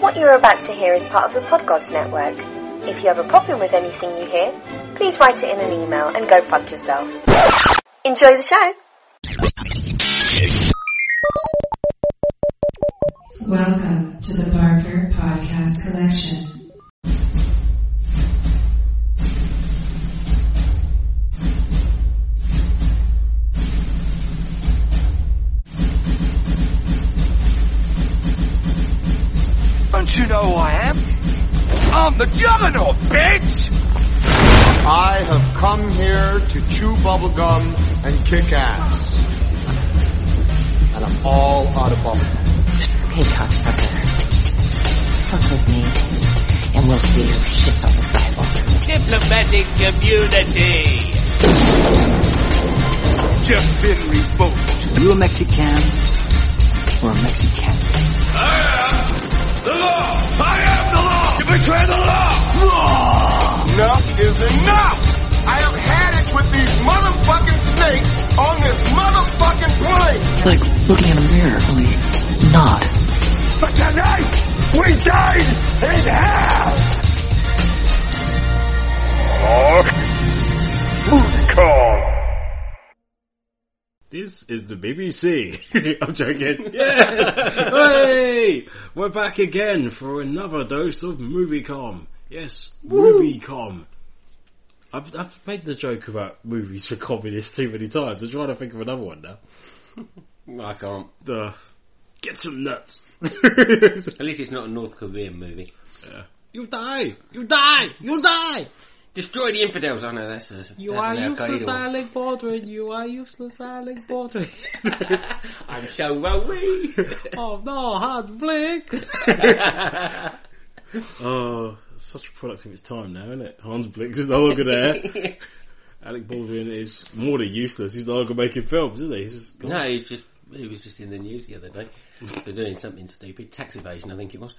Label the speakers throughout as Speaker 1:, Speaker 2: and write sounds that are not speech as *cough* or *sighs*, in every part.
Speaker 1: What you are about to hear is part of the Podgods Network. If you have a problem with anything you hear, please write it in an email and go fuck yourself. Enjoy the show!
Speaker 2: Welcome to the Barker Podcast Collection.
Speaker 3: Don't you know who I am? I'm the juggernaut, bitch!
Speaker 4: I have come here to chew bubblegum and kick ass. And I'm all out of bubblegum.
Speaker 5: Hey, cocksucker. Fuck with me, and we'll see your shit on the sidewalk.
Speaker 6: diplomatic community.
Speaker 3: Just been revoked.
Speaker 5: You a Mexican? Or a Mexican?
Speaker 3: I am the law! I am the law! You betray the law!
Speaker 4: Enough is enough! I have had it with these motherfucking snakes on this motherfucking plane!
Speaker 5: It's like looking in a mirror, only not.
Speaker 3: But tonight, we died in hell!
Speaker 7: This is the BBC. *laughs* I'm
Speaker 8: *laughs*
Speaker 7: joking. Yes! hey! We're back again for another dose of MovieCom. Yes, MovieCom. I've, I've made the joke about movies for communists too many times. I'm trying to think of another one now.
Speaker 8: I can't.
Speaker 7: Uh, get some nuts.
Speaker 8: At least it's not a North Korean movie.
Speaker 7: you die! You die! You die!
Speaker 8: Destroy the infidels. I know that's a.
Speaker 7: You
Speaker 8: that's
Speaker 7: are
Speaker 8: an Al Qaeda
Speaker 7: useless,
Speaker 8: one.
Speaker 7: Alec Baldwin. You are useless, Alec Baldwin.
Speaker 8: *laughs* I'm so well we.
Speaker 7: *laughs* oh no, hard Blick! Oh, such a product of its time now, isn't it? Hans Blix is no longer there. Alec Baldwin is more than useless. He's no longer making films, is he? He's just gone.
Speaker 8: *laughs* no, he just he was just in the news the other day for doing something stupid, tax evasion, I think it was.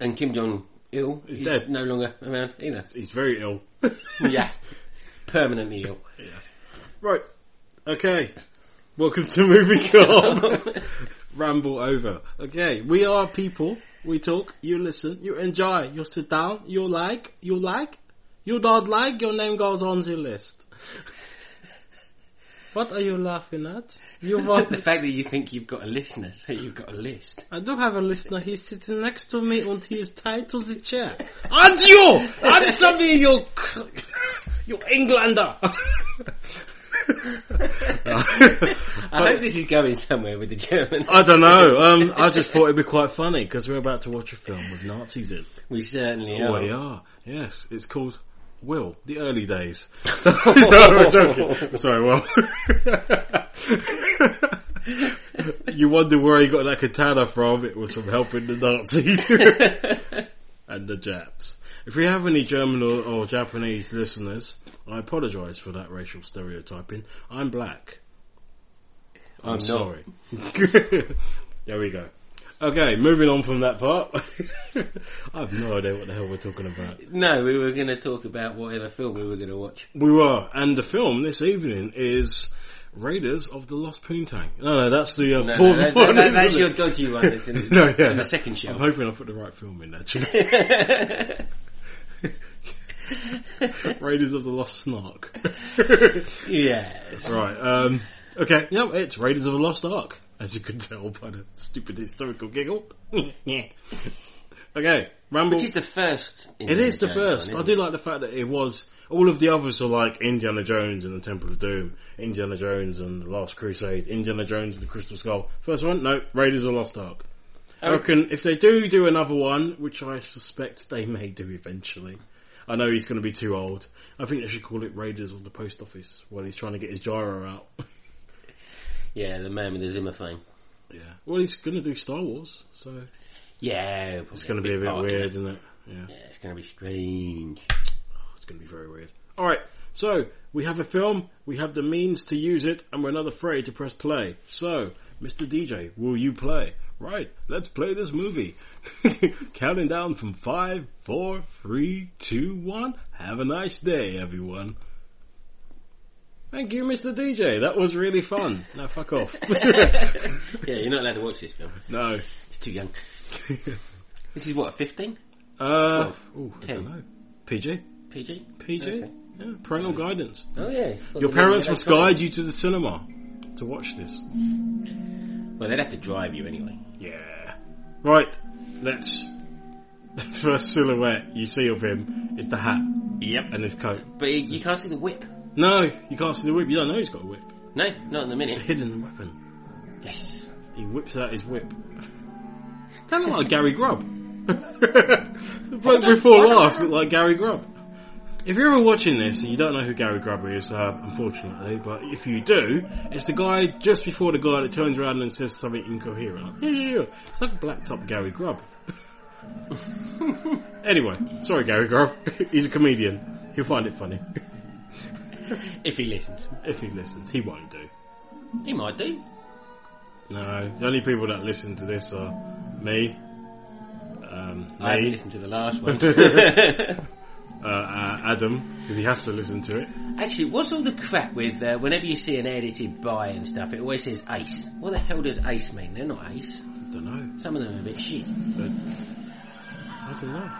Speaker 8: And Kim Jong Il
Speaker 7: He's
Speaker 8: is
Speaker 7: dead.
Speaker 8: no longer around
Speaker 7: *laughs*
Speaker 8: either.
Speaker 7: He's very ill.
Speaker 8: yeah, permanently ill.
Speaker 7: Right. Okay. Welcome to Movie Com. *laughs* Ramble over. Okay. We are people. We talk. You listen. You enjoy. You sit down. You like. You like. You don't like. Your name goes on the list. *laughs* What are you laughing at? You want
Speaker 8: the fact that you think you've got a listener, so you've got a list.
Speaker 7: I do have a listener. He's sitting next to me and he is tied to the chair. *laughs* And you! Answer me, you... c- You *laughs* Englander!
Speaker 8: I hope this is going somewhere with the German.
Speaker 7: I don't know. Um, I just thought it'd be quite funny because we're about to watch a film with Nazis in.
Speaker 8: We certainly
Speaker 7: Oh,
Speaker 8: are.
Speaker 7: we are. Yes, it's called Will, the early *laughs* days. no, I'm joking. Sorry, Will. *laughs* you wonder where he got that katana from. It was from helping the Nazis *laughs* and the Japs. If we have any German or, or Japanese listeners, I apologise for that racial stereotyping. I'm black. I'm,
Speaker 8: not.
Speaker 7: sorry. *laughs* there we go. Okay, moving on from that part. *laughs* I have no idea what the hell we're talking about.
Speaker 8: *laughs* No, we were going to talk about whatever film we were going to watch.
Speaker 7: We were, and the film this evening is Raiders of the Lost Poontang. No, no, that's the uh,
Speaker 8: No,
Speaker 7: porn
Speaker 8: no, that,
Speaker 7: one,
Speaker 8: that- that-
Speaker 7: isn't
Speaker 8: that's
Speaker 7: it? *laughs*
Speaker 8: your dodgy one. That's in,
Speaker 7: No, yeah.
Speaker 8: in the second
Speaker 7: I'm
Speaker 8: *laughs* shelf.
Speaker 7: hoping I put the right film in actually. *laughs* Raiders of the Lost
Speaker 8: *laughs*
Speaker 7: Snark.
Speaker 8: yeah.
Speaker 7: right, um, okay, yep, it's Raiders of the Lost Ark, as you can tell by the stupid historical giggle. *laughs* yeah. Okay, Ramble.
Speaker 8: Which is the first.
Speaker 7: It
Speaker 8: Indiana
Speaker 7: is the
Speaker 8: Jones
Speaker 7: first.
Speaker 8: one,
Speaker 7: I do
Speaker 8: isn't
Speaker 7: like the fact that it was. All of the others are like Indiana Jones and the Temple of Doom, Indiana Jones and the Last Crusade, Indiana Jones and the Crystal Skull. First one, no, Raiders of the Lost Ark.
Speaker 8: Oh.
Speaker 7: I reckon if they do do another one, which I suspect they may do eventually, I know he's going to be too old. I think they should call it Raiders of the Post Office while he's trying to get his gyro out.
Speaker 8: it? Yeah, the man with the Zimmer thing.
Speaker 7: yeah. Well, he's going to do Star Wars, so
Speaker 8: Yeah.
Speaker 7: it's going to be a bit weird, isn't it? Yeah.
Speaker 8: Yeah, it's going to be
Speaker 7: *laughs*
Speaker 8: strange. *laughs*
Speaker 7: It's going to be very weird. All right, so we have a film, we have the means to use it, and we're not afraid to press play. So, Mr. DJ, will you play? Right, let's play this movie. *laughs* Counting down from five, four, three, two, one. Have a nice day, everyone. Thank you, Mr. DJ. That was really fun. Now *laughs* fuck off.
Speaker 8: Yeah, you're not allowed to watch this film.
Speaker 7: no. *laughs*
Speaker 8: It's too young. This is what, 15?
Speaker 7: Uh,
Speaker 8: Twelve.
Speaker 7: ooh, I
Speaker 8: Ten.
Speaker 7: don't know. PG?
Speaker 8: PG?
Speaker 7: PG?
Speaker 8: Okay.
Speaker 7: Yeah, parental guidance.
Speaker 8: Oh, yeah.
Speaker 7: Your parents must guide you to the cinema to watch this.
Speaker 8: Well, they'd have to drive you anyway.
Speaker 7: Yeah. Right, let's. *laughs* The first silhouette you see of him is the hat
Speaker 8: Yep.
Speaker 7: and his coat.
Speaker 8: But you, you can't see the whip.
Speaker 7: No, you can't see the whip. You don't know he's got a whip.
Speaker 8: No, not in the
Speaker 7: It's a *laughs*
Speaker 8: minute.
Speaker 7: hidden weapon.
Speaker 8: Yes.
Speaker 7: He whips out his whip. Kind of like Gary Grubb. *laughs* the bloke before last looked like Gary Grubb. If you're ever watching this and you don't know who Gary Grubb is, uh, unfortunately, but if you do, it's the guy just before the guy that turns around and says something incoherent. *laughs* Like, "Yeah, yeah, yeah." it's like blacktop Gary Grubb. *laughs* anyway, sorry Gary Grubb. *laughs* He's a comedian. He'll find it funny.
Speaker 8: If he listens.
Speaker 7: If he listens, he won't do.
Speaker 8: He might do.
Speaker 7: No, the only people that listen to this are me, um,
Speaker 8: I haven't
Speaker 7: me,
Speaker 8: listened to the
Speaker 7: *laughs*
Speaker 8: last one.
Speaker 7: uh, uh, Adam, because he has to listen to it.
Speaker 8: Actually, what's all the crap with uh, whenever you see an edited buy and stuff, it always says ace. What the hell does ace mean? They're not ace.
Speaker 7: I don't know.
Speaker 8: Some of them are a bit shit.
Speaker 7: But I don't know.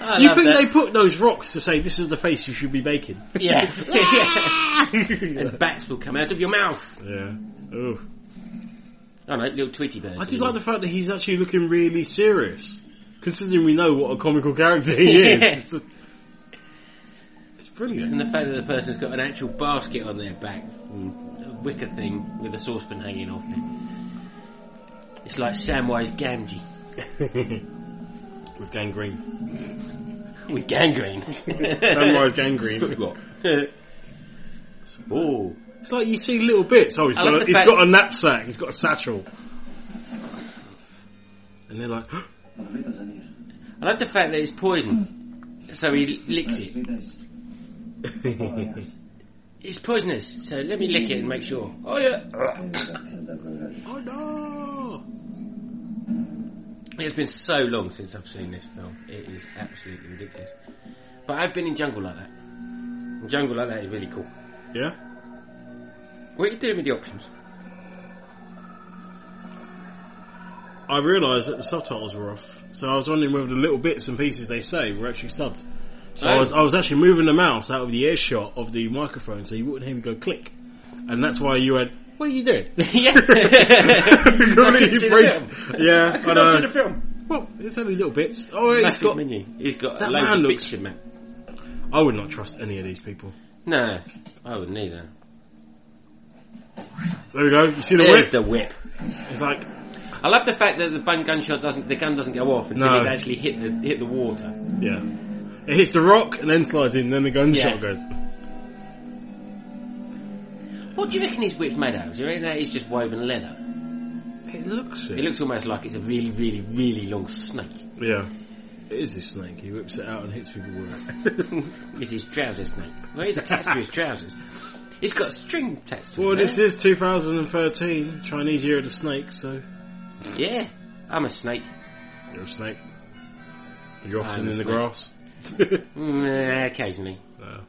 Speaker 8: I
Speaker 7: Do you
Speaker 8: love
Speaker 7: think
Speaker 8: that.
Speaker 7: they put those rocks to say this is the face you should be *laughs* making?
Speaker 8: Yeah. *laughs* yeah. and bats will come out of your mouth.
Speaker 7: Yeah. Oh,
Speaker 8: I know, little Tweety birds.
Speaker 7: I do like the fact that he's actually looking really serious, considering we know what a comical character he *laughs* is.
Speaker 8: Yeah.
Speaker 7: It's, just- it's brilliant.
Speaker 8: And the fact that the person's got an actual basket on their back, mm, a wicker thing with a saucepan hanging off it. It's like Samwise Gamgee
Speaker 7: *laughs*
Speaker 8: *laughs*
Speaker 7: With gangrene,
Speaker 8: with gangrene.
Speaker 7: Samwise
Speaker 8: *laughs*
Speaker 7: gangrene.
Speaker 8: Football. oh.
Speaker 7: It's like you see little bits. Oh, he's,
Speaker 8: I
Speaker 7: got,
Speaker 8: like
Speaker 7: a,
Speaker 8: the
Speaker 7: he's
Speaker 8: fact-
Speaker 7: got a knapsack. He's got a satchel. And they're *gasps* like,
Speaker 8: I like the fact that it's poison, so he l- licks it. It's poisonous, so let me lick it and make sure. Oh yeah.
Speaker 7: oh no!
Speaker 8: It's been so long since I've seen this film. It is absolutely ridiculous. But I've been in jungle like that. And jungle like that is really cool.
Speaker 7: Yeah?
Speaker 8: What are you doing with the
Speaker 7: *laughs*
Speaker 8: options? *laughs*
Speaker 7: I realised that the subtitles were off, so I was wondering whether the little bits and pieces they say were actually subbed. So I,
Speaker 8: Oh.
Speaker 7: was, I was actually moving the mouse out of the earshot of the microphone so you wouldn't hear me go click. And that's why you had, what are you *laughs* doing?
Speaker 8: yeah. *laughs* I
Speaker 7: Really
Speaker 8: could see the
Speaker 7: break-
Speaker 8: film. *laughs*
Speaker 7: Yeah, I,
Speaker 8: Could I see
Speaker 7: know.
Speaker 8: the film?
Speaker 7: Well, it's only little bits. Oh, he's
Speaker 8: Massive
Speaker 7: got,
Speaker 8: menu. He's got
Speaker 7: That
Speaker 8: a load
Speaker 7: man
Speaker 8: of
Speaker 7: looks-
Speaker 8: bitches, man.
Speaker 7: I would not trust any of these people.
Speaker 8: No, I wouldn't either.
Speaker 7: There we go. You see the
Speaker 8: There's
Speaker 7: whip?
Speaker 8: the whip.
Speaker 7: It's like,
Speaker 8: I love the fact that the bun gunshot doesn't, the gun doesn't go off until
Speaker 7: No.
Speaker 8: it's actually hit the hit the water.
Speaker 7: Yeah. It hits the rock and then slides in, then the gunshot
Speaker 8: Yeah.
Speaker 7: goes.
Speaker 8: What do you reckon his whip's made out of? Do you reckon that it's just woven leather?
Speaker 7: It looks it.
Speaker 8: It looks almost like it's a really, really, really long snake. *laughs*
Speaker 7: yeah. It is this snake. He whips it out and hits people *laughs* with it.
Speaker 8: It's his trouser snake. Well, it's attached to his trousers. It's got string attached to
Speaker 7: well,
Speaker 8: it.
Speaker 7: this is 2013, Chinese year of the snake, so.
Speaker 8: Yeah, I'm a snake.
Speaker 7: You're a snake. You're often
Speaker 8: I'm a
Speaker 7: in the
Speaker 8: snake.
Speaker 7: grass. *laughs*
Speaker 8: Mm, uh, occasionally.
Speaker 7: No.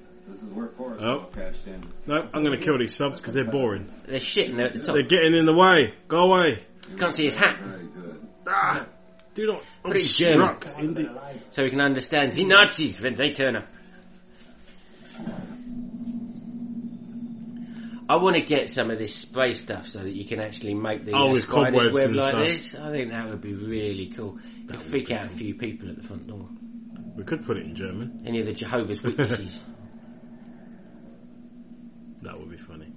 Speaker 7: Oh. No, I'm going to kill these subs because they're boring.
Speaker 8: They're shit and they're at the top.
Speaker 7: They're getting in the way. Go away.
Speaker 8: Can't see his hat,
Speaker 7: Ah, do not
Speaker 8: it's German.
Speaker 7: obstruct. Indeed.
Speaker 8: so we can understand the Nazis when they turn up. I want to get some of this spray stuff so that you can actually make the
Speaker 7: Oh,
Speaker 8: uh,
Speaker 7: with
Speaker 8: spider's
Speaker 7: cobwebs
Speaker 8: web
Speaker 7: and
Speaker 8: like
Speaker 7: stuff.
Speaker 8: this. I think that would be really cool. Could freak out a few people at the front door.
Speaker 7: We could put it in German.
Speaker 8: Any of the Jehovah's Witnesses.
Speaker 7: *laughs* That would be funny.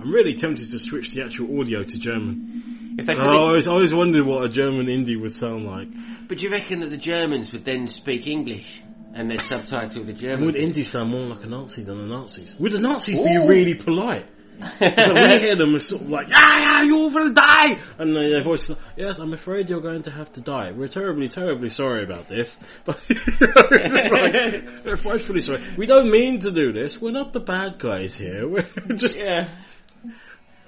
Speaker 7: I'm really tempted to switch the actual audio to German.
Speaker 8: if they
Speaker 7: And
Speaker 8: put
Speaker 7: I
Speaker 8: it-
Speaker 7: always, I always wondered what a German indie would sound like.
Speaker 8: But do you reckon that the Germans would then speak English and they'd subtitle the
Speaker 7: *laughs*
Speaker 8: German?
Speaker 7: Would indie sound more like a Nazi than the Nazis? Would the Nazis be
Speaker 8: Ooh.
Speaker 7: really *laughs* polite? Like, we hear them as sort of like, yeah, yeah, you will die! And they- their voice is like, yes, I'm afraid you're going to have to die. We're terribly, terribly sorry about this. *laughs* But, it's just *laughs* like, we're frightfully sorry. We don't mean to do this. We're not the bad guys here. *laughs* We're just,
Speaker 8: yeah.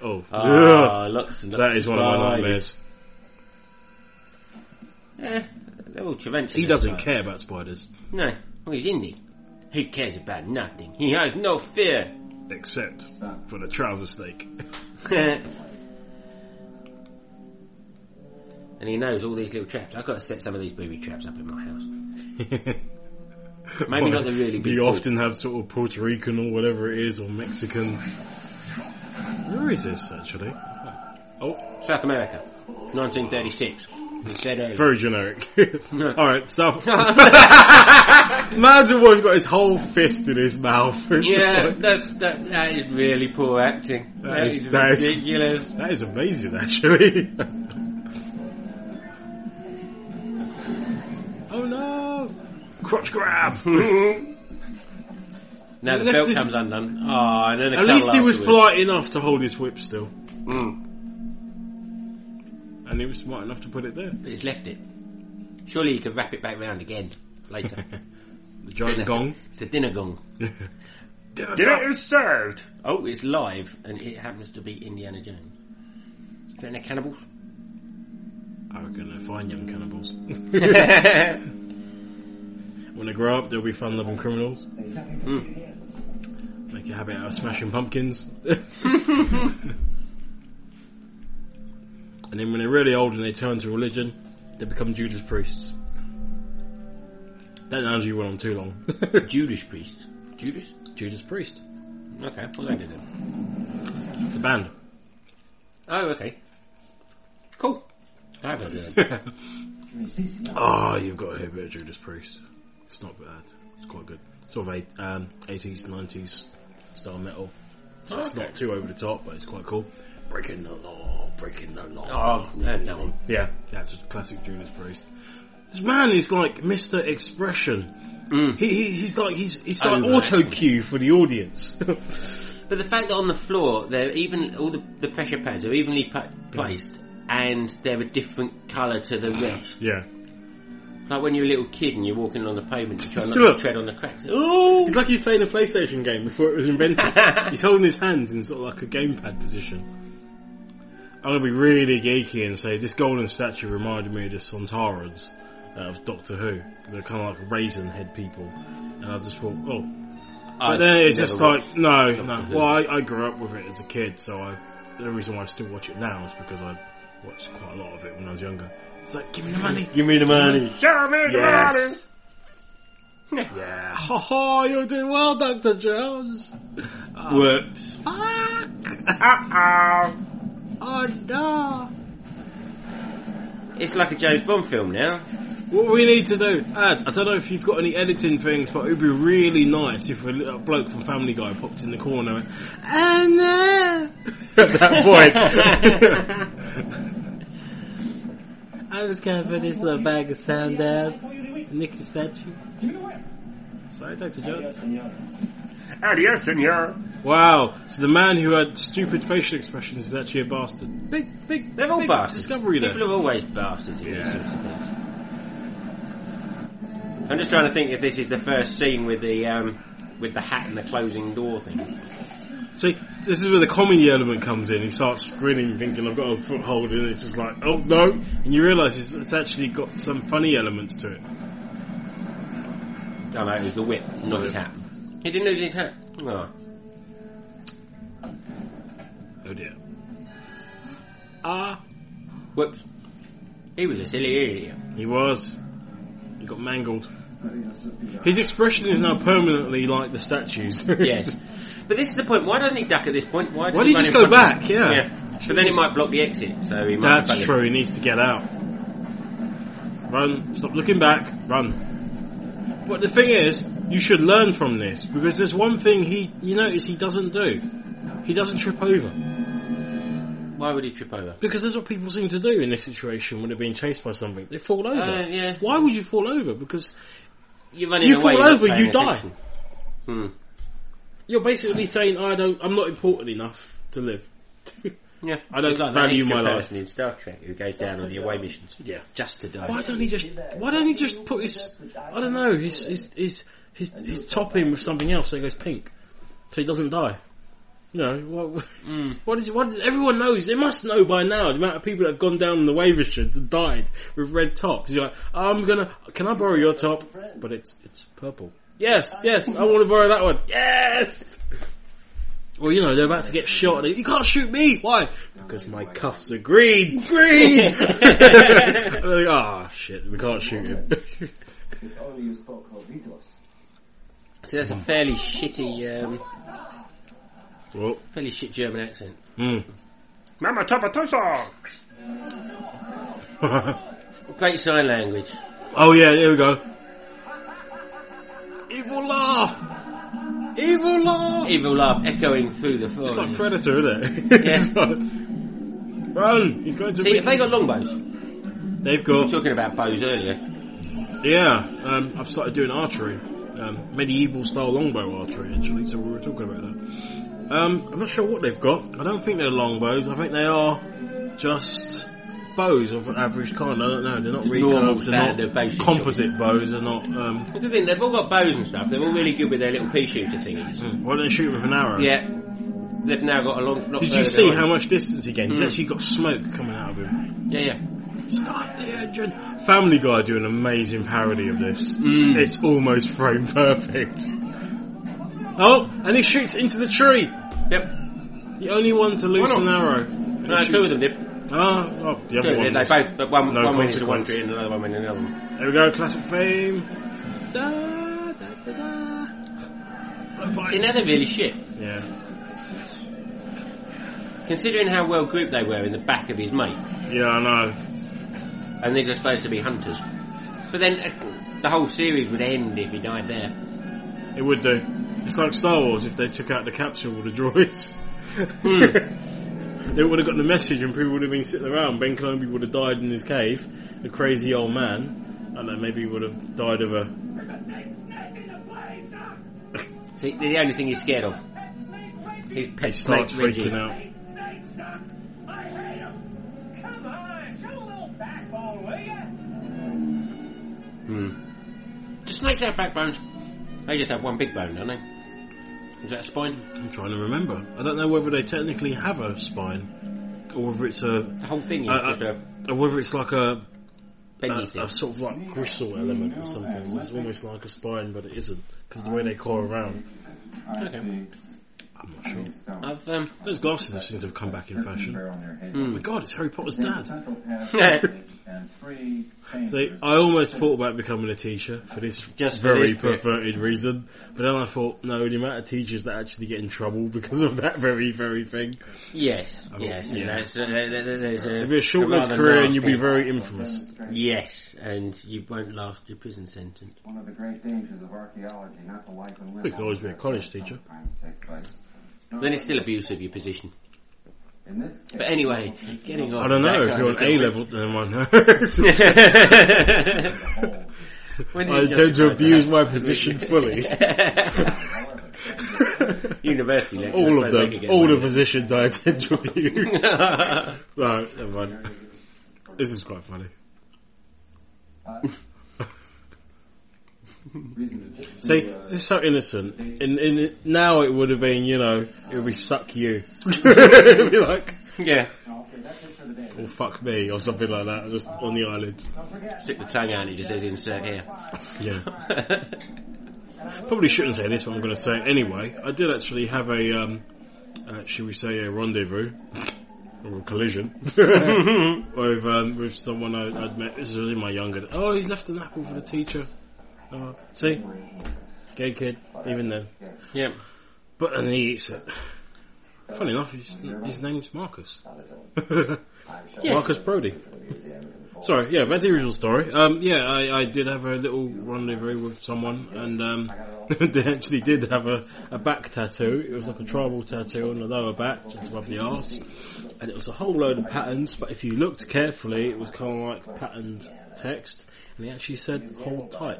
Speaker 7: oh,
Speaker 8: Ah, lots and lots
Speaker 7: that is one of my nightmares.
Speaker 8: Yeah, they're all torrential.
Speaker 7: He doesn't care about spiders.
Speaker 8: No, well, he's indie. He cares about nothing. He has no fear. *laughs*
Speaker 7: Except
Speaker 8: Ah.
Speaker 7: for the trouser snake.
Speaker 8: and and he knows all these little traps. I've got to set some of these booby traps up in my house. Maybe not the really
Speaker 7: Do
Speaker 8: big.
Speaker 7: you
Speaker 8: ones.
Speaker 7: often have sort of Puerto Rican or whatever it is, or Mexican? Where is this actually? Oh,
Speaker 8: South America, 1936. He said earlier.
Speaker 7: very *laughs* generic. All right, *laughs* South. Man's always got his whole fist in his mouth. *laughs* It's
Speaker 8: *laughs* yeah,
Speaker 7: like-
Speaker 8: that's, that, that is really poor acting.
Speaker 7: That
Speaker 8: that
Speaker 7: is-
Speaker 8: is,
Speaker 7: that is-
Speaker 8: ridiculous.
Speaker 7: that is amazing, actually. *laughs* oh no! Crotch grab. *laughs*
Speaker 8: Now
Speaker 7: He
Speaker 8: the
Speaker 7: left
Speaker 8: belt
Speaker 7: his-
Speaker 8: comes undone. Oh, and then a
Speaker 7: At least he
Speaker 8: cuddle
Speaker 7: was
Speaker 8: afterwards.
Speaker 7: polite enough to hold his whip still,
Speaker 8: Mm.
Speaker 7: and he was smart enough to put it there.
Speaker 8: But he's left it. Surely you could wrap it back round again later.
Speaker 7: The giant
Speaker 8: Goodness.
Speaker 7: *laughs* gong.
Speaker 8: It's the dinner gong.
Speaker 7: Dinner
Speaker 8: is served. Oh, it's live, and it happens to be Indiana Jones. Is that in the *laughs* cannibals?
Speaker 7: I reckon they're fine young cannibals. when they grow up, they'll be fun-loving criminals. Make a habit out of smashing pumpkins. and then when they're really old and they turn to religion, they become Judas priests. That analogy went on too long.
Speaker 8: Judas priest. Judas?
Speaker 7: Judas Priest.
Speaker 8: Okay, well they did it.
Speaker 7: It's a band.
Speaker 8: Oh, okay. Cool. I have a *laughs*
Speaker 7: Oh, you've got to hear a bit of Judas Priest. It's not bad. It's quite good. Sort of eight, um, 80s, 90s style metal. So it's not too over the top, but it's quite cool. Breaking the law, breaking the law.
Speaker 8: Oh, no, no one.
Speaker 7: Yeah, that's a classic Judas Priest. This man is like Mr. Expression.
Speaker 8: Mm.
Speaker 7: He, he, he's like, he's, he's like
Speaker 8: Overacting.
Speaker 7: auto cue for the audience. *laughs*
Speaker 8: But the fact that on the floor, they're even all the, the pressure pads are evenly pa- placed, and they're a different colour to the rest.
Speaker 7: yeah.
Speaker 8: Like when you're a little kid and you're walking along the pavement, you *laughs* try not
Speaker 7: Look.
Speaker 8: to tread on the cracks.
Speaker 7: Oh! It's like he's playing a PlayStation game before it was invented. he's holding his hands in sort of like a gamepad position. I'm gonna be really geeky and say this golden statue reminded me of the Sontarans out of Doctor Who. They're kind of like raisin head people. And I just thought, oh. But then it's just like, no, no.
Speaker 8: Who.
Speaker 7: Well, I, I grew up with it as a kid, so I, the reason why I still watch it now is because I watched quite a lot of it when I was younger. It's like, give me the money.
Speaker 8: Give me the money.
Speaker 7: Yes. *laughs* yeah. Ha ha, you're doing well, Dr. Jones.
Speaker 8: Whoops.
Speaker 7: Oh no.
Speaker 8: It's like a James Bond film now.
Speaker 7: What we need to do, Ad, I don't know if you've got any editing things, but it would be really nice if a little bloke from Family Guy popped in the corner and went, Oh
Speaker 8: *laughs*
Speaker 7: no! At *laughs* that point. I'm just gonna put this little bag of sand down. Nick the statue. Sorry, Dr. Jones.
Speaker 3: Adios, senor.
Speaker 7: Wow, so the man who had stupid facial expressions is actually a bastard. Big, big,
Speaker 8: They're all
Speaker 7: big
Speaker 8: bastards.
Speaker 7: discovery there.
Speaker 8: People are always bastards in these sorts of things. I'm just trying to think if this is the first scene with the um, with the hat and the closing door thing.
Speaker 7: See, this is where the comedy element comes in. He starts grinning, thinking, I've got a foothold, and it's just like, oh no. And you realise it's, it's actually got some funny elements to it.
Speaker 8: Oh no, it was the whip, not his hat. He didn't lose his hat. Oh.
Speaker 7: Oh dear. Ah,
Speaker 8: Whoops. He was a silly
Speaker 7: *laughs*
Speaker 8: idiot.
Speaker 7: he was. He got mangled. His expression is now permanently like the statues. *laughs*
Speaker 8: Yes. But this is the point. Why doesn't he duck at this point? Why, does
Speaker 7: Why did he
Speaker 8: run
Speaker 7: just
Speaker 8: in
Speaker 7: go
Speaker 8: front of-
Speaker 7: back? Yeah.
Speaker 8: But then he might block the exit, so he might.
Speaker 7: That's
Speaker 8: be
Speaker 7: true, he needs to get out. Run, stop looking back, run. But the thing is, you should learn from this, because there's one thing he, you notice he doesn't do. He doesn't trip over.
Speaker 8: funny. Why would he trip over?
Speaker 7: Because that's what people seem to do in this situation when they're being chased by something. They fall over.
Speaker 8: Uh, yeah.
Speaker 7: Why would you fall over? Because
Speaker 8: You're running
Speaker 7: You
Speaker 8: away,
Speaker 7: fall
Speaker 8: you're not
Speaker 7: over,
Speaker 8: paying
Speaker 7: you die.
Speaker 8: attention. Hmm.
Speaker 7: you're basically saying, I don't, I'm not important enough to live. *laughs*
Speaker 8: Yeah,
Speaker 7: I don't
Speaker 8: It's like
Speaker 7: value
Speaker 8: that extra
Speaker 7: my life.
Speaker 8: person in Star Trek who goes down on the away missions.
Speaker 7: Yeah.
Speaker 8: just to die.
Speaker 7: Why don't he just? Why don't he just put his? I don't know. His his his his, his top in with something else so it goes pink, so he doesn't die. You know what? *laughs* What is? What is? Everyone knows. They must know by now the amount of people that have gone down on the waiver sheds and died with red tops. You're like, I'm gonna. Can I borrow your top? But it's it's purple. Yes, yes. I want to borrow that one. Yes. Well, you know, they're about to get shot. and they- You can't shoot me. Why? Because my cuffs are green. Green. *laughs* and they're like, ah, shit. We can't shoot him. *laughs*
Speaker 8: So that's a fairly shitty, um,
Speaker 7: well,
Speaker 8: fairly shit German accent.
Speaker 7: mm.
Speaker 8: Mama Tapa Tosa! Great sign language.
Speaker 7: *laughs* oh yeah, there we go. Evil laugh. Evil laugh.
Speaker 8: Evil laugh echoing through the floor.
Speaker 7: It's like
Speaker 8: isn't it?
Speaker 7: Predator, isn't it?
Speaker 8: Yeah.
Speaker 7: It's like, *laughs* Run! He's going to
Speaker 8: See,
Speaker 7: be.
Speaker 8: if they got longbows, we
Speaker 7: They've
Speaker 8: were
Speaker 7: got.
Speaker 8: talking about bows earlier.
Speaker 7: Yeah, um, I've started doing archery, um, medieval style longbow archery actually. So we were talking about that. Um, I'm not sure what they've got. I don't think they're longbows. I think they are just bows of an average kind. I don't know. They're not
Speaker 8: Just normal
Speaker 7: recurved. They're
Speaker 8: standard
Speaker 7: not
Speaker 8: basic
Speaker 7: composite bows. They're not. Um,
Speaker 8: That's the thing, they've all got bows and stuff, they're all really good with their little pea shooter thingies.
Speaker 7: why don't they shoot with an arrow?
Speaker 8: Hmm. Yeah. They've now got a long... lot
Speaker 7: Did you
Speaker 8: further
Speaker 7: see
Speaker 8: down.
Speaker 7: how much distance he gained? He's
Speaker 8: Mm.
Speaker 7: actually got smoke coming out of him.
Speaker 8: Yeah, yeah.
Speaker 7: Start the engine. Family Guy do an amazing parody of this.
Speaker 8: Mm.
Speaker 7: It's almost frame perfect. Oh, and he shoots into the tree.
Speaker 8: Yep.
Speaker 7: The only one to lose
Speaker 8: Why
Speaker 7: an
Speaker 8: not?
Speaker 7: arrow.
Speaker 8: No, two of them did.
Speaker 7: Ah, oh, the
Speaker 8: Two
Speaker 7: other
Speaker 8: of
Speaker 7: one.
Speaker 8: them did. They both, but one,
Speaker 7: No
Speaker 8: one went into one
Speaker 7: consequence.
Speaker 8: tree and another one went in another one.
Speaker 7: There we go, classic fame. Da, da, da, da. Blow by.
Speaker 8: See, now they're really shit.
Speaker 7: Yeah,
Speaker 8: Considering how well grouped they were in the back of his mate,
Speaker 7: yeah, I know.
Speaker 8: and these are supposed to be hunters. But then uh, the whole series would end if he died there.
Speaker 7: It would do. It's like Star Wars if they took out the capsule with the droids. *laughs*
Speaker 8: Hmm.
Speaker 7: they would have gotten the message and people would have been sitting around. Ben Columbia would have died in his cave, a crazy old man. I don't know, maybe he would have died of a.
Speaker 8: So he- the only thing he's scared of. His pet
Speaker 7: He starts
Speaker 8: snake Reggie.
Speaker 7: freaking out.
Speaker 8: Hmm. Do snakes have backbones? They just have one big bone, don't they? Is that a spine?
Speaker 7: I'm trying to remember. I don't know whether they technically have a spine or whether it's a.
Speaker 8: The whole thing is
Speaker 7: Uh, uh,
Speaker 8: just a
Speaker 7: Or whether it's like a,
Speaker 8: bendy
Speaker 7: a,
Speaker 8: thing.
Speaker 7: a sort of like gristle element or something. It's almost like a spine, but it isn't because the way they coil around.
Speaker 8: Okay.
Speaker 7: I'm not sure.
Speaker 8: I've, um, *laughs*
Speaker 7: Those glasses have seemed to have come back in fashion. Oh my
Speaker 8: hmm.
Speaker 7: god, it's Harry Potter's dad. So
Speaker 9: See,
Speaker 7: I almost thought about becoming a teacher for this
Speaker 8: Just for
Speaker 7: very
Speaker 8: this bit.
Speaker 7: perverted reason, but then I thought, no, the amount of teachers that actually get in trouble because of that very, very thing.
Speaker 8: Yes,
Speaker 7: I mean,
Speaker 8: yes.
Speaker 7: Oh, yeah.
Speaker 8: and There's, uh, there- there- there's a,
Speaker 7: It'd be a short-lived
Speaker 8: rather
Speaker 7: career and you'd be
Speaker 8: nasty-
Speaker 7: very infamous.
Speaker 8: Yes, and you won't last your prison sentence.
Speaker 9: One of the great dangers of archaeology, not the life and limb.
Speaker 7: We could always be a college teacher.
Speaker 9: sometimes take place.
Speaker 8: Then it's still abusive, your position.
Speaker 9: In this case,
Speaker 8: But anyway, getting on.
Speaker 7: I don't
Speaker 8: to
Speaker 7: know
Speaker 8: Oh, that
Speaker 7: if
Speaker 8: kind
Speaker 7: you're
Speaker 8: of
Speaker 7: on A
Speaker 8: topic.
Speaker 7: level. Never mind.
Speaker 8: *laughs* When did
Speaker 7: I
Speaker 8: you
Speaker 7: intend to
Speaker 8: justify
Speaker 7: abuse
Speaker 8: that?
Speaker 7: my position
Speaker 8: *laughs*
Speaker 7: fully. *laughs*
Speaker 8: University lecture.
Speaker 7: all of them, all the positions I intend to abuse. *laughs* no, never mind. This is quite funny. See, this is so innocent. In, in now, it would have been, you know, it would be suck you, *laughs* It'd be like,
Speaker 8: *laughs* Yeah,
Speaker 7: or fuck me, or something like that, just on the eyelids.
Speaker 8: stick the tongue out and it just says insert here. *laughs*
Speaker 7: Yeah. Probably shouldn't say this, but I'm going to say it anyway. I did actually have a, um, uh, should we say, a rendezvous *laughs* or a collision *laughs* with um, with someone I, I'd met. This is really my younger. Oh, he left an apple for the teacher. Oh, see, gay kid. Even then,
Speaker 8: yeah.
Speaker 7: but then he eats it. Funny enough, his, his name's Marcus. Marcus Brody. Sorry, yeah, back to the original story. Um, yeah, I, I did have a little rendezvous with someone, and um, *laughs* they actually did have a, a back tattoo. It was like a tribal tattoo on the lower back, just above the arse, and it was a whole load of patterns. But if you looked carefully, it was kind of like patterned text, and he actually said, "Hold *laughs* tight."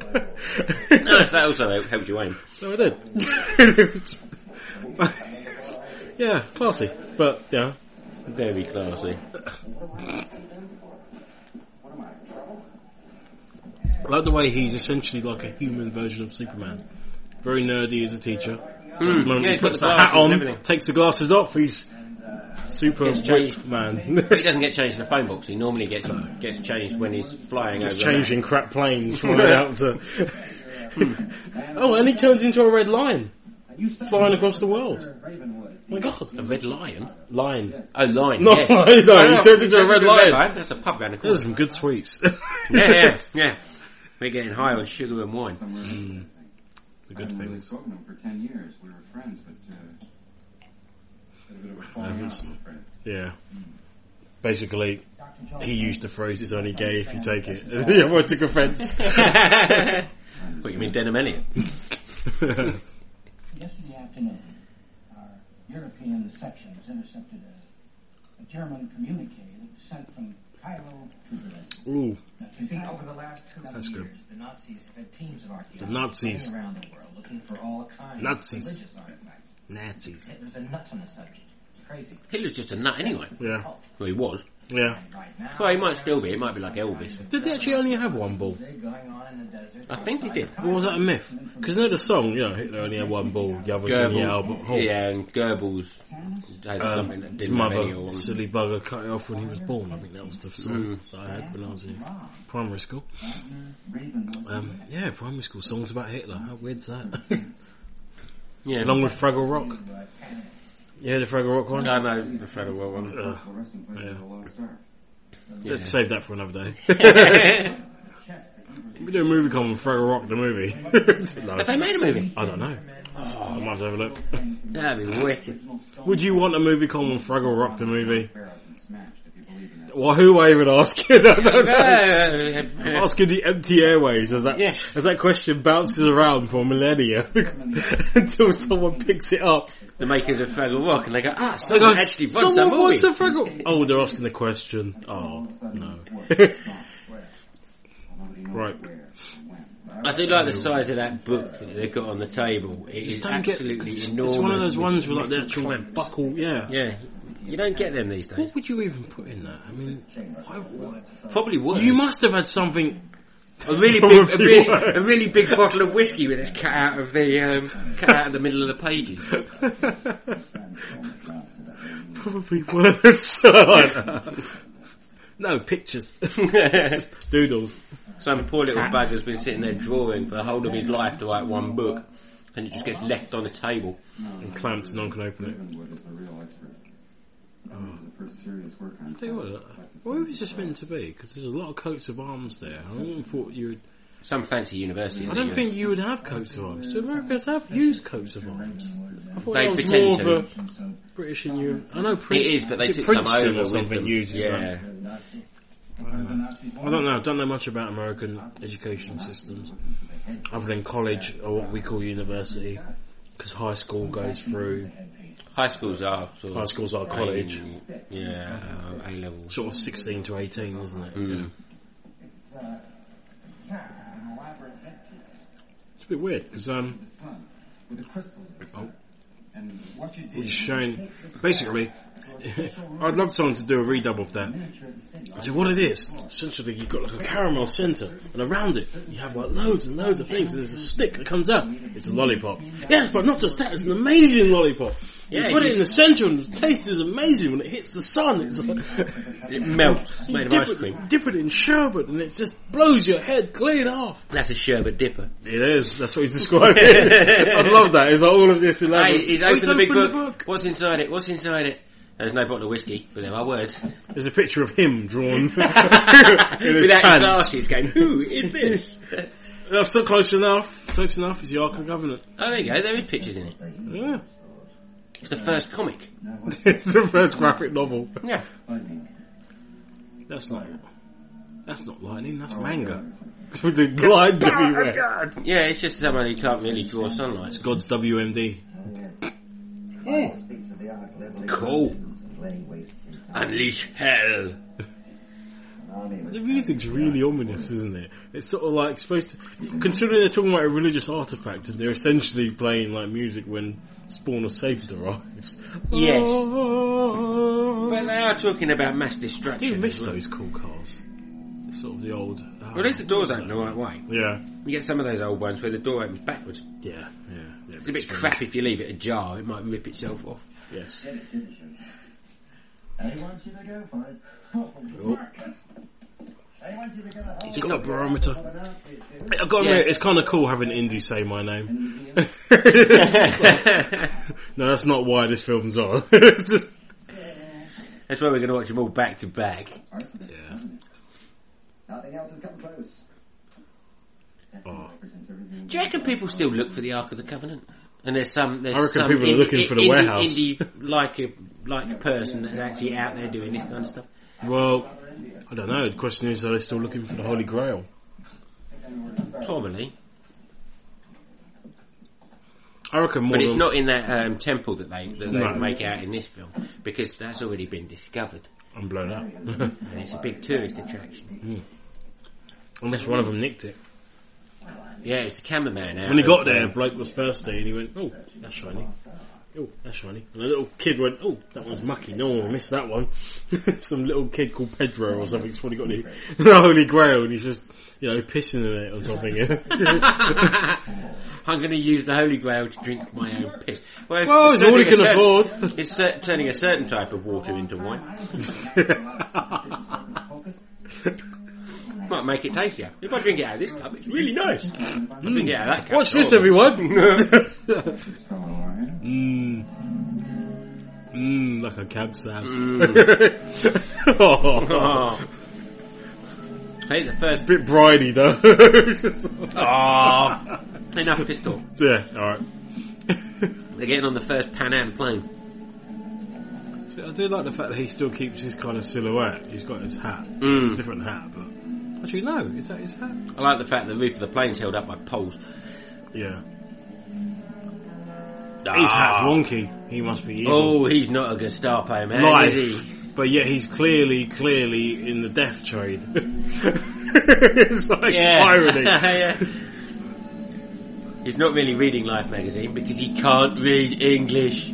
Speaker 8: Nice, that also hel- helped you aim.
Speaker 7: So I did. *laughs* yeah, classy. But yeah,
Speaker 8: Very classy.
Speaker 7: I like the way he's essentially like a human version of Superman. Very nerdy as a teacher. The moment
Speaker 8: Hmm. yeah,
Speaker 7: he
Speaker 8: he's got
Speaker 7: puts
Speaker 8: the
Speaker 7: the
Speaker 8: glasses
Speaker 7: hat on,
Speaker 8: and everything.
Speaker 7: takes the glasses off, he's super
Speaker 8: Gets changed.
Speaker 7: whip man.
Speaker 8: But *laughs* he doesn't get changed in the phone box. He normally gets gets changed when he's flying
Speaker 7: Just
Speaker 8: over. *laughs*
Speaker 7: changing crap planes flying out to
Speaker 8: Hmm.
Speaker 7: Oh, and he turns into a red lion. Flying across the world. Oh
Speaker 9: Ravenwood.
Speaker 7: my god.
Speaker 8: A red lion?
Speaker 7: Lion.
Speaker 8: A lion.
Speaker 7: No, *laughs*
Speaker 8: yeah.
Speaker 7: no, he turned into a red lion.
Speaker 8: That's a pub round the
Speaker 7: Those
Speaker 8: corner.
Speaker 7: are some good sweets.
Speaker 8: yeah,
Speaker 7: *laughs*
Speaker 8: yeah, *laughs* yeah. We're getting high on sugar and wine.
Speaker 7: Hmm.
Speaker 8: *laughs*
Speaker 7: The good
Speaker 9: I haven't really
Speaker 7: things.
Speaker 9: spoken to him for ten years. We were friends, but uh, had a bit of a falling out.
Speaker 7: it's-
Speaker 9: I'm afraid.
Speaker 7: Yeah. Basically, he used the phrase, it's only gay if you take it. *laughs* yeah, well, I took offence.
Speaker 8: What, you mean Denham Elliot?
Speaker 10: Yesterday afternoon, our European sections intercepted a, a German communique that was sent from Cairo to Berlin.
Speaker 7: *laughs* Ooh,
Speaker 10: You see, over the last two
Speaker 7: That's good.
Speaker 10: years, the Nazis have had teams of archaeologists
Speaker 7: Nazis.
Speaker 10: going around the world looking for all kinds
Speaker 7: Nazis.
Speaker 10: of religious artifacts.
Speaker 8: Nazis.
Speaker 10: Hitler's a nut on the subject. It's crazy.
Speaker 8: Hitler's just a nut anyway.
Speaker 7: yeah,
Speaker 8: Well, he was.
Speaker 7: yeah.
Speaker 10: Right now,
Speaker 8: Well, he might still be. He might be like Elvis.
Speaker 7: Did they actually only have one ball?
Speaker 10: they're going on in the desert.
Speaker 8: I think he did.
Speaker 7: Or was that a myth? Because you know the song, you know, Hitler only had one ball, the other was in the album. Oh,
Speaker 8: Yeah, and Goebbels had
Speaker 7: Um,
Speaker 8: something that
Speaker 7: his
Speaker 8: didn't have any or Mm.
Speaker 7: mother,
Speaker 8: *laughs*
Speaker 7: silly bugger, cut it off when he was born. I think that was the song that I had when I was in primary school.
Speaker 9: Ravenwood.
Speaker 7: Um, yeah, primary school songs about Hitler. How weird's *laughs* that?
Speaker 8: Yeah,
Speaker 7: Along with Fraggle Rock. Yeah, the Fraggle Rock one.
Speaker 8: I know the Federal World one.
Speaker 7: Ugh.
Speaker 9: The resting place of the Lost Ark.
Speaker 7: Uh, Let's save that for another day. *laughs* we do a movie called Fraggle Rock the movie. *laughs*
Speaker 8: Have
Speaker 7: no,
Speaker 8: they made a movie?
Speaker 7: I don't know. Oh, I might have to have a look. *laughs*
Speaker 8: That'd be *laughs* wicked.
Speaker 7: Would you want a movie called Fraggle Rock the movie?
Speaker 9: Barrowed and smashed, if you believe in that.
Speaker 7: Well, who am I even asking? *laughs* I don't know. *laughs*
Speaker 8: Uh, uh,
Speaker 7: Asking the empty airways as that
Speaker 8: Yeah.
Speaker 7: as that question bounces around for millennia *laughs* until someone picks it up.
Speaker 8: the makers of Fraggle Rock, and they go, ah, someone actually wants that
Speaker 7: Someone wants
Speaker 8: movie.
Speaker 7: a Fraggle. Oh, they're asking the question. Oh no. *laughs*
Speaker 9: Nobody knows
Speaker 7: right.
Speaker 9: where or when. But
Speaker 8: I do like the size of that book that they've got on the table. It is
Speaker 7: Don't get-
Speaker 8: absolutely
Speaker 7: it's,
Speaker 8: enormous.
Speaker 7: It's one of those ones with like the
Speaker 8: little
Speaker 7: actual
Speaker 8: clamps.
Speaker 7: buckle. Yeah.
Speaker 8: Yeah, you don't get them these days.
Speaker 7: What would you even put in that? I mean, why,
Speaker 8: *laughs*
Speaker 7: why-
Speaker 8: Probably worse.
Speaker 7: you must have had something. *laughs*
Speaker 8: a really big, a
Speaker 7: Probably
Speaker 8: really,
Speaker 7: worse.
Speaker 8: a really big bottle of whiskey with it's cut out of the um, cut out of the middle of the pages.
Speaker 7: Probably words. *laughs* no
Speaker 8: *laughs*
Speaker 7: pictures, doodles.
Speaker 8: Some poor little bugger's been sitting there drawing for the whole of his life to write one book, and it just gets left on the table.
Speaker 7: And clamped, no one can open it.
Speaker 9: Ravenwood is the real expert. That was the first serious work on
Speaker 7: Tell you what, uh, well, it was just meant to be because there's a lot of coats of arms there. I wouldn't have thought you. Would,
Speaker 8: Some fancy university. in
Speaker 7: I
Speaker 8: the
Speaker 7: don't
Speaker 8: US.
Speaker 7: think you would have coats of arms. Do Americans have used coats of arms? I thought
Speaker 8: They
Speaker 7: that was
Speaker 8: pretend
Speaker 7: more
Speaker 8: to.
Speaker 7: of a British and Europe. I know Prin-
Speaker 8: It is, but they
Speaker 7: is it
Speaker 8: took
Speaker 7: Princeton
Speaker 8: them over
Speaker 7: or
Speaker 8: with
Speaker 7: something
Speaker 8: them.
Speaker 7: uses
Speaker 8: yeah.
Speaker 7: them. I don't know. I don't know much about American education systems, other than college or what we call university, because high school goes through.
Speaker 8: High schools are sort of
Speaker 7: High schools are college,
Speaker 8: Yeah, A levels.
Speaker 7: sort of sixteen to eighteen, isn't it?
Speaker 8: Mm.
Speaker 7: Yeah. It's a bit weird because um, he's showing basically. I'd love someone to do a redouble of that. So what it is, essentially you've got like a caramel centre and around it you have like loads and loads of things and there's a stick that comes out. It's a lollipop. Yes, but not just that, it's an amazing lollipop. You
Speaker 8: Yeah,
Speaker 7: put
Speaker 8: you-
Speaker 7: it in the centre and the taste is amazing when it hits the sun. It's like,
Speaker 8: It melts. It's
Speaker 7: you
Speaker 8: made of
Speaker 7: dip
Speaker 8: ice
Speaker 7: it-
Speaker 8: cream.
Speaker 7: Dip it in sherbet and it just blows your head clean off.
Speaker 8: That's a sherbet dipper.
Speaker 7: It is, that's what he's
Speaker 8: *laughs*
Speaker 7: describing. I love that. It's like all of this in
Speaker 8: Hey, he's opened the big book. What's inside it? What's inside it? There's no bottle of whiskey, but there are words.
Speaker 7: There's a picture of him
Speaker 8: *laughs*
Speaker 7: drawn *laughs*
Speaker 8: Without his
Speaker 7: pants.
Speaker 8: glasses going, who is this?
Speaker 7: That's still close enough. Close enough is the Arkham Covenant.
Speaker 8: Oh, there you go. There is pictures in it.
Speaker 7: Yeah. *laughs*
Speaker 8: It's the first comic.
Speaker 7: it's the first graphic novel.
Speaker 8: Yeah.
Speaker 7: That's not. That's not lightning. That's manga. *laughs* With the
Speaker 8: *laughs* Oh
Speaker 7: lines everywhere.
Speaker 8: Yeah, it's just someone who can't really draw sunlight.
Speaker 7: God's WMD.
Speaker 9: Oh,
Speaker 8: Cool. Unleash hell.
Speaker 7: The music's really ominous, isn't it? It's sort of like supposed to. Considering they're talking about a religious artifact and they're essentially playing like music when Spawn or Satan arrives.
Speaker 8: Yes. But
Speaker 7: But
Speaker 8: they are talking about mass
Speaker 7: I do
Speaker 8: destruction.
Speaker 7: miss
Speaker 8: as well.
Speaker 7: those cool cars. It's sort of the old. uh,
Speaker 8: Well, at least the doors open the right way.
Speaker 7: Yeah.
Speaker 8: You get some of those old ones where the door opens backwards.
Speaker 7: Yeah. Yeah. yeah
Speaker 8: It's a bit crap if you leave it ajar. It might rip itself *laughs* off.
Speaker 7: Yes.
Speaker 10: They want you to go for it.
Speaker 7: It's Oh. got a barometer. I've got to admit, it's kind of cool having Indy say my name. *laughs* no, that's not why this film's on. *laughs* It's just-
Speaker 8: That's why we're going to watch them all back to back.
Speaker 7: yeah.
Speaker 9: Nothing else has come close. That
Speaker 7: Oh.
Speaker 9: represents everything.
Speaker 8: Do you reckon people still look for the Ark of the Covenant? And there's some. There's
Speaker 7: I reckon
Speaker 8: some
Speaker 7: people are
Speaker 8: indie-
Speaker 7: looking for the
Speaker 8: indie-
Speaker 7: warehouse.
Speaker 8: Indie like a like a person that's actually out there doing this kind of stuff.
Speaker 7: Well, I don't know. The question is, are they still looking for the Holy Grail?
Speaker 8: Probably,
Speaker 7: I reckon more
Speaker 8: but it's
Speaker 7: than...
Speaker 8: not in that um, temple that they that they
Speaker 7: No.
Speaker 8: make out in this film because that's already
Speaker 7: *laughs*
Speaker 8: been discovered
Speaker 7: I'm blown up.
Speaker 8: and it's a big tourist attraction.
Speaker 7: *laughs* Unless one of them nicked it.
Speaker 8: Yeah, it's the cameraman. out
Speaker 7: When he
Speaker 8: of,
Speaker 7: got there,
Speaker 8: um,
Speaker 7: bloke was thirsty and he went, oh, that's shiny. Oh, that's shiny. And the little kid went, oh, that one's mucky. No, I missed that one. *laughs* Some little kid called Pedro or something's probably got the, *laughs* the Holy Grail and he's just, you know, pissing in it or *laughs* something.
Speaker 8: *laughs* I'm going to use the Holy Grail to drink my own piss. Well,
Speaker 7: Well, it's all he
Speaker 8: turning
Speaker 7: can
Speaker 8: a cer-
Speaker 7: afford.
Speaker 8: It's uh, turning a certain type of water into wine. *laughs* Might make it tastier. If I drink it out of this cup, it's really nice. I drink it out of that cup. oh.
Speaker 7: Watch this,
Speaker 8: it's horrible. *laughs*
Speaker 7: everyone! *laughs*
Speaker 9: From Orion.
Speaker 7: Mmm. Mmm, like a cab sab. oh,
Speaker 8: Oh. Hey, the
Speaker 7: *laughs*
Speaker 8: first. *laughs*
Speaker 7: bit briny *laughs* though. Ah. *laughs*
Speaker 8: Oh, enough pistol.
Speaker 7: yeah, alright. *laughs*
Speaker 8: They're getting on the first Pan Am plane.
Speaker 7: I do like the fact that he still keeps his kind of silhouette. He's got his hat.
Speaker 8: Mm.
Speaker 7: It's a different hat, but. Actually, no, is that his hat?
Speaker 8: I like the fact the roof of the plane's held up by poles.
Speaker 7: Yeah.
Speaker 8: Ah.
Speaker 7: His hat's wonky. He must be evil.
Speaker 8: Oh, he's not a Gestapo man,
Speaker 7: Life.
Speaker 8: is he?
Speaker 7: But yet he's clearly, clearly in the death trade. *laughs* it's like
Speaker 8: *laughs*
Speaker 7: irony.
Speaker 8: Yeah. He's not really reading Life magazine because he can't read English.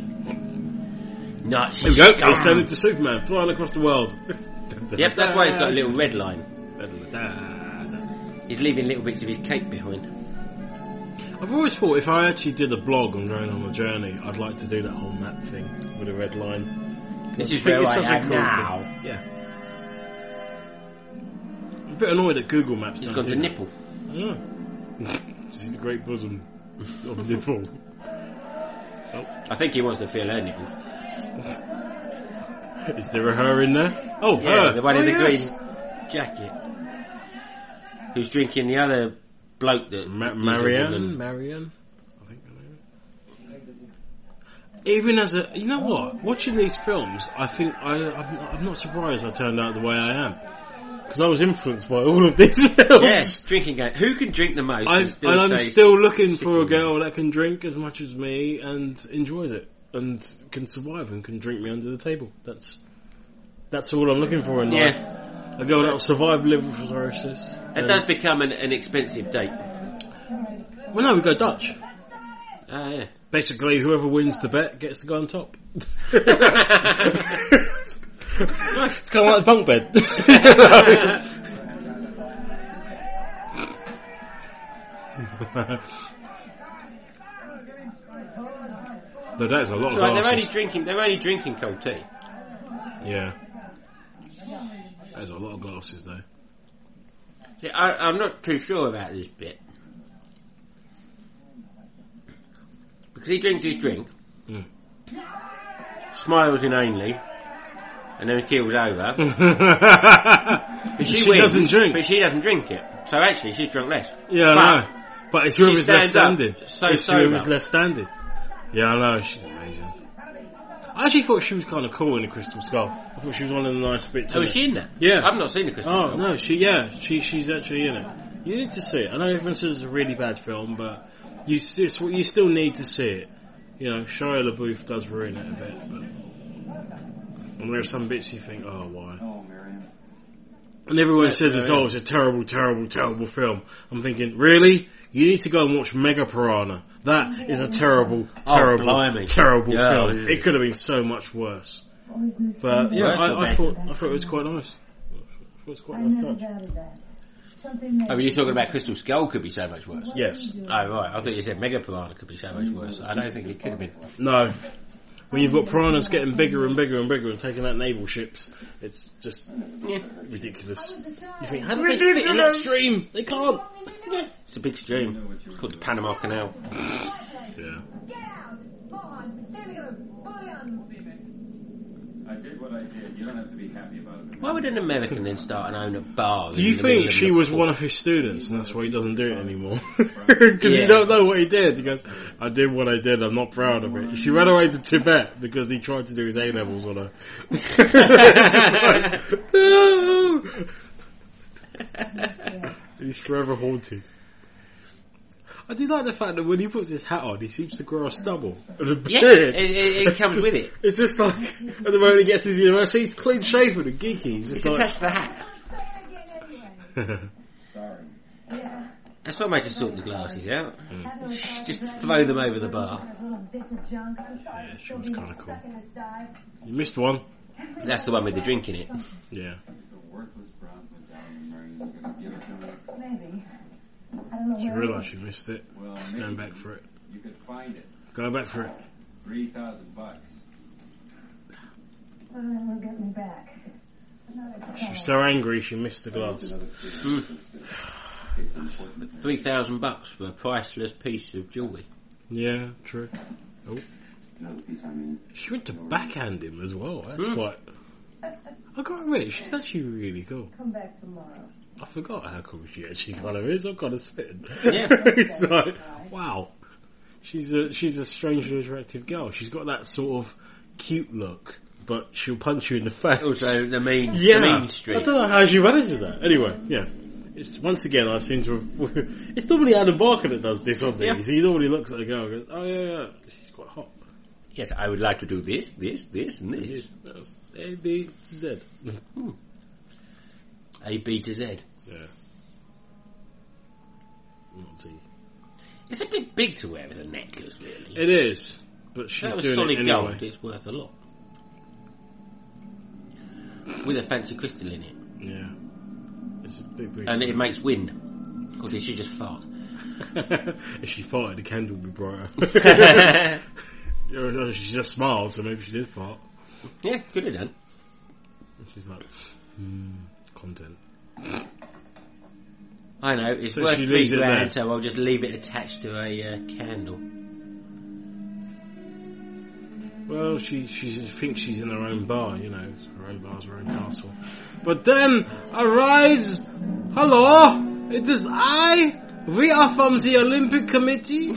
Speaker 8: Not
Speaker 7: Here we go. He's turned into Superman, flying across the world. *laughs*
Speaker 8: Yep, that's why he's got a little red line. He's leaving little bits of his cake behind.
Speaker 7: I've always thought if I actually did a blog on going on a journey, I'd like to do that whole map thing with a red line.
Speaker 8: This is
Speaker 7: I think
Speaker 8: where
Speaker 7: it's
Speaker 8: I
Speaker 7: something
Speaker 8: am
Speaker 7: cool.
Speaker 8: now.
Speaker 7: Yeah. I'm a bit annoyed at Google Maps.
Speaker 8: He's
Speaker 7: don't
Speaker 8: gone
Speaker 7: do
Speaker 8: to
Speaker 7: that.
Speaker 8: nipple.
Speaker 7: Yeah. Mm. *laughs* See the great bosom of *laughs* nipple. Oh.
Speaker 8: I think he wants to feel her nipples.
Speaker 7: Is there a her in there? Oh,
Speaker 8: Yeah,
Speaker 7: her.
Speaker 8: the one in
Speaker 7: Oh,
Speaker 8: the
Speaker 7: yes.
Speaker 8: green jacket. Who's drinking the other bloke that
Speaker 7: Ma- Marianne. Marianne. I think her name is. Even as a, you know what? Watching these films, I think I, I'm, I'm not surprised I turned out the way I am because I was influenced by all of these *laughs* films.
Speaker 8: Yes, drinking game. Who can drink the most?
Speaker 7: I,
Speaker 8: and still
Speaker 7: and I'm
Speaker 8: say-
Speaker 7: still looking for a
Speaker 8: sitting
Speaker 7: girl that can drink as much as me and enjoys it and can survive and can drink me under the table. That's that's all I'm looking for in
Speaker 8: Yeah.
Speaker 7: life. A girl that will survive liver cirrhosis.
Speaker 8: It
Speaker 7: and-
Speaker 8: does become an, an expensive date. *laughs*
Speaker 7: Well, no, we go Dutch.
Speaker 8: Ah, yeah.
Speaker 7: Basically, whoever wins the bet gets to go on top.
Speaker 8: *laughs*
Speaker 7: it's kind of like a bunk bed. no, that is a lot
Speaker 8: It's
Speaker 7: of
Speaker 8: all right, they're only
Speaker 7: glasses.
Speaker 8: drinking. They're only drinking cold tea.
Speaker 7: Yeah. That is a lot of glasses,
Speaker 8: *laughs*
Speaker 7: though.
Speaker 8: See, I, I'm not too sure about this bit because he drinks his drink,
Speaker 7: Mm.
Speaker 8: smiles inanely, and then keels over. But she,
Speaker 7: Mm. she
Speaker 8: wins,
Speaker 7: doesn't drink.
Speaker 8: But she doesn't drink it. So actually, she's drunk less.
Speaker 7: Yeah, I
Speaker 8: But-
Speaker 7: know. But it's whoever's left
Speaker 8: stands
Speaker 7: standing.
Speaker 8: up, so
Speaker 7: it's whoever's
Speaker 8: sober.
Speaker 7: left standing. Yeah, I know. She's amazing. I actually thought she was kind of cool in the Crystal Skull. I thought she was one of the nice bits.
Speaker 8: So
Speaker 7: in
Speaker 8: is
Speaker 7: it.
Speaker 8: Oh, she in that?
Speaker 7: Yeah.
Speaker 8: I've not seen the Christmas.
Speaker 7: Oh
Speaker 8: film.
Speaker 7: no, she yeah, she she's actually in it. You need to see it. I know everyone says it's a really bad film, but you s- it's, you still need to see it. You know, Shia LaBeouf does ruin it a bit, but and there are some bits you think, oh why?
Speaker 9: Oh, Marion.
Speaker 7: And everyone says it's
Speaker 8: yeah.
Speaker 7: oh it's a terrible, terrible, terrible film. I'm thinking, really? You need to go and watch Mega Piranha. That is a terrible,
Speaker 8: Oh,
Speaker 7: terrible,
Speaker 8: blimey.
Speaker 7: terrible
Speaker 8: Yeah,
Speaker 7: film.
Speaker 8: yeah.
Speaker 7: It could have been so much worse. But yeah,
Speaker 8: that's not
Speaker 7: I, I
Speaker 8: bad.
Speaker 7: thought I thought it was quite nice. I thought It was quite a nice touch.
Speaker 8: Oh, but you're talking about Crystal Skull could be so much worse.
Speaker 7: Yes.
Speaker 8: Oh right, I thought you said Mega Piranha could be so much worse. I don't think it could have been.
Speaker 7: No. when you've got piranhas getting bigger and bigger and bigger and taking out naval ships, it's just yeah, ridiculous. You think, how do they fit in that stream? They can't. Yeah,
Speaker 8: It's a big stream. It's called the Panama Canal.
Speaker 7: Yeah.
Speaker 9: I did what I did. You don't have to be happy about it.
Speaker 8: Why would an American then start and own a bar?
Speaker 7: Do you think she was one of his students and that's why he doesn't do it anymore? *laughs* Because you don't know what he did. He goes, I did what I did, I'm not proud of it. She ran away to Tibet because he tried to do his A levels on her. *laughs* It's just
Speaker 8: *laughs*
Speaker 7: *laughs* like, "No." *laughs* He's forever haunted. I do like the fact that when he puts his hat on, he seems to grow a stubble and a
Speaker 8: Yeah,
Speaker 7: beard.
Speaker 8: it, it, it comes with it.
Speaker 7: It's just like, at the moment he gets to his university, he's clean shaven and geeky. He's just
Speaker 8: It's
Speaker 7: like, *laughs*
Speaker 8: attached to the hat. That's what made her sort the glasses out. Just throw them over the bar.
Speaker 7: yeah, she was kind of cool. You missed one.
Speaker 8: That's the one with the drink in it.
Speaker 7: Yeah. She realised she missed it. She's going back for it.
Speaker 9: You could find it.
Speaker 7: Go back for it.
Speaker 9: Three thousand bucks.
Speaker 7: She's so angry she missed the glass.
Speaker 8: Three thousand bucks for a priceless piece of jewellery.
Speaker 7: Yeah, true. Oh. She went to backhand him as well. That's
Speaker 8: Hmm.
Speaker 7: quite. I got admit, she's actually really cool.
Speaker 11: Come back tomorrow.
Speaker 7: I forgot how cool she actually kind of is. I'm kind of spitting.
Speaker 8: Yeah.
Speaker 7: *laughs* it's like, wow. She's a she's a strangely attractive girl. She's got that sort of cute look, but she'll punch you in the face.
Speaker 8: Also, the mean,
Speaker 7: Yeah,
Speaker 8: the Oh, mean
Speaker 7: I
Speaker 8: street.
Speaker 7: don't know how she manages that. Anyway, yeah. It's once again I seem to. Have, *laughs* it's normally Adam Barker that does this on these.
Speaker 8: Yeah.
Speaker 7: He normally looks at a girl and goes, "Oh yeah, yeah, she's quite hot."
Speaker 8: Yes, I would like to do this, this, this, and
Speaker 7: It
Speaker 8: this.
Speaker 7: is. That was A B Z.
Speaker 8: A, B to Z.
Speaker 7: Yeah. Not Z.
Speaker 8: It's a bit big to wear as a necklace, really.
Speaker 7: It is, but she's
Speaker 8: that was
Speaker 7: doing
Speaker 8: solid
Speaker 7: it anyway.
Speaker 8: gold. It's worth a lot. With a fancy crystal in it,
Speaker 7: Yeah. It's a big, big.
Speaker 8: and it makes wind. Of course, it should just fart.
Speaker 7: *laughs*
Speaker 8: *laughs*
Speaker 7: if she farted, the candle would be brighter.
Speaker 8: yeah,
Speaker 7: Yeah, no, she just smiled, so maybe she did fart.
Speaker 8: could have done.
Speaker 7: She's like, hmm, content.
Speaker 8: I know it's
Speaker 7: So
Speaker 8: worth
Speaker 7: she
Speaker 8: three
Speaker 7: leaves it there.
Speaker 8: grand, so I'll just leave it attached to a uh,
Speaker 7: *laughs*
Speaker 8: candle. *laughs*
Speaker 7: Well, she she thinks she's in her own bar, you know, her own bar's her own castle. But then arrives, hello, it is I. We are from the Olympic Committee, *laughs*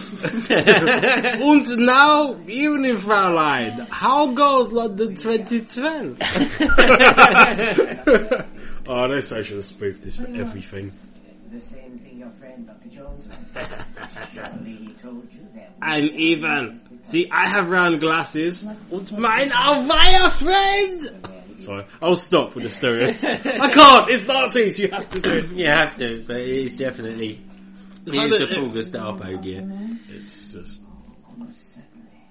Speaker 7: and now evening, Fraulein. How goes London 2012? *laughs* oh, they say I should have spoofed this for everything.
Speaker 10: The same thing your friend Dr. Jones.
Speaker 7: *laughs*
Speaker 10: Surely he told you that.
Speaker 7: I'm evil. See, I have round glasses, and mine are wire framed. Sorry, I'll stop with the stereotype. I can't. It's Nazis. You have to do it.
Speaker 8: You have to, but it is definitely. He
Speaker 7: How
Speaker 8: used
Speaker 7: the-
Speaker 8: the full Gestapo gear.
Speaker 7: It's just.
Speaker 10: Almost certainly.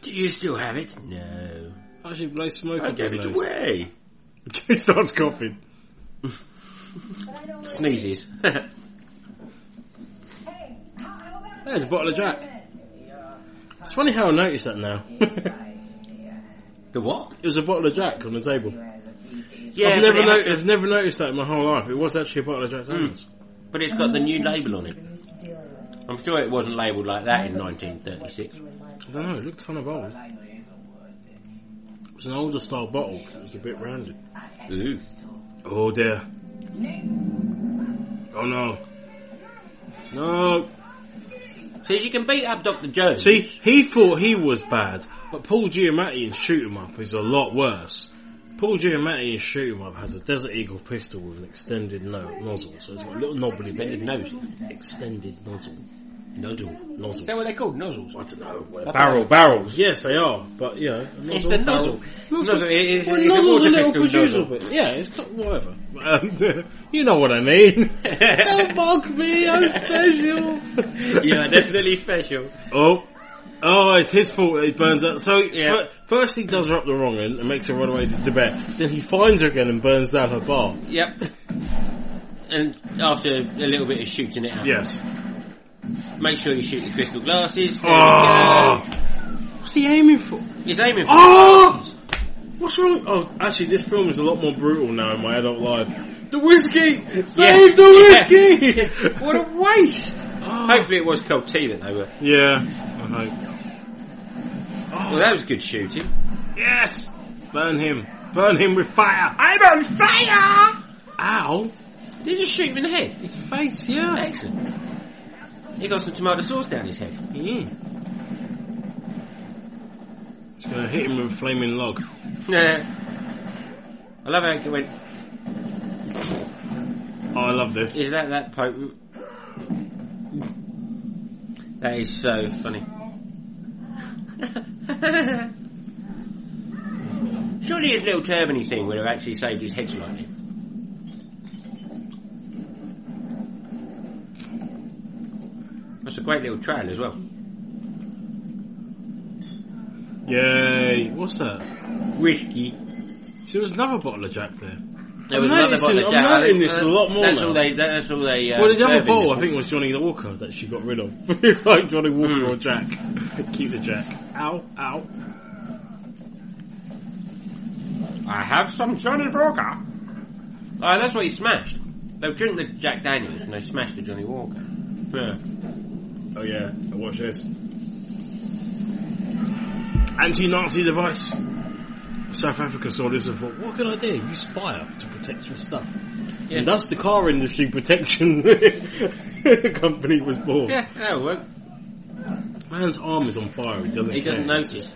Speaker 10: Do you still have it?
Speaker 8: Do you still have it? No.
Speaker 7: I should blow Oh, smoke up his nose.
Speaker 8: away.
Speaker 7: *laughs* he starts coughing.
Speaker 8: Sneezes.
Speaker 7: There's a bottle of Jack. It's funny how I noticed that now. *laughs* it
Speaker 8: *laughs* the what?
Speaker 7: was a bottle of Jack on the table.
Speaker 8: Yeah,
Speaker 7: I've
Speaker 8: but
Speaker 7: never
Speaker 8: it Hmm.
Speaker 7: no-
Speaker 8: has to-
Speaker 7: I've never noticed that in my whole life. It was actually a bottle of Jack Daniels.
Speaker 8: Mm. But it's got the new label on it. I'm sure it wasn't labelled like that in 1936.
Speaker 7: I don't know. It looked kind of old. It was an older style bottle because it was a bit rounded.
Speaker 8: Ooh.
Speaker 7: Oh dear. Oh no. No.
Speaker 8: See, you can beat up Dr. Jones.
Speaker 7: See, he thought he was bad, but Paul Giamatti in Shoot 'em Up is a lot worse. Paul Giamatti in Shoot 'em Up has a Desert Eagle pistol with an extended no- nozzle, so it's got a little knobbly bit of nose. Extended nozzle. Nozzle.
Speaker 8: Is
Speaker 7: Nozzle.
Speaker 8: that what they're called? Nozzles?
Speaker 7: I don't know.
Speaker 8: I
Speaker 7: Barrel,
Speaker 8: *laughs* thought-
Speaker 7: barrels. Yes, they are, but you know.
Speaker 8: It's a nozzle. It's a nozzle. It- It's,
Speaker 7: Well,
Speaker 8: it's a
Speaker 7: nozzle's
Speaker 8: water
Speaker 7: a little
Speaker 8: pistol
Speaker 7: producer
Speaker 8: nozzle.
Speaker 7: bit. Yeah, it's got- whatever. Um, *laughs* you know what I mean. Don't mock me, *laughs* I'm special.
Speaker 8: You are definitely special.
Speaker 7: Oh. Oh, it's his fault that he burns out. So,
Speaker 8: Yeah.
Speaker 7: fir- first he does her up the wrong end and makes her run away to Tibet. Then he finds her again and burns down her bar.
Speaker 8: Yep. And after a little bit of shooting it out.
Speaker 7: Yes.
Speaker 8: Make sure you shoot the crystal glasses. There
Speaker 7: Oh.
Speaker 8: we go.
Speaker 7: What's he aiming for?
Speaker 8: He's aiming for
Speaker 7: Oh! What's wrong? Oh, actually, this film is a lot more brutal now in my adult life. The whiskey! Save
Speaker 8: Yeah.
Speaker 7: the
Speaker 8: *laughs*
Speaker 7: whiskey!
Speaker 8: What a waste!
Speaker 7: Oh.
Speaker 8: Hopefully it was cold tea that they were.
Speaker 7: Yeah, I hope.
Speaker 8: Well, that was good shooting.
Speaker 7: Yes! Burn him. Burn him with fire. I'm on fire! Ow.
Speaker 8: Did you shoot him in the head?
Speaker 7: His face, yeah.
Speaker 8: Excellent. He got some tomato sauce down his head.
Speaker 7: Mm. It's gonna hit him with a flaming log.
Speaker 8: Yeah. I love how he went,
Speaker 7: Oh, I love this.
Speaker 8: is that that potent? That is so
Speaker 7: *laughs*
Speaker 8: funny. Surely his little turbany thing would have actually saved his head slightly. That's a great little trail as well.
Speaker 7: Yay. What's that?
Speaker 8: Whiskey.
Speaker 7: See, there was another bottle of Jack there.
Speaker 8: There
Speaker 7: I'm
Speaker 8: was another
Speaker 7: noticing-
Speaker 8: bottle of
Speaker 7: I'm
Speaker 8: Jack. I
Speaker 7: noting
Speaker 8: think-
Speaker 7: this a lot more
Speaker 8: That's
Speaker 7: now.
Speaker 8: all they. That's all they. Uh,
Speaker 7: well, the other
Speaker 8: serve in
Speaker 7: bottle,
Speaker 8: it.
Speaker 7: I think, was Johnny the Walker that she got rid of. *laughs* it's like Johnny Walker
Speaker 8: Mm.
Speaker 7: or Jack. Keep the Jack. Ow, ow.
Speaker 8: I have some Johnny Walker. Oh, that's what he smashed. They'll drink the Jack Daniels and they smash the Johnny Walker. Yeah.
Speaker 7: Oh yeah, now watch this. Anti-Nazi device. South Africa saw this and thought, what can I do? Use fire to protect your stuff.
Speaker 8: Yeah.
Speaker 7: And thus the car industry protection *laughs* company was born.
Speaker 8: Yeah, that'll work.
Speaker 7: Man's arm is on fire, he doesn't
Speaker 8: He doesn't
Speaker 7: care.
Speaker 8: notice.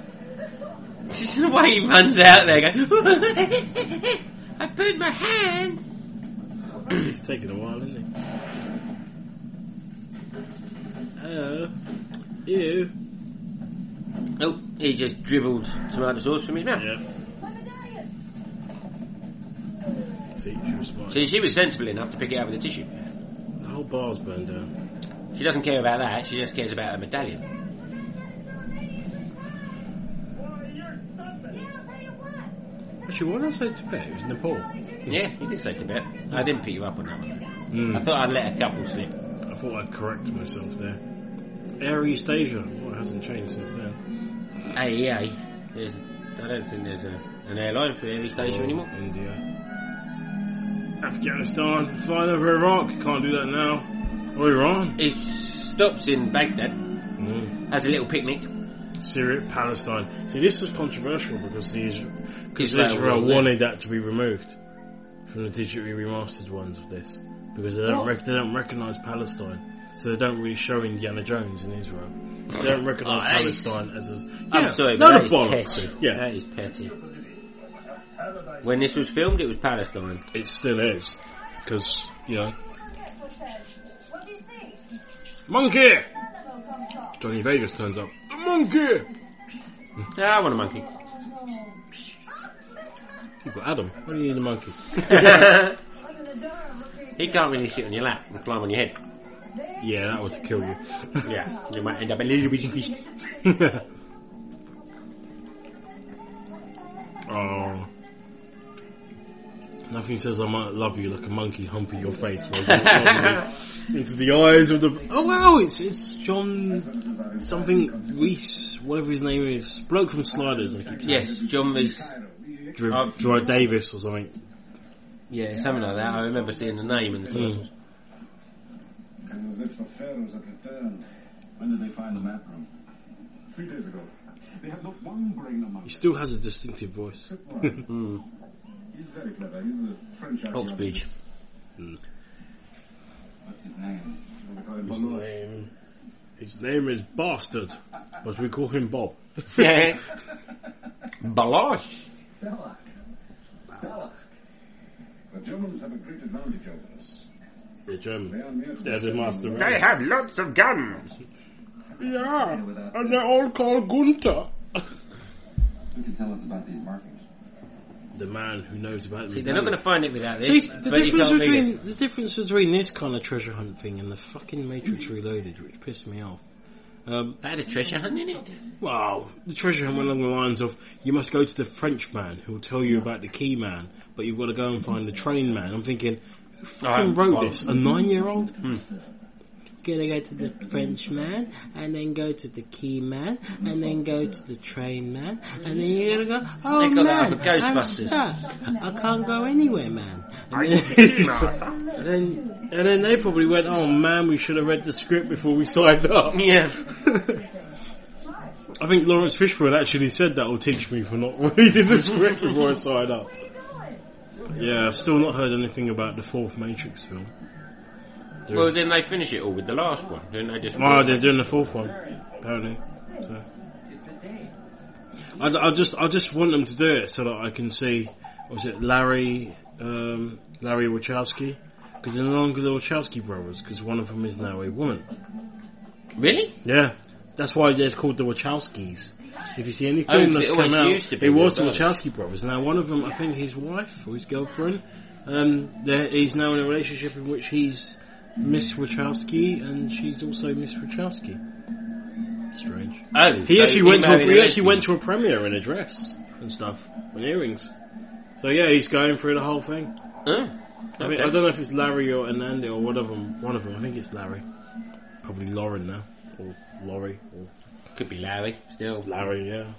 Speaker 8: *laughs* Just the way he runs out there going, *laughs* I burned my hand.
Speaker 7: It's taking a while, isn't it? Oh. Ew.
Speaker 8: Oh, he just dribbled tomato sauce from his mouth.
Speaker 7: Yeah. See, she was smart.
Speaker 8: See, she was sensible enough to pick it up with a tissue.
Speaker 7: The whole bar's burned down.
Speaker 8: She doesn't care about that, she just cares about her medallion.
Speaker 7: Actually, what else I to bet? It was Nepal.
Speaker 8: Yeah, you did say Tibet. I didn't pick you up on that one.
Speaker 7: Mm.
Speaker 8: I thought I'd let a couple slip.
Speaker 7: I thought I'd correct myself there. Air East Asia. Well, it hasn't changed since then.
Speaker 8: AEA. There's, I don't think there's a, an airline for every station
Speaker 7: Or
Speaker 8: anymore.
Speaker 7: India. Afghanistan. Flying over Iraq. Can't do that now. Or Iran.
Speaker 8: It stops in Baghdad,
Speaker 7: Mm.
Speaker 8: has a little picnic.
Speaker 7: Syria, Palestine. See, this was controversial because the Isra- because
Speaker 8: Israel
Speaker 7: Israel,
Speaker 8: will, yeah.
Speaker 7: wanted that to be removed from the digitally remastered ones of this because they don't rec- they don't recognise Palestine. So they don't really show Indiana Jones in Israel. They don't recognise
Speaker 8: Oh, that is-
Speaker 7: Palestine as a
Speaker 8: I'm sorry,
Speaker 7: no,
Speaker 8: but
Speaker 7: the
Speaker 8: that is
Speaker 7: bollocks.
Speaker 8: petty.
Speaker 7: Yeah,
Speaker 8: That is petty. When this was filmed, it was Palestine.
Speaker 7: It still is. Because, you know. Monkey! Johnny Vegas turns up. "A Monkey!
Speaker 8: Ah, I want a *laughs* monkey.
Speaker 7: You've got Adam. What do you need a monkey?
Speaker 8: he can't really sit on your lap and climb on your head.
Speaker 7: Yeah, that would kill you. *laughs*
Speaker 8: Yeah, you might end up a little bit squishy.
Speaker 7: *laughs* oh. Nothing says I might love you like a monkey humping your face while you into the eyes of the. Oh wow, it's it's John something Reese, whatever his name is, bloke from Sliders. I keep saying.
Speaker 8: Yes, John Reese.
Speaker 7: Drew,
Speaker 8: Um,
Speaker 7: Drew Davis or something.
Speaker 8: Yeah, something like that. I remember seeing the name in the titles.
Speaker 9: And as if the pharaohs had returned. When did they find the map room? Three days ago. They have not one brain among
Speaker 7: He still has a distinctive voice.
Speaker 9: them.
Speaker 8: Mm.
Speaker 9: He's very clever. He's a French
Speaker 8: Oxbridge.
Speaker 7: Hmm.
Speaker 9: What's his name? You wanna
Speaker 7: *laughs* His
Speaker 9: call him Bob?
Speaker 7: name, his name is Bastard, but we call him Bob.
Speaker 8: *laughs* Yeah. Balosh.
Speaker 9: *laughs* Belloc. Belloc. The Germans have a great advantage over us.
Speaker 7: The
Speaker 9: They
Speaker 7: German.
Speaker 9: are mere
Speaker 7: There's a master.
Speaker 8: They have lots of guns.
Speaker 7: Yeah, and they're all called Gunther.
Speaker 9: Who can tell us about these markings?
Speaker 7: The man who knows about
Speaker 8: See, they're not going to find it without this.
Speaker 7: See, the
Speaker 8: but you
Speaker 7: difference
Speaker 8: can't read it.
Speaker 7: between the difference between this kind of treasure hunt thing and the fucking Matrix Reloaded, which pissed me off. Um,
Speaker 8: That had a treasure hunt in it.
Speaker 7: well, the treasure hunt went along the lines of you must go to the French man who will tell you about the key man, but you've got to go and find the train man. I'm thinking, who fucking
Speaker 8: Alright,
Speaker 7: wrote
Speaker 8: well-
Speaker 7: this? A nine year old?
Speaker 11: gonna go to the French man, and then go to the key man, and then go to the train man, and then you're gonna go, oh
Speaker 8: They got
Speaker 11: man,
Speaker 8: out of
Speaker 11: I'm
Speaker 8: Ghostbusters.
Speaker 11: stuck. I can't go anywhere, man.
Speaker 7: And
Speaker 11: *laughs*
Speaker 7: then, and then and then they probably went, "Oh man, we should have read the script before we signed up."
Speaker 8: *laughs* Yeah.
Speaker 7: I think Lawrence Fishburne actually said that will teach me for not *laughs* reading the script before I signed up. Yeah, I've still not heard anything about the fourth Matrix film. There
Speaker 8: Well,
Speaker 7: is-
Speaker 8: then they finish it all with the last one, don't they? Just
Speaker 7: Oh, they're doing the fourth one, apparently. So. I, I just, I just want them to do it so that I can see. Was it Larry, um, Larry Wachowski? Because they're no longer the Wachowski brothers, because one of them is now a woman.
Speaker 8: Really?
Speaker 7: Yeah, that's why they're called the Wachowskis. If you see any
Speaker 8: Oh,
Speaker 7: film
Speaker 8: 'cause
Speaker 7: that's
Speaker 8: it
Speaker 7: come
Speaker 8: always
Speaker 7: out,
Speaker 8: used to be
Speaker 7: it was the
Speaker 8: the brothers.
Speaker 7: Wachowski brothers. Now, one of them, I think his wife or his girlfriend, um, they're- he's now in a relationship in which he's Miss Wachowski and she's also Miss Wachowski. Strange.
Speaker 8: Oh,
Speaker 7: He
Speaker 8: so
Speaker 7: actually went to a,
Speaker 8: married
Speaker 7: he
Speaker 8: a
Speaker 7: actually went to a premiere in a dress and stuff and earrings. So yeah, he's going through the whole thing.
Speaker 8: lesbian.
Speaker 7: I mean,
Speaker 8: Okay.
Speaker 7: I don't know if it's Larry or Anandi or one of them. One of them, I think it's Larry. Probably Lauren now, or Laurie, or
Speaker 8: Oh, could be Larry. Still,
Speaker 7: Larry. Yeah, *laughs*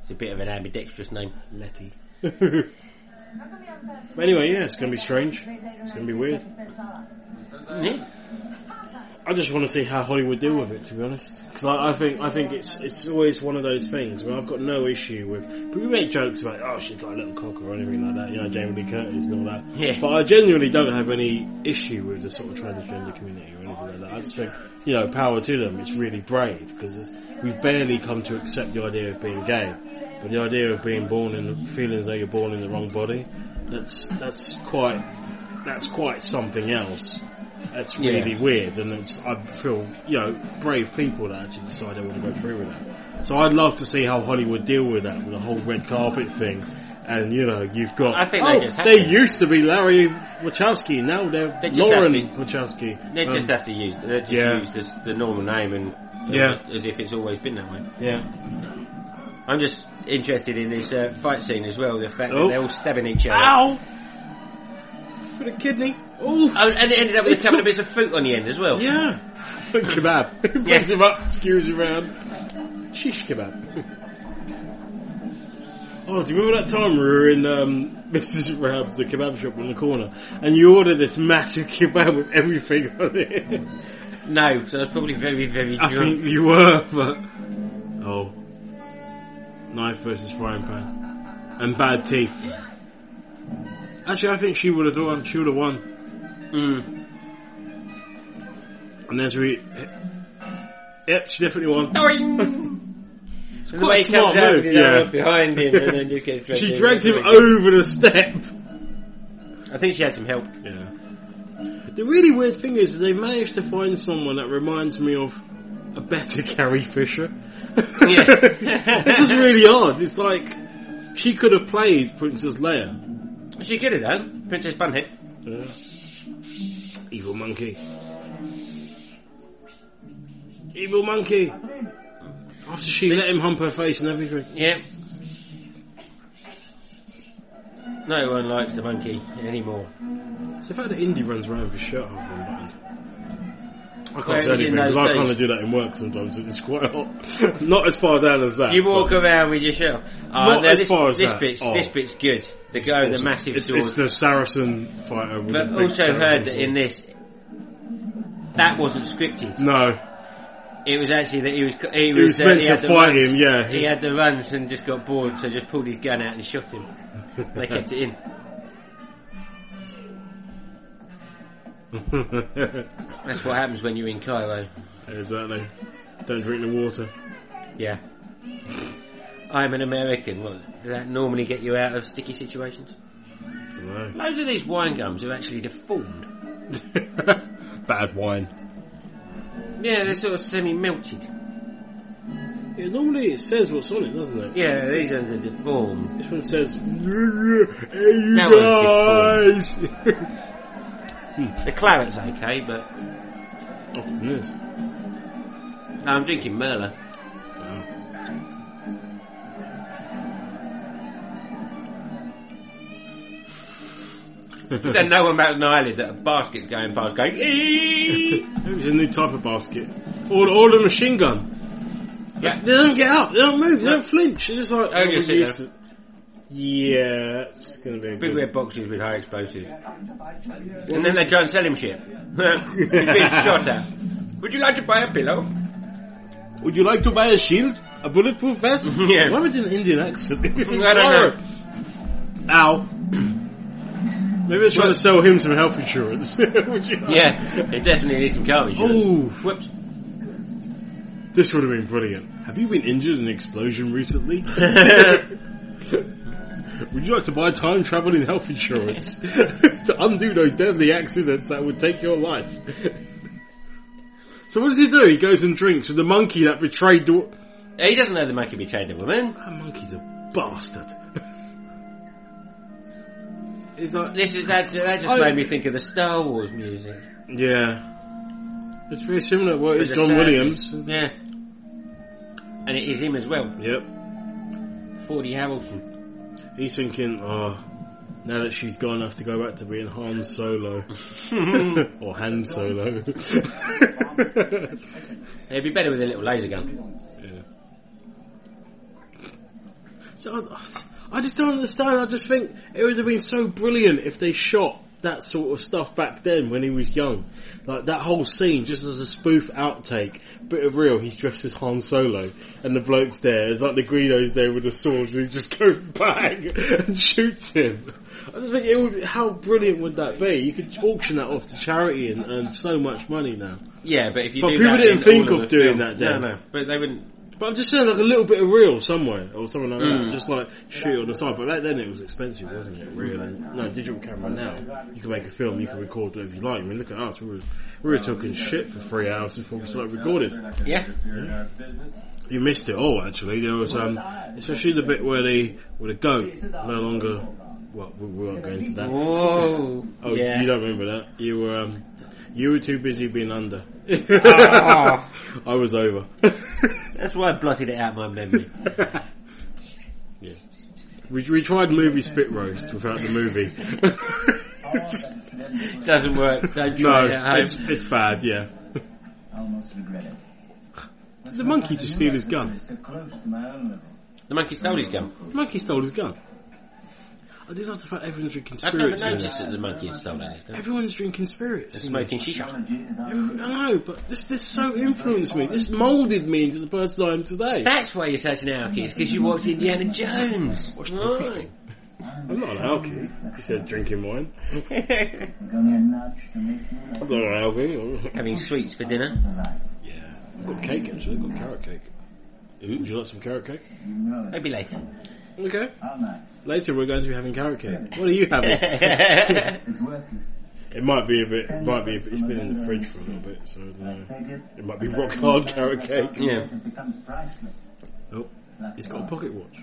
Speaker 8: it's a bit of an ambidextrous name.
Speaker 7: Letty. but anyway, yeah, it's gonna be strange. It's gonna be weird.
Speaker 8: Yeah.
Speaker 7: I just want to see how Hollywood deal with it, to be honest. Because I, I think I think it's it's always one of those things where I've got no issue with. But we make jokes about oh she's got a little cock or anything like that, you know, Jamie Lee Curtis and all that.
Speaker 8: Yeah.
Speaker 7: But I genuinely don't have any issue with the sort of transgender community or anything like that. I just think you know, power to them. It's really brave because we've barely come to accept the idea of being gay, but the idea of being born in feeling as though you're born in the wrong body, that's that's quite that's quite something else. That's
Speaker 8: Yeah.
Speaker 7: really weird, and it's I feel you know brave people that actually decide they want to go through with that. So I'd love to see how Hollywood deal with that with the whole red carpet thing. And you know you've got.
Speaker 8: I think
Speaker 7: oh,
Speaker 8: they just have to.
Speaker 7: used to be Larry Wachowski. Now they're
Speaker 8: They just
Speaker 7: Lauren
Speaker 8: have
Speaker 7: Wachowski.
Speaker 8: They
Speaker 7: Um,
Speaker 8: just have to use they just
Speaker 7: yeah.
Speaker 8: use this, the normal name and
Speaker 7: Yeah.
Speaker 8: as, as if it's always been that way.
Speaker 7: yeah.
Speaker 8: I'm just interested in this uh, fight scene as well. The fact
Speaker 7: Oh.
Speaker 8: that they're all stabbing each other.
Speaker 7: Ow! For the kidney. Oh,
Speaker 8: Oh, and it ended up with
Speaker 7: They
Speaker 8: a
Speaker 7: took-
Speaker 8: couple of bits of fruit on the end as well.
Speaker 7: yeah. kebab. Brings
Speaker 8: Yeah.
Speaker 7: him up, skewers him around. Shish kebab. Oh, do you remember that time we were in um, *laughs* Mrs. Rab's, the kebab shop on the corner, and you ordered this massive *laughs* kebab with everything on it?
Speaker 8: No, so I was probably very, very
Speaker 7: I
Speaker 8: drunk.
Speaker 7: think you were, but. Oh. Knife versus frying pan. And bad teeth. Actually, I think she would have won. She would have won.
Speaker 8: Mm.
Speaker 7: And there's we. Yep, she definitely won.
Speaker 8: So the
Speaker 7: quite
Speaker 8: way
Speaker 7: a
Speaker 8: he
Speaker 7: smart
Speaker 8: comes out
Speaker 7: move,
Speaker 8: with his arm
Speaker 7: yeah.
Speaker 8: up behind him and then
Speaker 7: *laughs*
Speaker 8: just gets dragged
Speaker 7: she
Speaker 8: in.
Speaker 7: drags him over the step.
Speaker 8: I think she had some help.
Speaker 7: Yeah. The really weird thing is they managed to find someone that reminds me of a better *laughs* Carrie Fisher.
Speaker 8: Yeah.
Speaker 7: *laughs* this is really odd. It's like she could have played Princess Leia.
Speaker 8: She could have done. Princess Bunhead.
Speaker 7: Yeah. Evil monkey. Evil monkey. After she let him hump her face and everything.
Speaker 8: Yeah. No one likes the monkey anymore.
Speaker 7: It's the fact that Indy runs around with his shirt half unbuttoned. I can't
Speaker 8: Well,
Speaker 7: say
Speaker 8: it was
Speaker 7: anything
Speaker 8: in those
Speaker 7: because I
Speaker 8: days.
Speaker 7: kind of do that in work sometimes. It's quite hot. *laughs* Not as far down as that.
Speaker 8: You walk
Speaker 7: but
Speaker 8: around with your shell. Oh,
Speaker 7: Not
Speaker 8: no,
Speaker 7: as
Speaker 8: this,
Speaker 7: far as
Speaker 8: this
Speaker 7: that.
Speaker 8: bit's
Speaker 7: Oh.
Speaker 8: this bit's good. The guy with the
Speaker 7: awesome.
Speaker 8: massive
Speaker 7: it's,
Speaker 8: sword.
Speaker 7: it's the Saracen fighter. With
Speaker 8: but
Speaker 7: the big
Speaker 8: also
Speaker 7: Saracen
Speaker 8: heard that
Speaker 7: sword.
Speaker 8: in this, that wasn't scripted.
Speaker 7: No,
Speaker 8: It was actually that he was he
Speaker 7: he was
Speaker 8: was, uh,
Speaker 7: meant
Speaker 8: he
Speaker 7: to
Speaker 8: had the
Speaker 7: fight
Speaker 8: runs.
Speaker 7: him. Yeah,
Speaker 8: He had the runs and just got bored, so just pulled his gun out and shot him. They kept it in.
Speaker 7: *laughs*
Speaker 8: That's what happens when you're in Cairo.
Speaker 7: exactly. Don't drink the water.
Speaker 8: Yeah. I'm an American. Well, does that normally get you out of sticky situations?
Speaker 7: Dunno.
Speaker 8: Loads of these wine gums are actually deformed.
Speaker 7: *laughs* Bad wine.
Speaker 8: *laughs* Yeah, they're sort of semi-melted.
Speaker 7: Yeah, normally it says what's on it, doesn't it?
Speaker 8: Yeah, these ones are deformed.
Speaker 7: This one says, "Hey, you
Speaker 8: That
Speaker 7: guys!"
Speaker 8: one's The claret's okay, but
Speaker 7: *laughs* Often is.
Speaker 8: *laughs* no, I'm drinking *laughs* Merlot.
Speaker 7: Wow.
Speaker 8: You don't know about an eyelid that a basket's going past going, eee!
Speaker 7: Maybe it's a new type of basket. Or, or the machine gun.
Speaker 8: Yeah.
Speaker 7: They don't get up, they don't move, they don't flinch. It's just like, "Oh,
Speaker 8: Only
Speaker 7: we're
Speaker 8: sit
Speaker 7: used
Speaker 8: there.
Speaker 7: to- Yeah, it's gonna be a
Speaker 8: Big
Speaker 7: good-
Speaker 8: red boxes with high explosives. And then they try and sell him shit. *laughs* He's being shot at. Would you like to buy a pillow?
Speaker 7: Would you like to buy a shield? A bulletproof vest?
Speaker 8: *laughs* Yeah.
Speaker 7: Why am I doing an Indian
Speaker 8: *laughs*
Speaker 7: accent? I *laughs*
Speaker 8: don't know.
Speaker 7: Ow. *clears throat* Maybe they're trying to sell him some health insurance. *laughs* Would you like- *laughs*
Speaker 8: Yeah, it definitely needs some car insurance.
Speaker 7: Ooh,
Speaker 8: Whoops.
Speaker 7: this would have been brilliant. Have you been injured in an explosion recently? *laughs* would you like to buy time travel in health insurance *laughs* to undo those deadly accidents that would take your life? so what does he do? He goes and drinks with the monkey that betrayed the.
Speaker 8: He doesn't know the monkey betrayed the woman.
Speaker 7: That monkey's a bastard. He's like,
Speaker 8: This is that. That just
Speaker 7: I-
Speaker 8: made me think of the Star Wars music.
Speaker 7: yeah. It's very similar. Well, it's
Speaker 8: With the
Speaker 7: John
Speaker 8: sadness.
Speaker 7: Williams.
Speaker 8: Yeah, and it is him as well.
Speaker 7: Yep.
Speaker 8: Forty Harrelson.
Speaker 7: He's thinking, oh, now that she's gone, I have to go back to being Han Solo. or Han Solo.
Speaker 8: It'd be better with a little laser gun.
Speaker 7: yeah. So I, I just don't understand. I just think it would have been so brilliant if they shot that sort of stuff back then when he was young. Like that whole scene, just as a spoof outtake, bit of real, he's dressed as Han Solo, and the bloke's there, it's like the Greedo's there with the swords, and he just *laughs* goes bang and shoots him. I just think it would, how brilliant would that be? You could auction that off to charity and earn so much money now.
Speaker 8: Yeah, but if you
Speaker 7: But
Speaker 8: do
Speaker 7: people
Speaker 8: that
Speaker 7: didn't
Speaker 8: in
Speaker 7: think
Speaker 8: all
Speaker 7: of
Speaker 8: the
Speaker 7: doing that
Speaker 8: films-
Speaker 7: then.
Speaker 8: No, no, but they wouldn't.
Speaker 7: But I'm just saying, like a little bit of real somewhere or something like
Speaker 8: Mm.
Speaker 7: that, just like shoot it on the side. But back then it was expensive, wasn't it? Really? No digital camera now. You can make a film, you can record whatever you like. I mean, look at us. We were we were talking shit for three hours before we started recording.
Speaker 8: Yeah,
Speaker 7: You missed it all, actually. There was um, especially the bit where the where the goat no longer. Well, we we won't go into that.
Speaker 8: Whoa.
Speaker 7: Oh,
Speaker 8: yeah.
Speaker 7: you don't remember that? You were um, you were too busy being under.
Speaker 8: *laughs* Ah.
Speaker 7: *laughs* I was over.
Speaker 8: That's why I blotted it out of
Speaker 7: *laughs*
Speaker 8: my memory.
Speaker 7: yeah. We, we tried movie spit roast without the movie. *laughs*
Speaker 8: Doesn't work. Don't try
Speaker 7: no,
Speaker 8: it at home.
Speaker 7: it's, it's bad, yeah.
Speaker 10: Almost regret it.
Speaker 7: Did the monkey just steal his gun?
Speaker 10: So close to my own level.
Speaker 8: The monkey stole his gun.
Speaker 7: The monkey stole his gun. I do love the fact everyone's drinking
Speaker 8: I've never
Speaker 7: spirits. in
Speaker 8: noticed
Speaker 7: this.
Speaker 8: that the monkey had stolen his gun.
Speaker 7: Everyone's drinking spirits. in
Speaker 8: Smoking
Speaker 7: this.
Speaker 8: shisha.
Speaker 7: Every- I know, but this this so influenced me. This moulded me into the person I am today.
Speaker 8: That's why you're such an alky, because you watched Indiana Jones. Right.
Speaker 7: I'm not an alky. He said drinking wine.
Speaker 10: I'm gonna nudge to make you
Speaker 7: I'm not an alky.
Speaker 8: *laughs* Having sweets for dinner.
Speaker 10: alive.
Speaker 7: Yeah. I've got cake actually. I've got carrot cake. Ooh, would you like some carrot cake?
Speaker 10: You know it.
Speaker 8: Maybe later.
Speaker 7: *laughs* Okay.
Speaker 10: How nice.
Speaker 7: Later we're going to be having carrot cake. What are you having?
Speaker 10: It's worthless.
Speaker 7: it might be a bit, it might be, a bit, it's been in the fridge for a little bit, so I don't know.
Speaker 10: Take it.
Speaker 7: It might be rock hard carrot cake.
Speaker 8: yeah.
Speaker 10: It becomes priceless.
Speaker 7: Oh, it's got a pocket watch.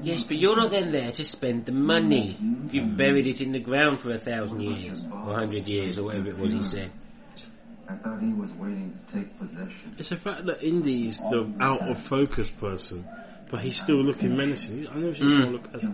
Speaker 8: Yes, but you're not then there to spend the money. If you buried it in the ground for a thousand years, or a hundred years, or whatever it was he said.
Speaker 9: I thought he was waiting to take possession.
Speaker 7: It's the fact that Indy's the out of focus person, but he's still looking menacing. I never seen someone look as.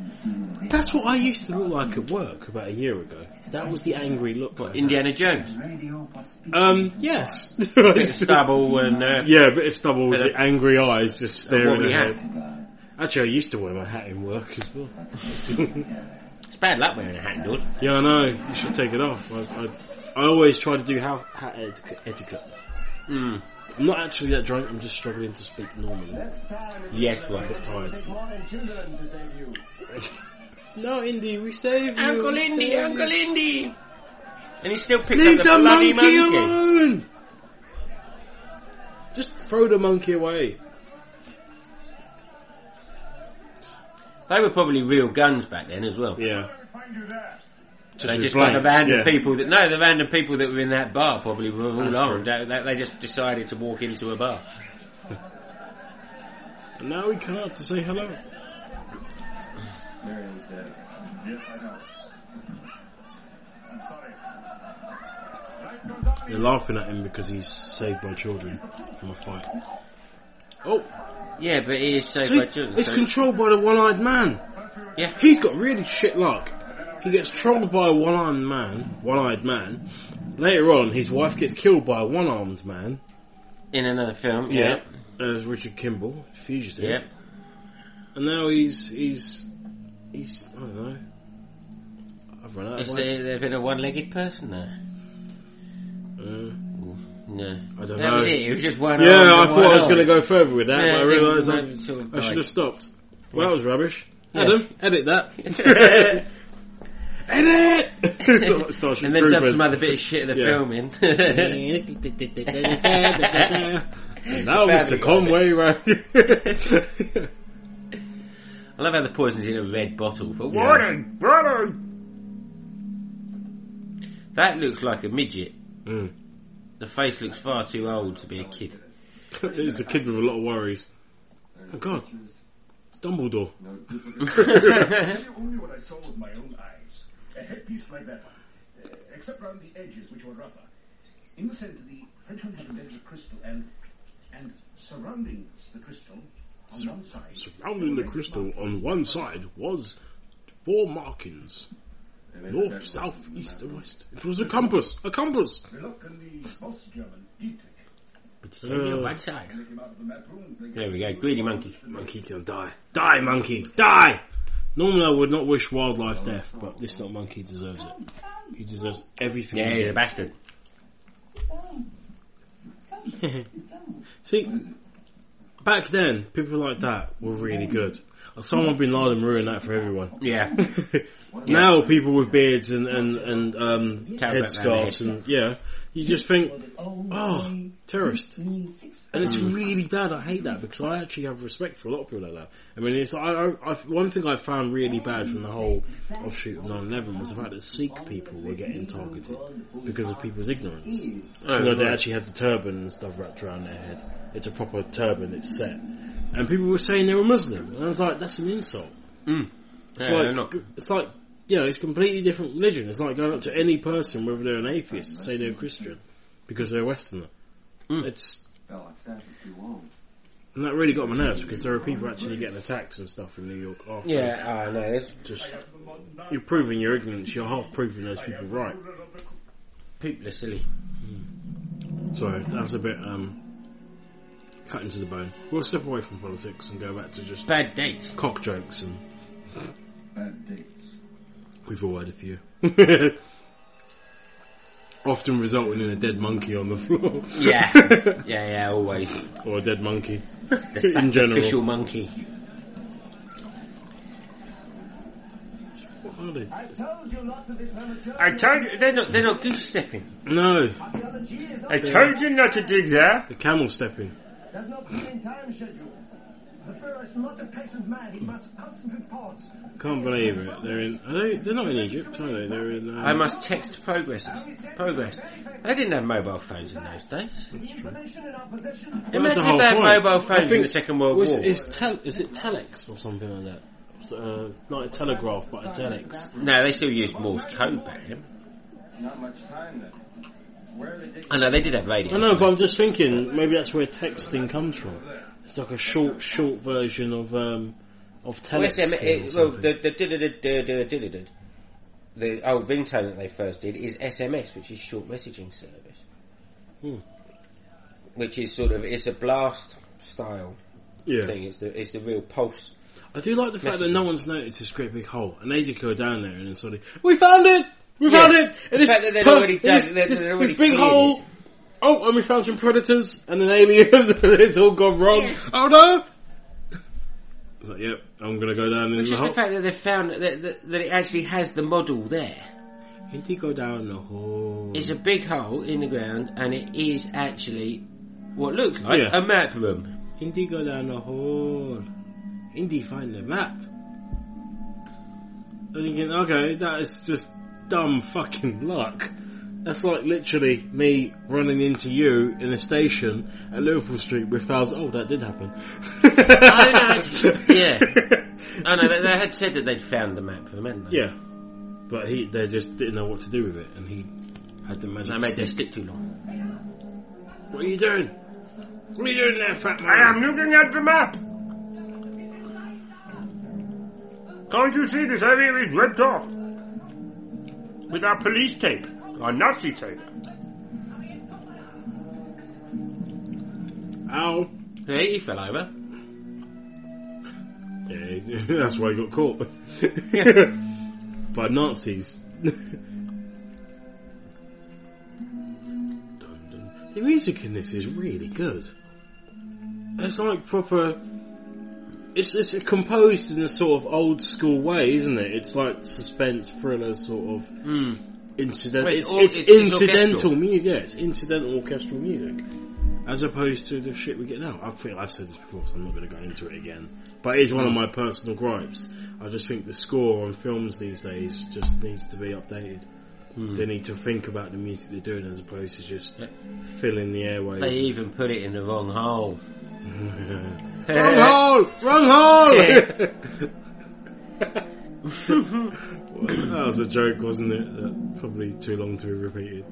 Speaker 7: That's what I used to look like at work about a year ago. That was the angry look. I had.
Speaker 8: Indiana Jones.
Speaker 10: Radio for speed.
Speaker 7: Um, yes.
Speaker 8: Bit of stubble and uh,
Speaker 7: Yeah, but if stubble was
Speaker 8: Bit
Speaker 7: the
Speaker 8: of-
Speaker 7: angry eyes just staring
Speaker 8: wobbly
Speaker 7: ahead. Actually, I used to wear my hat in work as well.
Speaker 8: *laughs* it's bad luck wearing a hat indoors.
Speaker 7: Yeah, I know. You should take it off. I, I, I always try to do ha- hat etiquette. etiquette.
Speaker 8: Mm.
Speaker 7: I'm not actually that drunk. I'm just struggling to speak normally.
Speaker 8: Yes,
Speaker 7: I'm a
Speaker 8: right.
Speaker 7: bit tired. *laughs* No, Indy, we save you.
Speaker 8: Uncle
Speaker 7: we
Speaker 8: Indy,
Speaker 7: save you.
Speaker 8: Uncle Indy! And he still picked
Speaker 7: Leave
Speaker 8: up
Speaker 7: the
Speaker 8: the bloody
Speaker 7: monkey,
Speaker 8: monkey.
Speaker 7: alone. Just throw the monkey away.
Speaker 8: They were probably real guns back then as well.
Speaker 7: Yeah.
Speaker 8: they
Speaker 7: with
Speaker 8: just got the
Speaker 7: blanks,
Speaker 8: random
Speaker 7: yeah.
Speaker 8: people that no, the random people that were in that bar probably were all
Speaker 7: That's
Speaker 8: armed. They, they- they just decided to walk into a bar.
Speaker 7: And now we come out to say hello.
Speaker 9: Mary was dead. Yes, I know. I'm sorry. Life goes on.
Speaker 7: They're laughing at him because he's saved by children from a fight. Oh,
Speaker 8: Yeah, but it is saved
Speaker 7: see,
Speaker 8: by children.
Speaker 7: it's
Speaker 8: so-
Speaker 7: controlled by the one-eyed man.
Speaker 8: yeah,
Speaker 7: He's got really shit luck. He gets trolled by a one-armed man, one-eyed man. Later on, his wife gets killed by a one-armed man.
Speaker 8: In another film, yeah.
Speaker 7: As Richard Kimball, fugitive.
Speaker 8: Yep.
Speaker 7: And now he's he's he's I don't know. I've run out
Speaker 8: Is
Speaker 7: of
Speaker 8: there, there been a one-legged person there?
Speaker 7: Uh,
Speaker 8: No.
Speaker 7: I don't
Speaker 8: That
Speaker 7: know.
Speaker 8: was it. It was just one
Speaker 7: Yeah, I
Speaker 8: arm and
Speaker 7: thought
Speaker 8: one
Speaker 7: I was
Speaker 8: eye.
Speaker 7: going to go further with that, but I
Speaker 8: Yeah, I think
Speaker 7: realised
Speaker 8: that
Speaker 7: I,
Speaker 8: sort of
Speaker 7: I should
Speaker 8: died.
Speaker 7: have stopped. Well, that was rubbish.
Speaker 8: Yeah.
Speaker 7: Adam, edit *laughs*
Speaker 8: *laughs*
Speaker 7: that. edit. *laughs* Sort of Starship
Speaker 8: and then dump
Speaker 7: Troopers.
Speaker 8: some *laughs* other bit of shit in the
Speaker 7: Yeah.
Speaker 8: film
Speaker 7: *laughs*
Speaker 8: in.
Speaker 7: And *laughs* now,
Speaker 8: Badly
Speaker 7: Mr. Conway, right?
Speaker 8: I love how the poison's in a red bottle for
Speaker 7: Yeah.
Speaker 8: *laughs* warning, warning. That looks like a midget.
Speaker 7: Mm.
Speaker 8: The face looks far too old to be a kid.
Speaker 7: *laughs* He's a kid with a lot of worries. Oh God, it's
Speaker 8: *laughs*
Speaker 7: Dumbledore.
Speaker 9: Only what I saw with my own eyes. A headpiece like that one, uh, except round the edges, which were rougher. In the centre, the Frenchman had embedded a crystal, and and surrounding the crystal on one side.
Speaker 7: Surrounding the crystal on one side was four markings. North, south, east and west. It was a compass. A compass!
Speaker 9: Reluctantly, boss German, Dietrich,
Speaker 8: there
Speaker 9: led him out of the map room. They
Speaker 8: we go, greedy monkey.
Speaker 7: Monkey don't die. Die, monkey! Die! Normally I would not wish wildlife death, but this little monkey deserves it. He deserves everything.
Speaker 8: Yeah,
Speaker 7: he
Speaker 8: he's a
Speaker 7: gets.
Speaker 8: bastard.
Speaker 7: *laughs* See, back then, people like that were really good. Osama bin Laden ruined that for everyone. *laughs*
Speaker 8: Yeah.
Speaker 7: Now people with beards and and and um,
Speaker 8: Cap around
Speaker 7: headscarves
Speaker 8: their head.
Speaker 7: and yeah, you just think, oh, terrorist, and it's really bad. I hate that because I actually have respect for a lot of people like that. I mean, it's I, I, I one thing I found really bad from the whole offshoot of 9/11 was the fact that Sikh people were getting targeted because of people's ignorance. you know, they actually had the turban and stuff wrapped around their head. It's a proper turban. It's set, and people were saying they were Muslim, and I was like, that's an insult. It's
Speaker 8: Mm. Yeah,
Speaker 7: like
Speaker 8: they're not-
Speaker 7: it's like you know, it's completely different religion. It's like going up to any person, whether they're an atheist, to say they're a Christian because they're a Westerner.
Speaker 8: Mm.
Speaker 7: It's and that really got on my nerves because there are people actually getting attacked and stuff in New York after.
Speaker 8: Yeah, oh no, there's
Speaker 7: Just you're proving your ignorance. You're half proving those people right.
Speaker 8: people are silly.
Speaker 7: Sorry, that's a bit um, cut into the bone. We'll step away from politics and go back to just
Speaker 8: Bad dates.
Speaker 7: cock jokes, and
Speaker 9: bad dates.
Speaker 7: we've all had a few. *laughs* Often resulting in a dead monkey on the floor. *laughs*
Speaker 8: Yeah. yeah, yeah, always.
Speaker 7: or a dead monkey.
Speaker 8: The
Speaker 7: In general.
Speaker 8: sacrificial monkey.
Speaker 7: What are they?
Speaker 8: I told you, they're not, they're not goose stepping.
Speaker 7: No,
Speaker 8: I told you not to do that.
Speaker 7: the camel stepping.
Speaker 10: There's no clean time schedule. The Führer is not a patient man. He must concentrate reports.
Speaker 7: Can't believe it. They're in. Are they, they're not in Egypt, are they? They're in.
Speaker 8: I
Speaker 7: Um,
Speaker 8: must text progress. Progress. They didn't have mobile phones in those days.
Speaker 10: Information in our possession.
Speaker 7: Well, that's the
Speaker 8: Imagine
Speaker 7: whole
Speaker 8: if they had
Speaker 7: point.
Speaker 8: mobile
Speaker 7: I
Speaker 8: phones in
Speaker 7: think-
Speaker 8: the Second World
Speaker 7: was,
Speaker 8: War.
Speaker 7: is, tel- is it telex or something like that? It's, Uh, not a telegraph, but a telex.
Speaker 8: No, they still used Morse code back then.
Speaker 9: Not much time then. Where are they digging?
Speaker 8: I know they did have radio.
Speaker 7: I know, but I'm just thinking maybe that's where texting comes from. It's like a short, short version of um, of
Speaker 8: Well, it's them-
Speaker 7: telexting. or
Speaker 8: it- well,
Speaker 7: something.
Speaker 8: the the du-du-du-du-du-du-du-du. The old ringtone that they first did is SMS, which is short messaging service,
Speaker 7: Hmm.
Speaker 8: which is sort of it's a blast style
Speaker 7: yeah,
Speaker 8: thing. It's the it's the real pulse.
Speaker 7: I do like the fact that
Speaker 8: Messaging.
Speaker 7: no one's noticed this great big hole, and they did go down there and then suddenly we found it, we found
Speaker 8: Yeah.
Speaker 7: it.
Speaker 8: The
Speaker 7: And it's
Speaker 8: fact that they'd
Speaker 7: per-
Speaker 8: already
Speaker 7: and
Speaker 8: dug-
Speaker 7: this,
Speaker 8: they'd-
Speaker 7: this-
Speaker 8: they'd already
Speaker 7: this big
Speaker 8: cleared
Speaker 7: hole.
Speaker 8: it.
Speaker 7: Oh, and we found some predators and an alien. *laughs* it's all gone wrong. Oh no! It's like, yep, I'm gonna go down in
Speaker 8: It's
Speaker 7: the
Speaker 8: just
Speaker 7: hole.
Speaker 8: the fact that they found that, that that it actually has the model there.
Speaker 7: Did he go down the hole?
Speaker 8: It's a big hole in the ground, and it is actually what looks like
Speaker 7: Yeah. *laughs*
Speaker 8: a map room.
Speaker 7: Indy go down the hole. Indy find the map. I'm thinking, okay, that is just dumb fucking luck. That's like literally me running into you in a station at Liverpool Street with thousands. Oh, that did happen.
Speaker 8: know,
Speaker 7: *laughs*
Speaker 8: yeah. Oh no, they, they had said that they'd found the map room, hadn't they?
Speaker 7: Yeah. But he, they just didn't know what to do with it, and he had the magic.
Speaker 8: They made their
Speaker 7: stick.
Speaker 8: stick too long.
Speaker 7: What are you doing? What are you doing there, fat man?
Speaker 8: looking at the map. Can't you see this area is red off?
Speaker 12: with our police tape, our Nazi tape.
Speaker 7: Ow.
Speaker 8: Hey, he fell over.
Speaker 7: Yeah, *laughs* that's why he got caught.
Speaker 8: *laughs*
Speaker 7: By Nazis. *laughs* The music in this is really good. It's like proper. It's it's composed in a sort of old school way, isn't it? It's like suspense thriller sort of incidental.
Speaker 8: Well, it's
Speaker 7: it's
Speaker 8: all-
Speaker 7: it's,
Speaker 8: Hmm. it's- it's
Speaker 7: incidental
Speaker 8: orchestral.
Speaker 7: music. Yeah, it's incidental orchestral music, as opposed to the shit we get now. I think I've said this before, so I'm not going to go into it again. But it is one of my personal gripes. I just think the score on films these days just needs to be updated.
Speaker 8: Mm.
Speaker 7: They need to think about the music they're doing as opposed to just filling the airways.
Speaker 8: They even put it in the wrong hole.
Speaker 7: Wrong hole! Wrong hole! *laughs*
Speaker 8: *laughs*
Speaker 7: that was a joke, wasn't it? That probably too long to be
Speaker 8: *laughs*
Speaker 7: repeated.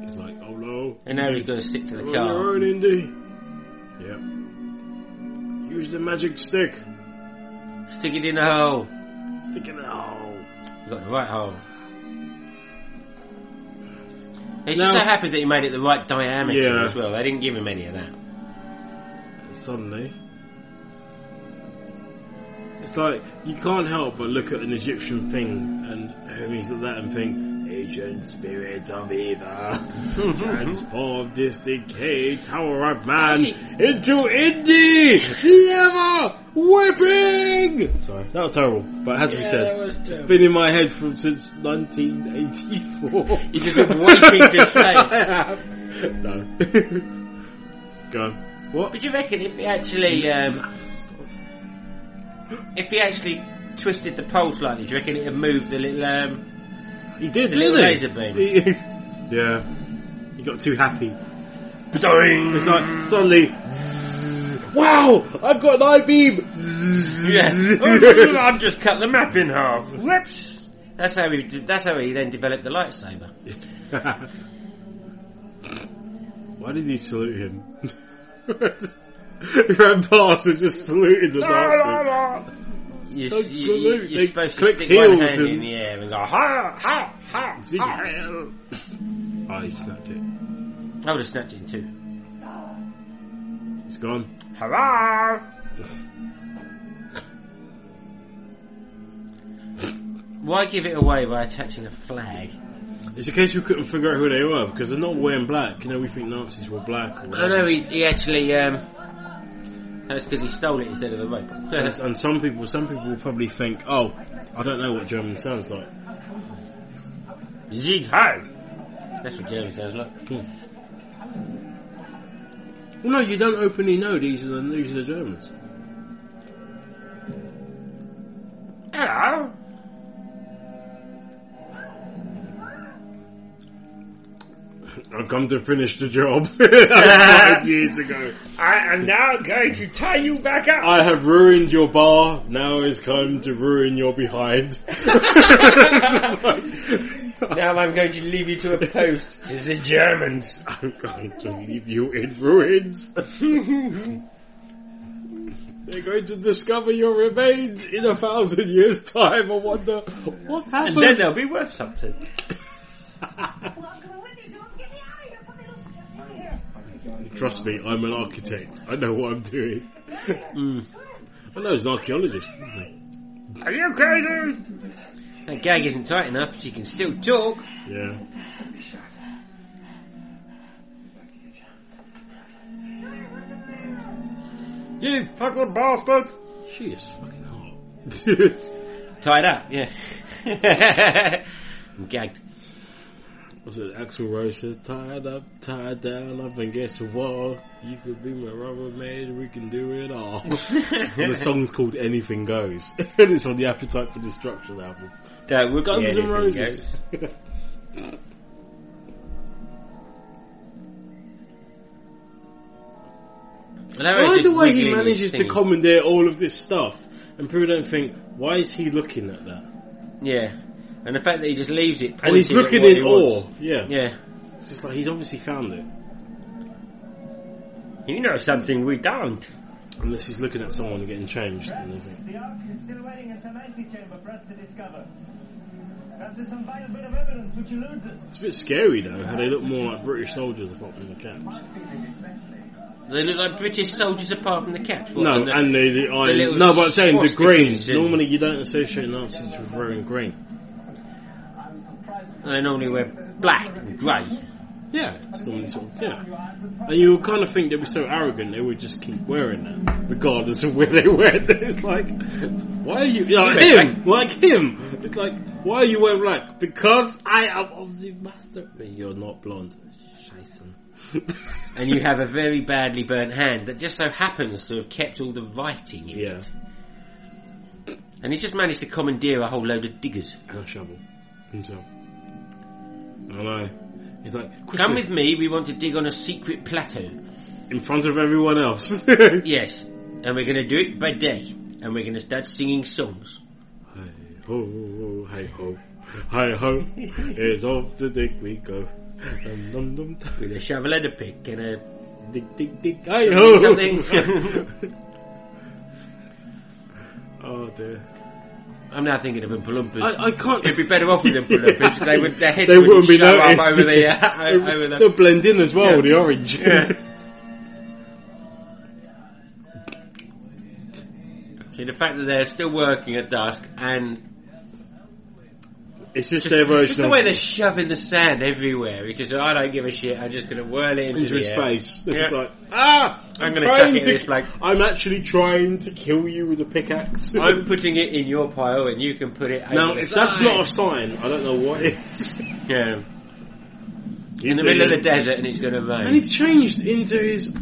Speaker 7: He's like, oh no. Oh,
Speaker 8: And now he's going to stick to the
Speaker 7: You're on
Speaker 8: car.
Speaker 7: your own, Indy. Yep. Use the magic stick.
Speaker 8: Stick it in the hole.
Speaker 7: Stick it out.
Speaker 8: You got the right hole. It
Speaker 7: Now-
Speaker 8: just so happens that he made it the right diameter
Speaker 7: Yeah.
Speaker 8: as well. They didn't give him any of that.
Speaker 7: Suddenly. It's like, you can't help but look at an Egyptian thing and homies at that and think, Ancient spirit of
Speaker 8: *laughs*
Speaker 7: evil, transform this decayed tower of man into Indy! The ever whipping! Sorry, that was terrible, but it had to be
Speaker 8: Yeah,
Speaker 7: said.
Speaker 8: that was
Speaker 7: it's
Speaker 8: terrible.
Speaker 7: been in my head from, since
Speaker 8: *laughs*
Speaker 7: 1984.
Speaker 8: He's just been waiting
Speaker 7: *laughs*
Speaker 8: to say it.
Speaker 7: No. *laughs* Go on. What?
Speaker 8: Would you reckon if he actually, um, if he actually twisted the pole slightly, do you reckon it would move the little, um,
Speaker 7: He did,
Speaker 8: The
Speaker 7: didn't
Speaker 8: little
Speaker 7: he?
Speaker 8: laser beam.
Speaker 7: He- *laughs* yeah. He got too happy. It's like suddenly, wow! *laughs* I've got an I beam.
Speaker 8: yeah, I've just cut the map in
Speaker 7: *laughs*
Speaker 8: half. Whoops! *laughs* That's how he, did- that's how he then developed the lightsaber.
Speaker 7: Why did he salute him? *laughs* He Ran past and just saluted the Nazi.
Speaker 8: You,
Speaker 7: Don't
Speaker 8: you,
Speaker 7: salute,
Speaker 8: you're
Speaker 7: they
Speaker 8: supposed to
Speaker 7: click
Speaker 8: stick one
Speaker 7: heels
Speaker 8: hand
Speaker 7: and-
Speaker 8: in the air and go, ha, ha, ha,
Speaker 7: Zig-
Speaker 8: ha.
Speaker 7: Oh, he snapped it.
Speaker 8: I would have snapped it in two.
Speaker 7: It's gone.
Speaker 8: Hurrah! Why give it away by attaching a flag?
Speaker 7: It's a case we couldn't figure out who they were because they're not wearing black. You know, we think Nazis were black. Or
Speaker 8: I know he, he actually. Um, that's because he stole it instead of the
Speaker 7: *laughs*
Speaker 8: rope.
Speaker 7: and, and some people, some people will probably think, oh, I don't know what German sounds like.
Speaker 8: Zig ho! That's what German sounds like.
Speaker 7: Hmm. Well, no, you don't openly know these are the these are the Germans.
Speaker 8: Hello.
Speaker 7: I've come to finish the job. *laughs* I started years ago.
Speaker 12: I am now going to tie you back up.
Speaker 7: I have ruined your bar. Now it's time to ruin your
Speaker 12: *laughs*
Speaker 7: behind. *laughs*
Speaker 8: Now I'm going to leave you to a *laughs* post. to the Germans.
Speaker 7: I'm going to leave you in
Speaker 8: *laughs*
Speaker 7: ruins. They're going to discover your remains in a thousand years' time. I wonder what
Speaker 8: And
Speaker 7: happened.
Speaker 8: then they'll be worth something.
Speaker 7: Trust me, I'm an architect. I know what I'm doing.
Speaker 8: Mm.
Speaker 7: I know he's an archaeologist. isn't he?
Speaker 8: Are you crazy? That gag isn't tight enough. She can still talk.
Speaker 7: Yeah.
Speaker 8: You fucking bastard!
Speaker 7: She is fucking *laughs* hot.
Speaker 8: Tied up, yeah. *laughs* I'm gagged.
Speaker 7: What's it? Axel Rose says, tied up, tied down, up against the wall. You could be my rubber maid, we can do it
Speaker 8: *laughs*
Speaker 7: all. and the song's called Anything Goes. *laughs* and it's on the Appetite for Destruction album.
Speaker 8: That would be
Speaker 7: Uh, Guns N'
Speaker 8: anything,
Speaker 7: Roses.
Speaker 8: guys.
Speaker 7: *laughs*
Speaker 8: And that was
Speaker 7: By the
Speaker 8: just
Speaker 7: way, he
Speaker 8: wiggling his
Speaker 7: manages to
Speaker 8: thingy.
Speaker 7: commandeer all of this stuff, and people don't think, why is he looking at that?
Speaker 8: Yeah, and the fact that he just leaves it.
Speaker 7: and he's
Speaker 8: pointing at
Speaker 7: looking
Speaker 8: what
Speaker 7: in
Speaker 8: he
Speaker 7: awe.
Speaker 8: wants.
Speaker 7: Yeah.
Speaker 8: Yeah.
Speaker 7: It's just like he's obviously found it.
Speaker 8: You know something we don't.
Speaker 7: Unless he's looking at someone getting changed. And they think,
Speaker 10: The Ark is still waiting in
Speaker 13: it's an antechamber for us to discover. Perhaps there's some vile bit of evidence which eludes us.
Speaker 7: It's a bit scary though, how they look more like British soldiers apart from the caps.
Speaker 8: They look like British soldiers apart from the caps. what,
Speaker 7: No,
Speaker 8: the-
Speaker 7: and the, the iron.
Speaker 8: little
Speaker 7: no, but I'm saying the
Speaker 8: swastikas
Speaker 7: greens.
Speaker 8: in-
Speaker 7: Normally you don't associate Nazis with wearing green.
Speaker 8: They normally wear black and grey.
Speaker 7: Yeah, it's normally sort of, yeah. And you would kind of think they'd be so arrogant they would just keep wearing that, regardless of where they wear it. *laughs* It's like, why are you, like him, like him. It's like, why are you wearing black? Because I am obviously master. But You're not blonde. *laughs* Scheißen.
Speaker 8: and you have a very badly burnt hand that just so happens to have kept all the writing in it. And he's just managed to commandeer a whole load of diggers.
Speaker 7: And a shovel. Himself. I know. He's like,
Speaker 8: Come with me, we want to dig on a secret plateau.
Speaker 7: In front of everyone else. *laughs*
Speaker 8: yes. And we're going to do it by day. And we're going to start singing songs.
Speaker 7: Ho, hey ho, hey ho, it's off the dick we go. Dum, dum, dum, dum.
Speaker 8: With a shovel and a pick and a...
Speaker 7: Dig, dig, dig, hey ho!
Speaker 8: Something.
Speaker 7: *laughs* oh dear.
Speaker 8: *laughs* I'm now thinking of Oompa Loompas.
Speaker 7: I- I can't-
Speaker 8: It'd be better off with Oompa Loompas. 'cause They would, their heads
Speaker 7: They wouldn't be
Speaker 8: show up
Speaker 7: noticed.
Speaker 8: over
Speaker 7: *laughs*
Speaker 8: the, *laughs* uh, over the...
Speaker 7: They'll blend in as well,
Speaker 8: Yeah.
Speaker 7: the orange.
Speaker 8: Yeah. See, the fact that they're still working at dusk and
Speaker 7: *laughs* It's just their version
Speaker 8: just the
Speaker 7: of-
Speaker 8: way they're shoving the sand everywhere. It's just, I don't give a shit. I'm just going to whirl it into,
Speaker 7: into
Speaker 8: the
Speaker 7: his
Speaker 8: air.
Speaker 7: face. *laughs*
Speaker 8: Yeah.
Speaker 7: It's like, ah! gonna
Speaker 8: I'm going to chuck
Speaker 7: trying
Speaker 8: it in this like
Speaker 7: I'm actually trying to kill you with a pickaxe.
Speaker 8: I'm putting it in your pile, and you can put it.
Speaker 7: *laughs*
Speaker 8: over
Speaker 7: now,
Speaker 8: the
Speaker 7: if that's
Speaker 8: side.
Speaker 7: not a sign, I don't know what is.
Speaker 8: yeah,
Speaker 7: You
Speaker 8: in the
Speaker 7: do
Speaker 8: middle of the
Speaker 7: it.
Speaker 8: desert, and it's going to
Speaker 7: And
Speaker 8: rain.
Speaker 7: he's changed into his.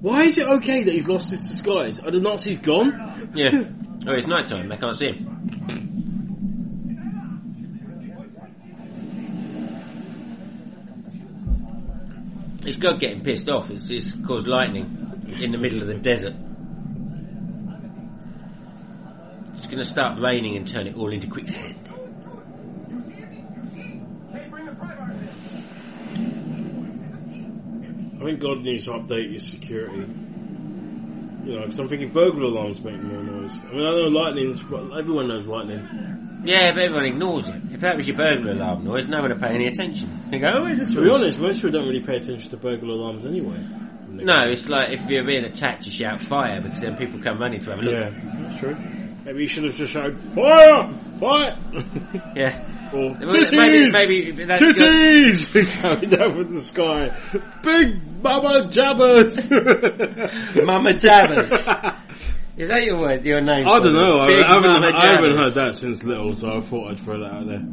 Speaker 7: Why is it okay that he's lost his disguise? Are the Nazis gone?
Speaker 8: Yeah. Oh, it's night time. They can't see him. It's God getting pissed off. It's, it's caused lightning in the middle of the desert. It's going to start raining and turn it all into quicksand.
Speaker 7: I think God needs to update your security. You know, because I'm thinking burglar alarms make more noise. I mean, I know lightning's. Well, everyone knows lightning.
Speaker 8: Yeah, but everyone ignores it. If that was your burglar alarm noise, no one would pay any attention. They go, oh, is this
Speaker 7: To be honest, most people don't really pay attention to burglar alarms anyway.
Speaker 8: No, it's like if you're being attacked, you shout fire because then people come running to have a look.
Speaker 7: Yeah, that's true. Maybe you should have just shouted fire, fire, *laughs*
Speaker 8: Yeah.
Speaker 7: or
Speaker 8: Well, maybe-
Speaker 7: titties,
Speaker 8: maybe that's good.
Speaker 7: titties, *laughs* coming down from the sky, big mama jabbers,
Speaker 8: *laughs* Mama Jabbers.
Speaker 7: *laughs*
Speaker 8: Is that your word, your name?
Speaker 7: I
Speaker 8: for
Speaker 7: don't
Speaker 8: it?
Speaker 7: know. I
Speaker 8: Big
Speaker 7: haven't,
Speaker 8: Mama
Speaker 7: I haven't
Speaker 8: Jabbers.
Speaker 7: heard that since little, so I thought I'd throw that out there.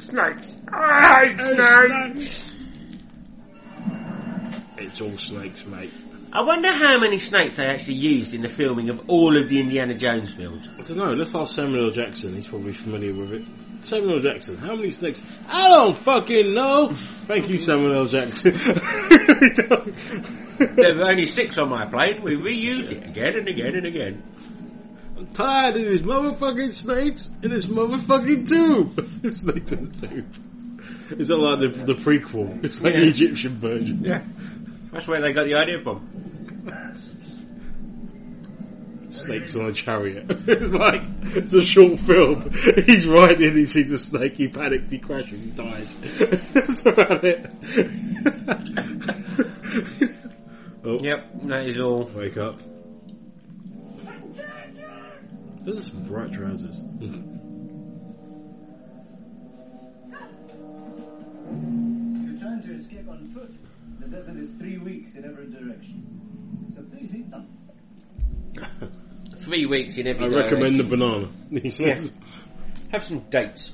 Speaker 12: Snakes. I hate snakes.
Speaker 7: It's all snakes, mate.
Speaker 8: I wonder how many snakes they actually used in the filming of all of the Indiana Jones films.
Speaker 7: I don't know. Let's ask Samuel L. Jackson. He's probably familiar with it. Samuel L. Jackson, how many snakes? I don't fucking know. Thank you, Samuel L. Jackson. *laughs*
Speaker 8: there were only six on my plane. We reused it again and again and again.
Speaker 7: I'm tired of these motherfucking snakes in this motherfucking tube. *laughs* snakes in the tube. Is that like the, the prequel? It's like the Egyptian version.
Speaker 8: Yeah. That's where they got the idea from.
Speaker 7: Snakes on a chariot. *laughs* it's like it's a short film. *laughs* He's riding, he sees a snake, he panics, he crashes, he dies. *laughs* That's about it. *laughs* oh,
Speaker 8: Yep, that is all.
Speaker 7: wake up! Those are some bright trousers.
Speaker 13: If you're trying to escape on foot, the desert is three weeks in every direction. So please eat something.
Speaker 8: Three weeks in every
Speaker 7: I recommend the
Speaker 8: direction.
Speaker 7: banana. *laughs* He says,
Speaker 8: Have some dates.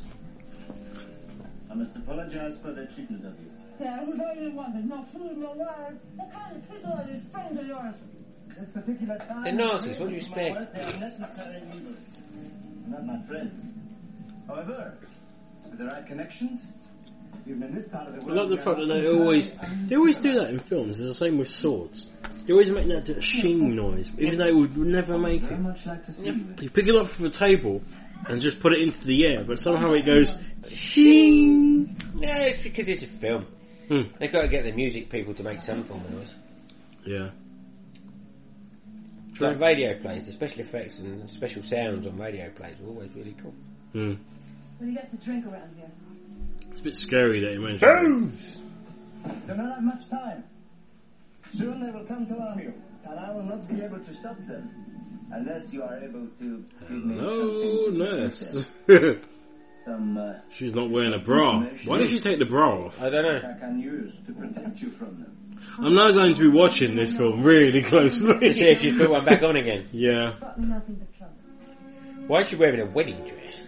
Speaker 13: I must apologize for the treatment of you.
Speaker 14: Yeah, I was only wondering, no food, no water. What kind of people are these friends of yours?
Speaker 13: This particular time...
Speaker 8: They're Nazis, what do you
Speaker 13: my
Speaker 8: expect?
Speaker 13: work, they are necessary evils. Not my friends. However, with the right connections, even in this part of the
Speaker 7: I
Speaker 13: world...
Speaker 7: love the
Speaker 13: we are
Speaker 7: fact that they
Speaker 13: often
Speaker 7: always
Speaker 13: tied and-
Speaker 7: they always do that in films. It's the same with swords. They always make that shing noise, even though it would never make
Speaker 13: Very
Speaker 7: it.
Speaker 13: much like to see you.
Speaker 7: You pick it up from the table and just put it into the air, but somehow it goes shing.
Speaker 8: No, it's because it's a film.
Speaker 7: Hmm.
Speaker 8: They've got to get the music people to make some form of noise.
Speaker 7: Yeah.
Speaker 8: Doing radio plays, the special effects and special sounds on radio plays were always really cool.
Speaker 7: Hmm.
Speaker 14: Well, you get to drink around here.
Speaker 7: It's a bit scary that he mentioned.
Speaker 13: Do not have much time. Soon they will come to harm you, and I will not be able to stop them unless you are able to give me
Speaker 7: Hello, nurse. *laughs*
Speaker 13: some uh,
Speaker 7: She's not wearing a bra. Why did she take the bra off?
Speaker 8: I don't know.
Speaker 13: I can use to protect you from them.
Speaker 7: I'm now going to be watching this film really closely.
Speaker 8: To see if she's put one back on again.
Speaker 7: Yeah.
Speaker 14: Got me nothing but trouble.
Speaker 8: Why is she wearing a wedding dress?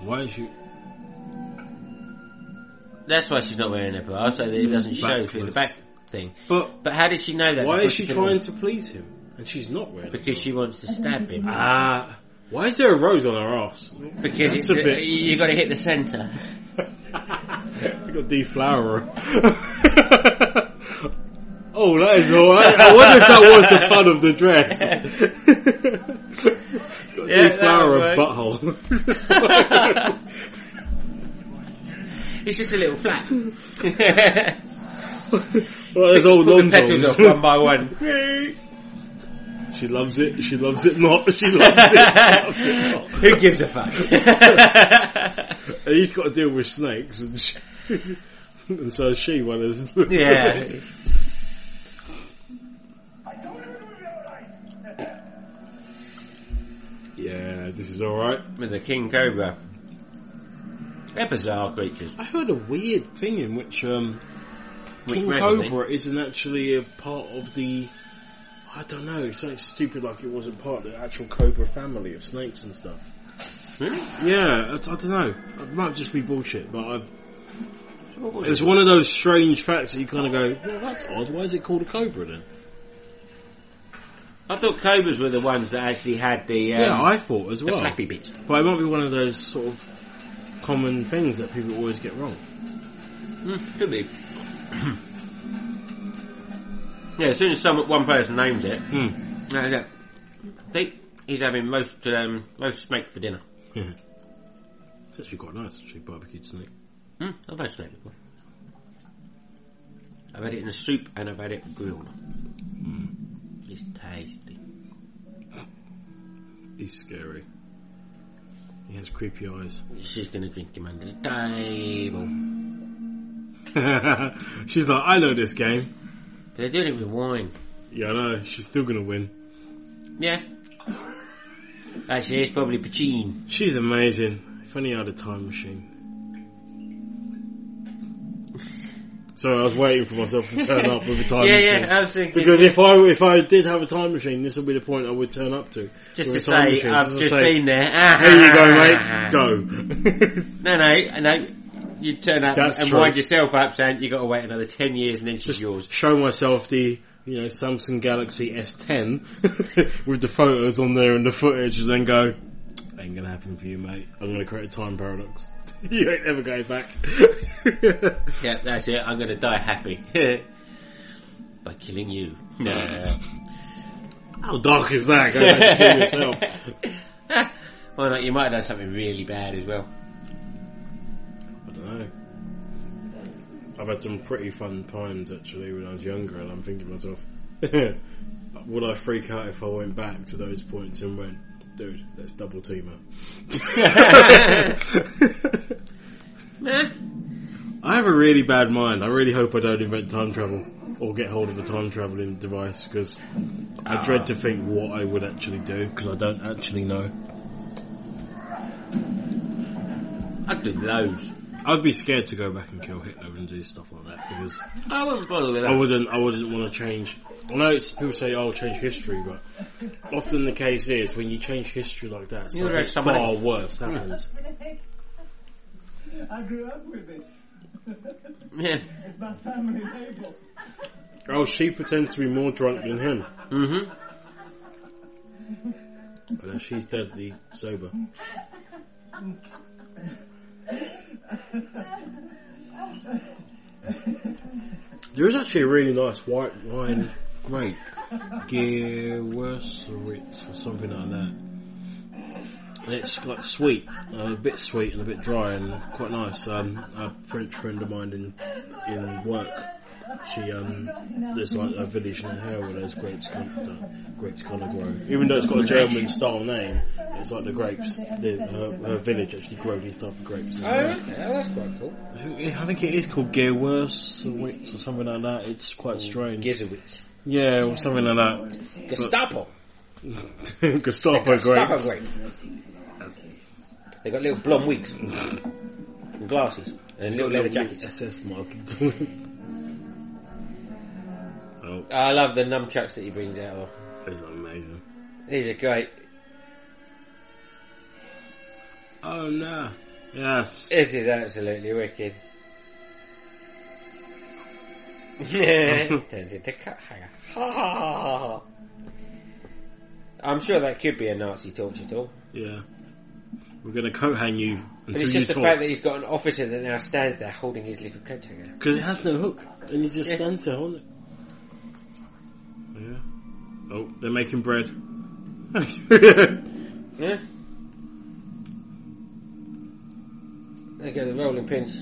Speaker 7: Why is she?
Speaker 8: That's why she's not wearing a bra, so that it doesn't show through the back thing.
Speaker 7: But
Speaker 8: but how did she know that?
Speaker 7: Why
Speaker 8: before
Speaker 7: is she
Speaker 8: took
Speaker 7: trying
Speaker 8: it
Speaker 7: to please him? And she's not wearing
Speaker 8: off? Because she wants to stab him.
Speaker 7: Ah. Why is there a rose on her ass?
Speaker 8: Because
Speaker 7: That's
Speaker 8: it's,
Speaker 7: a bit-
Speaker 8: you got to hit the *laughs* centre.
Speaker 7: I got deflower. *laughs* oh, that is alright. I wonder if that was the fun of the dress. *laughs* got
Speaker 8: Yeah, that
Speaker 7: deflower
Speaker 8: would
Speaker 7: a
Speaker 8: *laughs*
Speaker 7: butthole.
Speaker 8: It's just a little *laughs* flap.
Speaker 7: well, there's all
Speaker 8: Put the
Speaker 7: long
Speaker 8: petals
Speaker 7: tones.
Speaker 8: off one
Speaker 7: *laughs*
Speaker 8: by one. *laughs*
Speaker 7: She loves it. She loves it not. She loves it. loves it not.
Speaker 8: Who gives
Speaker 7: *laughs*
Speaker 8: a fuck?
Speaker 7: And he's got to deal with snakes, and, she, *laughs* and so is she. One is
Speaker 8: Yeah.
Speaker 7: *laughs* yeah. This is all right.
Speaker 8: With the king cobra. They're bizarre creatures.
Speaker 7: I heard a weird thing in which um,
Speaker 8: Which
Speaker 7: King
Speaker 8: regularly-
Speaker 7: Cobra isn't actually a part of the. I don't know. It's something stupid like it wasn't part of the actual Cobra family of snakes and stuff.
Speaker 8: Really?
Speaker 7: Yeah, I, I don't know. It might just be bullshit, but I've,
Speaker 8: What was
Speaker 7: it was one of those strange facts that you kind of go, "Well, that's odd. Why is it called a cobra then?"
Speaker 8: I thought cobras were the ones that actually had the um,
Speaker 7: yeah, I thought as
Speaker 8: the *laughs*
Speaker 7: well.
Speaker 8: flappy bits.
Speaker 7: But it might be one of those sort of common things that people always get wrong.
Speaker 8: Mm, could be. *clears throat* yeah, as soon as some one person names it, that's it. They- he's having roast um, roast snake for dinner.
Speaker 7: Yeah. It's actually quite nice, actually, barbecued snake.
Speaker 8: Hmm, I've had snake before. I've had it in a soup and I've had it grilled.
Speaker 7: Hmm.
Speaker 8: It's tasty.
Speaker 7: He's scary. He has creepy eyes. *laughs*
Speaker 8: She's gonna drink him under the table.
Speaker 7: She's like, I know this game.
Speaker 8: They're doing it with wine.
Speaker 7: Yeah, I know. She's still gonna win.
Speaker 8: Yeah. Actually, it's probably Pachin.
Speaker 7: She's amazing. If only I had a time machine. Sorry, I was waiting for myself to turn up with a time
Speaker 8: *laughs* yeah,
Speaker 7: machine.
Speaker 8: yeah, I was thinking.
Speaker 7: Because if I if I did have a time machine, this would be the point I would turn up to.
Speaker 8: Just
Speaker 7: With
Speaker 8: to
Speaker 7: a time
Speaker 8: say, I've
Speaker 7: to
Speaker 8: just
Speaker 7: say,
Speaker 8: been there.
Speaker 7: Here you go,
Speaker 8: *laughs*
Speaker 7: mate. Go.
Speaker 8: No, no, no. You turn up
Speaker 7: That's
Speaker 8: and
Speaker 7: true.
Speaker 8: wind yourself up saying you got to wait another 10 years and then she's yours.
Speaker 7: Show myself the you know Samsung Galaxy S10 *laughs* with the photos on there and the footage, and then go. Ain't gonna happen for you, mate. I'm gonna create a time paradox. *laughs* you ain't never going back. *laughs*
Speaker 8: Yeah, that's it. I'm going to die happy. *laughs* By killing you. No.
Speaker 7: How dark is that? Go back and *laughs* kill yourself.
Speaker 8: *laughs* well, no, you might have done something really bad as well.
Speaker 7: I don't know. I've had some pretty fun times actually when I was younger, and I'm thinking to myself, *laughs* would I freak out if I went back to those points and went, dude, let's double team
Speaker 8: *laughs*
Speaker 7: up?
Speaker 8: Nah.
Speaker 7: I have a really bad mind. I really hope I don't invent time travel or get hold of a time traveling device because
Speaker 8: Ah.
Speaker 7: I dread to think what I would actually do because I don't actually know.
Speaker 8: I'd do loads.
Speaker 7: I'd be scared to go back and kill Hitler and do stuff like that because
Speaker 8: I wouldn't bother with that.
Speaker 7: I wouldn't. I wouldn't want to change. I know it's, people say, "Oh, change history," but often the case is when you change history like that,
Speaker 8: You would have
Speaker 7: something
Speaker 8: someone
Speaker 7: far worse
Speaker 8: else.
Speaker 7: happens.
Speaker 13: I grew up with this.
Speaker 8: Yeah.
Speaker 13: It's my family label.
Speaker 7: Oh, she pretends to be more drunk than him.
Speaker 8: Mm-hmm.
Speaker 7: And then she's deadly sober. There is actually a really nice white wine grape, Gewurztraminer or something like that. And it's like sweet, uh, a bit sweet and a bit dry and quite nice. Um, a French friend of mine in in work she um, there's like a village in her where those grapes kind of, grapes kind of grow. Even though it's got a German style name, it's like the grapes. The, her, her village actually grow these type of grapes. As
Speaker 8: Oh,
Speaker 7: well.
Speaker 8: okay, well, that's quite cool.
Speaker 7: I think- I think it is called Gearwurst or Wits or something like that. It's quite strange.
Speaker 8: Gizowitz.
Speaker 7: Yeah, or something like that. *laughs*
Speaker 8: Gestapo.
Speaker 7: But- Gestapo
Speaker 8: Gestapo
Speaker 7: grapes.
Speaker 8: They got little blonde wigs and glasses and little
Speaker 7: *laughs*
Speaker 8: leather jackets.
Speaker 7: SS
Speaker 8: *laughs*
Speaker 7: markings. oh,
Speaker 8: I love the nunchucks that he brings out. Of.
Speaker 7: it's amazing.
Speaker 8: These are great.
Speaker 7: Oh no. Yes.
Speaker 8: This is absolutely wicked. *laughs* I'm sure that could be a Nazi torture tool.
Speaker 7: Yeah. We're gonna coat hang you
Speaker 8: But
Speaker 7: until
Speaker 8: it's
Speaker 7: you
Speaker 8: just the fact
Speaker 7: talk.
Speaker 8: that he's got an officer that now stands there holding his little coat hanger.
Speaker 7: Because it has no hook. And he just
Speaker 8: Yeah.
Speaker 7: stands there on it. Yeah. Oh, they're making
Speaker 8: *laughs*
Speaker 7: bread.
Speaker 8: Yeah. There go the rolling pins.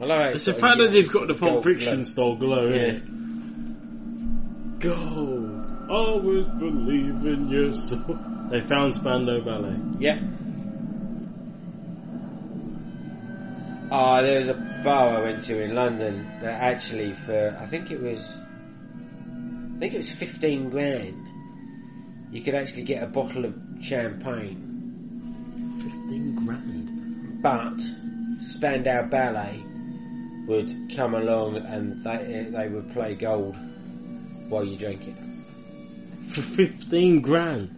Speaker 8: I love it.
Speaker 7: It's the fact that they've got the Pulp Fiction style glow,
Speaker 8: Yeah.
Speaker 7: innit? Go! Always believe in yourself. They found Spando Ballet.
Speaker 8: Yeah. Ah, there was a bar I went to in London that actually for I think it was I think it was fifteen grand. You could actually get a bottle of champagne,
Speaker 7: 15 grand.
Speaker 8: but Spandau Ballet would come along and they they would play gold while you drank it.
Speaker 7: For 15 grand.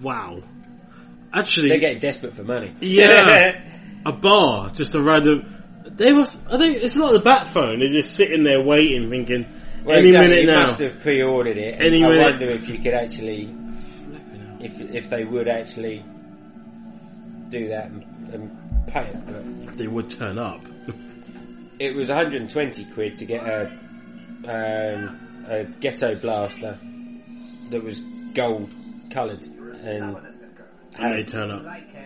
Speaker 7: Wow. Actually,
Speaker 8: They're getting desperate for money.
Speaker 7: Yeah. *laughs* a bar, just a random. They must. Are they? It's not the bat phone. They're just sitting there waiting, thinking
Speaker 8: Well,
Speaker 7: any
Speaker 8: exactly,
Speaker 7: minute
Speaker 8: you
Speaker 7: now.
Speaker 8: must have pre-ordered it.
Speaker 7: Any
Speaker 8: I
Speaker 7: minute.
Speaker 8: wonder if you could actually, if if they would actually do that and, and pay it. But
Speaker 7: They would turn up. *laughs*
Speaker 8: it was 120 quid to get a um, a ghetto blaster that was gold coloured and.
Speaker 7: And they turn up.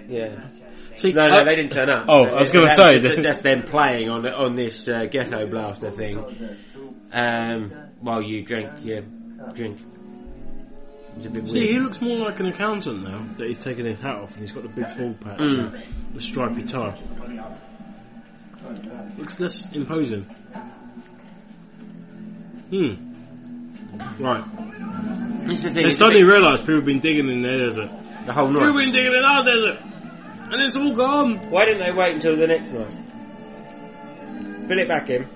Speaker 8: Yeah.
Speaker 7: See,
Speaker 8: no, no,
Speaker 7: I-
Speaker 8: they didn't turn up.
Speaker 7: Oh, I was gonna
Speaker 8: That
Speaker 7: say
Speaker 8: just-
Speaker 7: that-
Speaker 8: that's them playing on on this uh, ghetto blaster thing. Um, while you drink your drink. It's a bit
Speaker 7: See, he
Speaker 8: weird.
Speaker 7: looks more like an accountant now that he's taken his hat off and he's got the big ball patch,
Speaker 8: Mm.
Speaker 7: and the stripy tie. Looks less imposing. Hmm. Right.
Speaker 8: This is the thing,
Speaker 7: They
Speaker 8: it's a
Speaker 7: suddenly
Speaker 8: bit-
Speaker 7: realised people have been digging in their desert.
Speaker 8: the whole night.
Speaker 7: People have been digging in our desert, and it's all gone.
Speaker 8: Why didn't they wait until the next night? Fill it back in.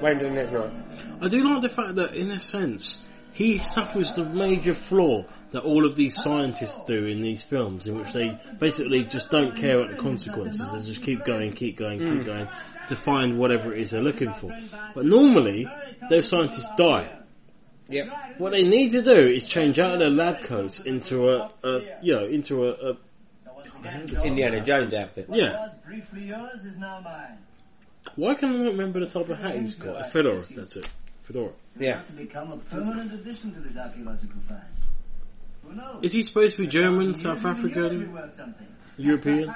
Speaker 8: Wait until the next night.
Speaker 7: I do like the fact that, in a sense, he suffers the major flaw that all of these scientists do in these films, in which they basically just don't care about the consequences. They just keep going, keep going, keep
Speaker 8: Mm.
Speaker 7: going to find whatever it is they're looking for. But normally, those scientists die.
Speaker 8: Yep.
Speaker 7: What they need to do is change out of their lab coats into a, a you know, into a, a
Speaker 8: It's Indiana Jones outfit.
Speaker 7: yeah.
Speaker 10: was briefly yours is now mine.
Speaker 7: Why can I not remember the type of hat he's got? A fedora. That's it. Fedora.
Speaker 8: Yeah.
Speaker 10: To become a permanent addition to this archaeological find. Who knows?
Speaker 7: Is he supposed to be German, South African, European?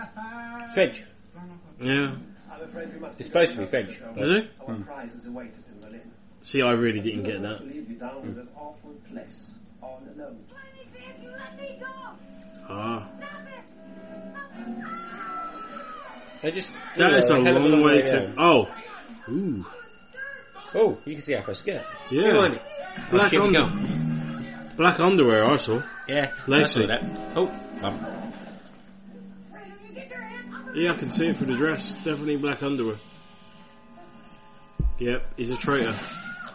Speaker 8: French.
Speaker 7: Yeah.
Speaker 8: It's supposed to be French.
Speaker 7: Is it?
Speaker 8: Hmm.
Speaker 9: Our prizes awaited in Berlin.
Speaker 7: See, I really didn't get that.
Speaker 9: Leave you
Speaker 8: Hmm.
Speaker 9: down with an awful place, all alone.
Speaker 7: Ah,
Speaker 8: They just.
Speaker 7: that
Speaker 8: Yeah,
Speaker 7: is a
Speaker 8: they had
Speaker 7: long way
Speaker 8: down.
Speaker 7: to. Oh, ooh,
Speaker 8: Oh, you can see up her skirt.
Speaker 7: Yeah.
Speaker 8: Who won it?
Speaker 7: Black
Speaker 8: oh,
Speaker 7: under-
Speaker 8: on.
Speaker 7: black underwear. I saw.
Speaker 8: Yeah.
Speaker 7: Lacey.
Speaker 8: I saw that. Oh, bum.
Speaker 7: Yeah, I can see it through the dress. Definitely black underwear. Yep, he's a traitor.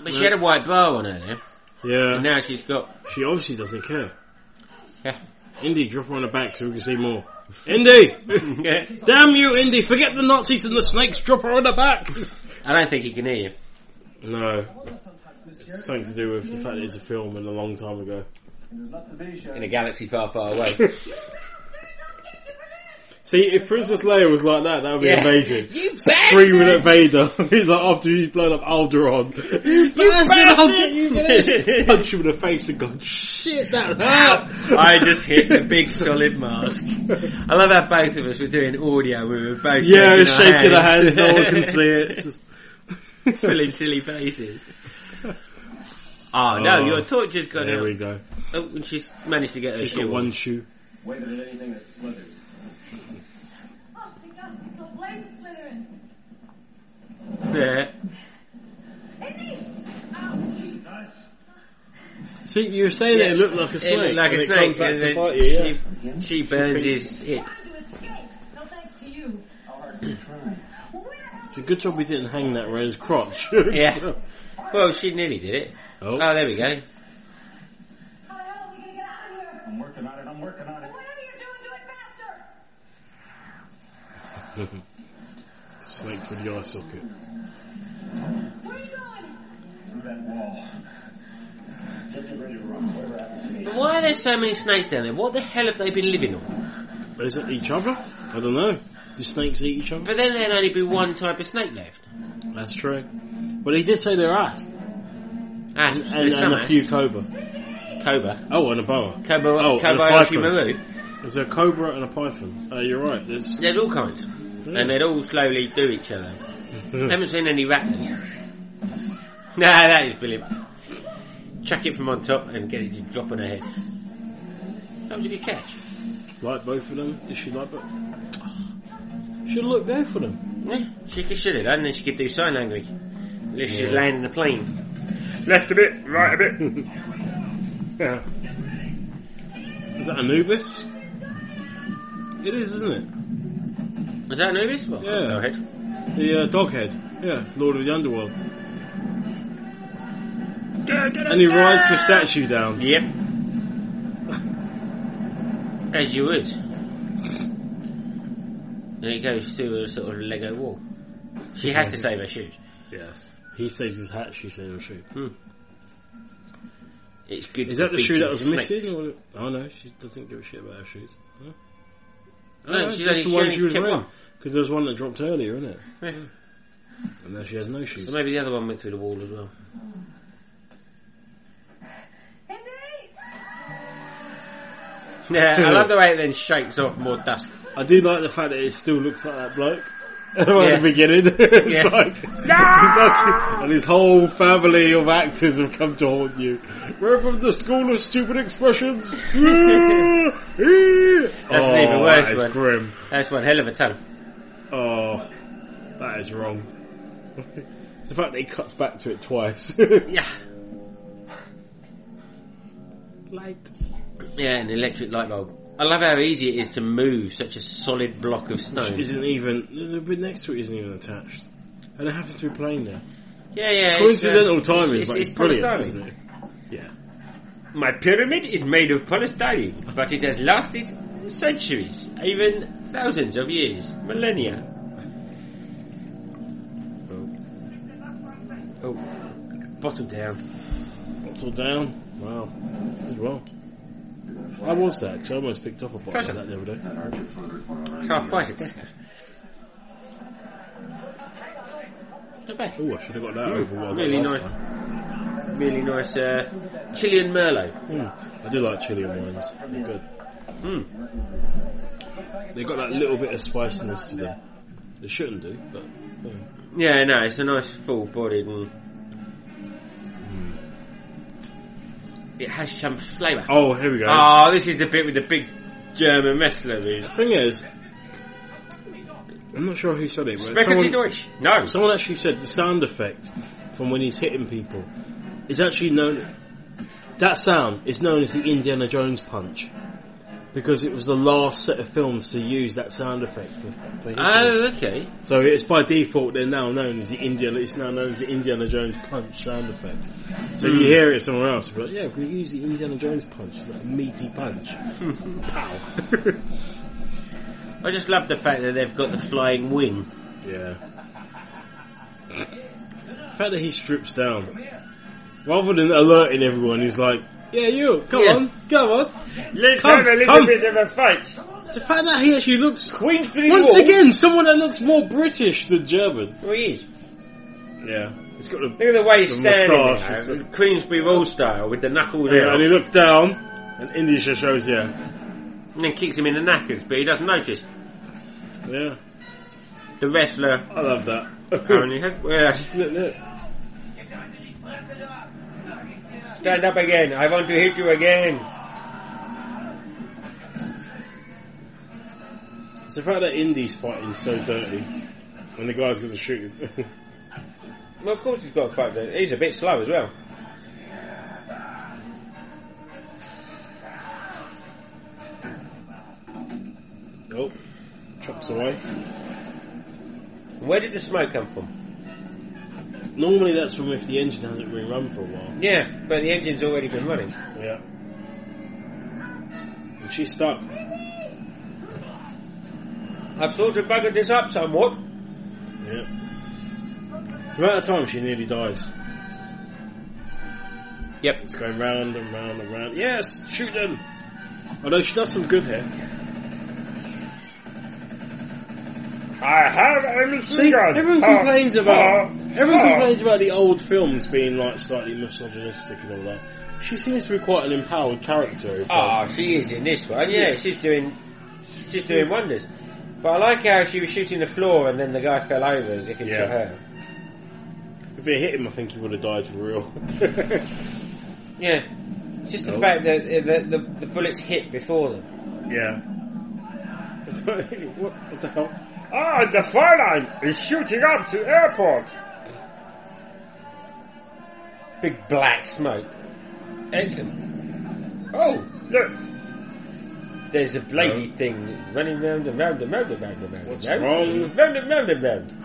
Speaker 8: But she had a white bow on earlier. And
Speaker 7: Yeah,
Speaker 8: now she's got.
Speaker 7: she obviously doesn't care.
Speaker 8: Yeah.
Speaker 7: Indy, drop her on the back so we can see more. *laughs* Indy, damn you, Indy! Forget the Nazis and the snakes. Drop her on the back.
Speaker 8: I don't think he can hear you.
Speaker 7: No, it's something to do with the fact that it's a film and a long time ago.
Speaker 8: In a galaxy far, far
Speaker 7: *laughs*
Speaker 8: away.
Speaker 7: See, if Princess Leia was like that, that would be
Speaker 8: Yeah.
Speaker 7: amazing.
Speaker 8: You
Speaker 7: Screaming at Vader. *laughs* he's like, after he's blown up Alderaan. *laughs* You bastard! I'll get you for this. *laughs* Punch him in the face and go, shit,
Speaker 8: *laughs*
Speaker 7: that hurt!
Speaker 8: Ah! I just hit
Speaker 7: *laughs*
Speaker 8: the big solid mask. I love how both of us were doing audio. We were both
Speaker 7: Yeah,
Speaker 8: shaking
Speaker 7: shaking
Speaker 8: our *laughs*
Speaker 7: the hands, no one can see it. It's just, *laughs*
Speaker 8: filling silly faces. Oh no,
Speaker 7: Oh,
Speaker 8: your torture's gone
Speaker 7: there
Speaker 8: out.
Speaker 7: we go.
Speaker 8: Oh, and she's managed to get her
Speaker 7: She's
Speaker 8: shoe
Speaker 7: got
Speaker 8: off.
Speaker 7: one shoe.
Speaker 13: Whether there's anything that's slithered.
Speaker 14: Oh my god, it's all blazes slithering.
Speaker 8: Yeah.
Speaker 14: Indy! Ow! Jesus!
Speaker 7: See, you were saying that it looked like a snake.
Speaker 8: It looked like
Speaker 7: and
Speaker 8: a
Speaker 7: it
Speaker 8: snake.
Speaker 7: comes back
Speaker 8: and
Speaker 7: to
Speaker 8: then
Speaker 7: bite you, yeah.
Speaker 8: she, she burns his hip.
Speaker 14: Trying to escape! No thanks to you.
Speaker 7: It's a good job we didn't hang that around his crotch.
Speaker 8: *laughs* Yeah. Well, she nearly did it.
Speaker 7: Oh.
Speaker 8: oh there we go.
Speaker 13: I'm working on it, I'm working on it.
Speaker 14: Whatever you're doing, do it faster!
Speaker 7: *laughs* Snake with the eye socket.
Speaker 14: Where are you going?
Speaker 13: Through that wall. Just get ready to run, whatever happens to me.
Speaker 8: But why are there so many snakes down there? What the hell have they been living on?
Speaker 7: Is it each other? I don't know. Do snakes eat each other?
Speaker 8: But then there'd only be one type of snake left.
Speaker 7: That's true. But he did say there are asps.
Speaker 8: And,
Speaker 7: And,
Speaker 8: there's some
Speaker 7: and a
Speaker 8: ash.
Speaker 7: few cobra.
Speaker 8: Cobra.
Speaker 7: Oh, and a boa.
Speaker 8: Cobra,
Speaker 7: Oh, and a
Speaker 8: cobra
Speaker 7: python. There's a cobra and a python. Oh, you're right. There's
Speaker 8: There's all kinds. And they'd all slowly do each other.
Speaker 7: *laughs* Hmm.
Speaker 8: Haven't seen any rat *laughs* No, that is brilliant. Chuck it from on top and get it to drop on her head. That was a good catch.
Speaker 7: like both of them. Did she like both? *sighs* Should look there for them.
Speaker 8: Yeah, she could shoot it, and then she could do sign language. Unless she was
Speaker 7: Yeah.
Speaker 8: landing the plane. Left a bit, right a *laughs* bit.
Speaker 7: Yeah. Is that Anubis? It is, isn't it?
Speaker 8: Was that Anubis? Well,
Speaker 7: Yeah.
Speaker 8: go ahead.
Speaker 7: The uh, dog head. Yeah, Lord of the Underworld. And he rides the statue down.
Speaker 8: Yep. As you would. And it goes through a sort of Lego wall. She has to save her shoes.
Speaker 7: Yes. He saves his hat, she saves her shoe.
Speaker 8: It's good.
Speaker 7: Is
Speaker 8: for
Speaker 7: that the shoe
Speaker 8: beating
Speaker 7: that was
Speaker 8: snakes.
Speaker 7: missing? Or... Oh no, she doesn't give a shit about her shoes. Huh?
Speaker 8: No,
Speaker 7: Oh,
Speaker 8: she's
Speaker 7: that's
Speaker 8: only-
Speaker 7: the
Speaker 8: she
Speaker 7: one
Speaker 8: only
Speaker 7: she was
Speaker 8: kept
Speaker 7: wearing.
Speaker 8: one.
Speaker 7: Because there was one that dropped earlier, isn't it?
Speaker 8: Yeah.
Speaker 7: And now she has no shoes.
Speaker 8: So maybe the other one went through the wall as well. Yeah, I love the way it then shakes off more dust.
Speaker 7: I do like the fact that it still looks like that bloke. *laughs* Right at the beginning, *laughs* it's
Speaker 8: Yeah.
Speaker 7: like, he's like- and his whole family of actors have come to haunt you. We're from the school of stupid expressions. *laughs*
Speaker 8: *laughs*
Speaker 7: That's Oh,
Speaker 8: That's an even worse
Speaker 7: that is
Speaker 8: one.
Speaker 7: grim.
Speaker 8: That's one hell of a tongue.
Speaker 7: Oh, that is wrong. *laughs* it's the fact that he cuts back to it twice. *laughs*
Speaker 8: Yeah.
Speaker 7: Light.
Speaker 8: Yeah, an electric light bulb. I love how easy it is to move such a solid block of stone.
Speaker 7: isn't even the bit next to it isn't even attached, and it happens to be playing there.
Speaker 8: yeah, yeah. it's, uh,
Speaker 7: Coincidental timing, but it's, brilliant,
Speaker 8: polystyrene.
Speaker 7: isn't it? Yeah.
Speaker 8: My pyramid is made of polystyrene, but it has lasted centuries, even thousands of years, millennia. Oh. Oh. Bottom down.
Speaker 7: Bottle down. Wow. Did well. How was that? 'Cause I almost picked up a bottle
Speaker 8: Pressure.
Speaker 7: of that the other day.
Speaker 8: Half price at Tesco. Not bad.
Speaker 7: Oh, I should have got that
Speaker 8: Mm,
Speaker 7: over while I got
Speaker 8: really
Speaker 7: last
Speaker 8: nice.
Speaker 7: time.
Speaker 8: Really nice uh, Chilean Merlot.
Speaker 7: Mm. I do like chili and wines. They're good. Hmm.
Speaker 8: Mm.
Speaker 7: They've got that little bit of spiciness to them. They shouldn't do, but yeah.
Speaker 8: Yeah, no, it's a nice full bodied and. It has some flavour.
Speaker 7: Hmm. Oh, here we go.
Speaker 8: Oh, this is the bit with the big German wrestler who's.
Speaker 7: The thing is, I'm not sure who said it, but
Speaker 8: Sprechen Sie
Speaker 7: someone,
Speaker 8: Deutsch? Oh, No.
Speaker 7: someone actually said the sound effect from when he's hitting people is actually known. That sound is known as the Indiana Jones punch because it was the last set of films to use that sound effect. For, for hitting.
Speaker 8: Oh, okay.
Speaker 7: So it's by default they're now known as the Indiana. It's now known as the Indiana Jones punch sound effect. So you hear it somewhere else, but yeah, we use the Indiana Jones punch. It's like a meaty punch. Pow.
Speaker 8: I just love the fact that they've got the flying wing.
Speaker 7: Yeah. *laughs* The fact that he strips down, rather than alerting everyone, he's like, "Yeah, you, come
Speaker 8: Yeah.
Speaker 7: on, come on."
Speaker 8: Let's
Speaker 7: Come, have a little come. bit
Speaker 8: of a fight.
Speaker 7: It's the fact that he actually looks
Speaker 8: Queensbury
Speaker 7: once again someone that looks more British than German.
Speaker 8: Well, he is.
Speaker 7: Yeah, it's got a
Speaker 8: Look at the way he's
Speaker 7: Oh, The
Speaker 8: standing
Speaker 7: moustache
Speaker 8: there,
Speaker 7: is just-
Speaker 8: with Queensbury Wall style with the knuckles
Speaker 7: yeah,
Speaker 8: out,
Speaker 7: and he looks down, and India just shows yeah,
Speaker 8: and then kicks him in the knackers, but he doesn't notice.
Speaker 7: yeah.
Speaker 8: the wrestler.
Speaker 7: I love that.
Speaker 8: Apparently, had,
Speaker 7: yeah.
Speaker 8: Stand up again. I want to hit you again.
Speaker 7: It's *laughs* the fact that Indy's fighting so dirty, and the guy's going to shoot him. *laughs*
Speaker 8: well, of course he's got to fight dirty. He's a bit slow as well.
Speaker 7: Oh, chucks away.
Speaker 8: Where did the smoke come from?
Speaker 7: Normally that's from if the engine hasn't been run for a while.
Speaker 8: Yeah, but the engine's already been running.
Speaker 7: Yeah. And she's stuck.
Speaker 8: I've sort of buggered this up somewhat.
Speaker 7: Yeah. Throughout the time she nearly dies.
Speaker 8: Yep.
Speaker 7: It's going round and round and round. Yes, shoot them! Although she does some good here.
Speaker 12: I have any
Speaker 7: See, everyone complains about everyone complains about the old films being like slightly misogynistic and all that. She seems to be quite an empowered character.
Speaker 8: Ah, she is in this one. Yeah, she's doing she's doing wonders. But I like how she was shooting the floor and then the guy fell over as if it yeah. shot her.
Speaker 7: If it hit him, I think he would have died for real. *laughs*
Speaker 8: yeah, it's just nope. the fact that the, the, the bullets hit before them.
Speaker 7: Yeah. *laughs* what the hell?
Speaker 12: Ah, the fire line is shooting up to airport.
Speaker 8: Big black smoke. Excellent. Oh, look. There's a bladey oh. thing that's running round and round and round and round and round.
Speaker 7: What's
Speaker 8: round,
Speaker 7: wrong?
Speaker 8: Round and round and round.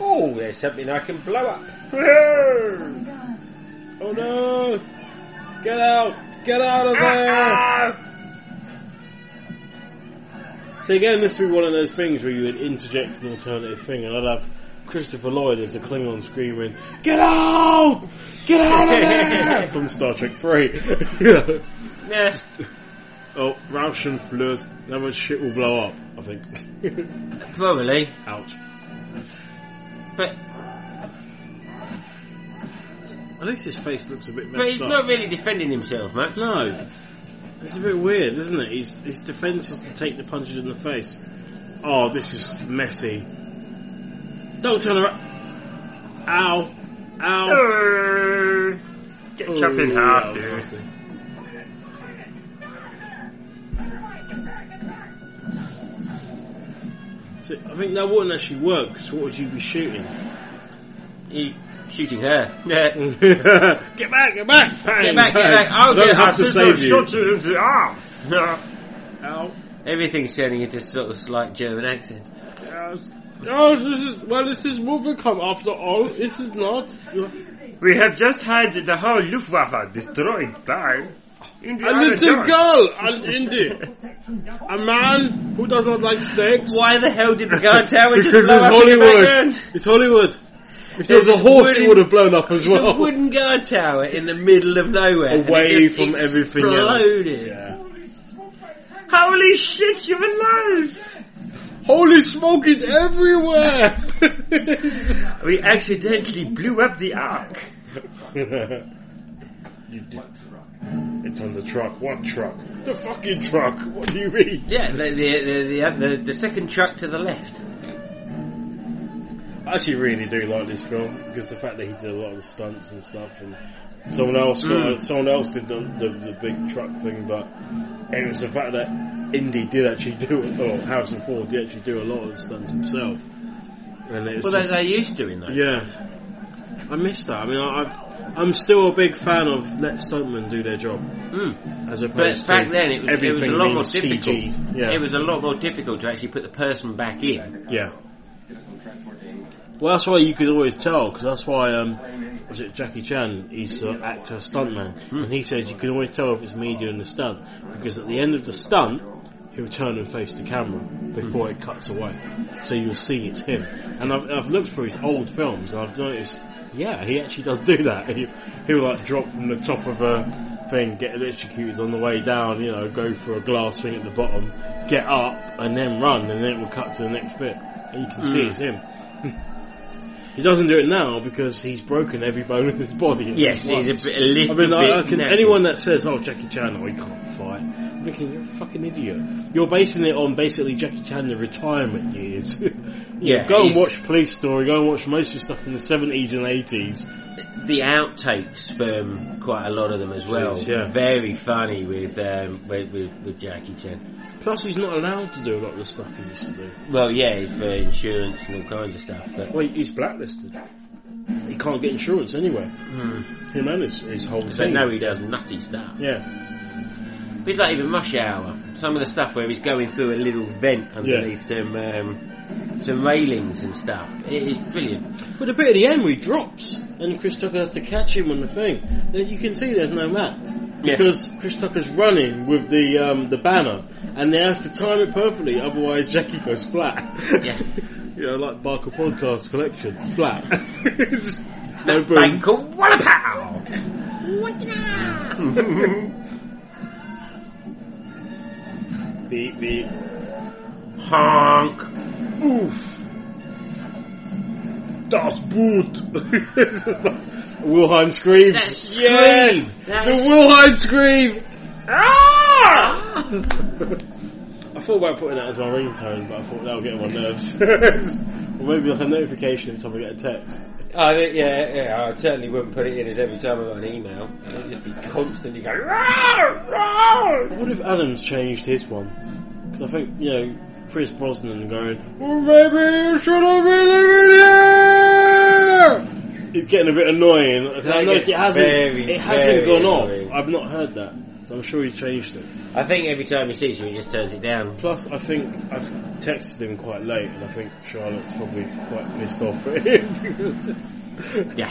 Speaker 8: Oh, there's something I can blow up.
Speaker 7: oh no! Get out! Get out of there! Ah! So again, this would be one of those things where you would interject an alternative thing, and I'd have Christopher Lloyd as a Klingon screaming, "Get out! Get out of *laughs* there!" from Star Trek Three. *laughs* yeah.
Speaker 8: Yes.
Speaker 7: Oh, Rausch and Fleur, that much shit will blow up. I think.
Speaker 8: Probably.
Speaker 7: Ouch.
Speaker 8: But.
Speaker 7: At least his face looks a bit
Speaker 8: But he's
Speaker 7: up.
Speaker 8: not really defending himself, Max.
Speaker 7: No. It's a bit weird, isn't it? His, his defence is to take the punches in the face. Oh, this is messy. Don't turn around. Ow. Ow.
Speaker 12: Uh, get oh, chopped in half, dude. Nasty.
Speaker 7: So, I think that wouldn't actually work, because what would you be shooting?
Speaker 8: You shooting her. Yeah.
Speaker 7: *laughs* get back, get back, bang,
Speaker 8: get back, bang. get back. I'll
Speaker 7: don't
Speaker 8: get
Speaker 7: have to save you.
Speaker 12: Shot you in the arm.
Speaker 7: Ow.
Speaker 8: Everything's turning into sort of slight German accent.
Speaker 7: Yes. Oh, this is well. This is Wolvercom after all. This is not.
Speaker 12: We have just had the whole Luftwaffe destroyed by
Speaker 7: a little girl and Indy. A man who does not like steaks.
Speaker 8: Why the hell did the guard tower
Speaker 7: just Because it's Hollywood. It's Hollywood. If there was a horse, wooden, it would have blown up as well.
Speaker 8: A wooden guard tower in the middle of nowhere,
Speaker 7: away from everything.
Speaker 8: Exploded.
Speaker 7: Yeah.
Speaker 12: Holy shit! You're alive.
Speaker 7: Holy smoke is everywhere. *laughs*
Speaker 8: we accidentally blew up the ark.
Speaker 7: *laughs* you did. It's on the truck. What truck? The fucking truck. What do you mean?
Speaker 8: Yeah, the the, the, the, the second truck to the left.
Speaker 7: I actually really do like this film because the fact that he did a lot of the stunts and stuff, and someone else, mm. someone else did the, the, the, big truck thing, but it was the fact that Indy did actually do it, or Harrison Ford did actually do a lot of the stunts himself.
Speaker 8: well, just, as I used to in that.
Speaker 7: Yeah, I miss that. I mean, I, am still a big fan of let stuntmen do their job.
Speaker 8: Mm.
Speaker 7: As opposed
Speaker 8: but back then, it was, it was a lot more difficult.
Speaker 7: CG'd. Yeah.
Speaker 8: It was a lot more difficult to actually put the person back in.
Speaker 7: Yeah. Well, that's why you could always tell, because that's why, um, was it Jackie Chan? He's an uh, actor, stuntman, mm. and he says you can always tell if it's media in the stunt, because at the end of the stunt, he'll turn and face the camera before mm. it cuts away. So you'll see it's him. And I've, I've looked through his old films, and I've noticed, yeah, he actually does *laughs* do that. He, will like drop from the top of a thing, get electrocuted on the way down, you know, go for a glass thing at the bottom, get up, and then run, and then it will cut to the next bit. And you can mm. see it's him. He doesn't do it now because he's broken every bone in his body.
Speaker 8: Yes, he's a, bit, a little
Speaker 7: I mean,
Speaker 8: bit.
Speaker 7: I, I can, anyone that says, "Oh, Jackie Chan, oh, he can't fight," I'm thinking you're a fucking idiot. You're basing it on basically Jackie Chan the retirement years. *laughs*
Speaker 8: Yeah,
Speaker 7: go and
Speaker 8: he's-
Speaker 7: watch Police Story. Go and watch most of the stuff from the seventies and eighties.
Speaker 8: the outtakes from quite a lot of them as well.
Speaker 7: Jeez, yeah.
Speaker 8: Very funny with, um, with, with with Jackie Chan.
Speaker 7: Plus, he's not allowed to do a lot of the stuff he used to do.
Speaker 8: Well, yeah, for insurance and all kinds of stuff. But
Speaker 7: Well, he's blacklisted. He can't get insurance anywhere. Him and his, his whole
Speaker 8: Hmm. but
Speaker 7: team.
Speaker 8: no, he does nutty stuff.
Speaker 7: yeah,
Speaker 8: It's like even Rush Hour. Some of the stuff where he's going through a little vent underneath some um, some railings and stuff. It is brilliant.
Speaker 7: but the bit at the end where he drops and Chris Tucker has to catch him on the thing. That you can see there's no map
Speaker 8: Yeah.
Speaker 7: because Chris Tucker's running with the um, the banner, and they have to time it perfectly. Otherwise, Jackie goes flat.
Speaker 8: Yeah.
Speaker 7: *laughs* you know, like Barker Podcast Collection, it's flat. *laughs* Just no
Speaker 8: That
Speaker 7: boom.
Speaker 8: bank of Wallapow!
Speaker 7: *laughs* beep beep.
Speaker 8: Honk!
Speaker 7: Oof. Das Boot. *laughs* It's just like- Wilhelm scream.
Speaker 8: That scream.
Speaker 7: Yes.
Speaker 8: That
Speaker 7: the
Speaker 8: is-
Speaker 7: Wilhelm scream. Ah! I thought about putting that as my ringtone, but I thought that'll get on my *laughs* nerves. or maybe like a notification every time I get a text.
Speaker 8: I think, yeah, yeah, I certainly wouldn't put it in as every time I got an email. It'd just be constantly going, "Rawr, rawr."
Speaker 7: What if Adam's changed his one? Because I think you know Chris Brosnan going. Well, maybe you should have been living here. It's getting a bit annoying. 'cause I
Speaker 8: That
Speaker 7: noticed it
Speaker 8: gets
Speaker 7: hasn't.
Speaker 8: very,
Speaker 7: it hasn't
Speaker 8: very
Speaker 7: gone
Speaker 8: annoying.
Speaker 7: off. I've not heard that, so I'm sure he's changed it.
Speaker 8: I think every time he sees you, he just turns it down.
Speaker 7: Plus, I think I've texted him quite late, and I think Charlotte's probably quite pissed off at him. *laughs*
Speaker 8: Yeah.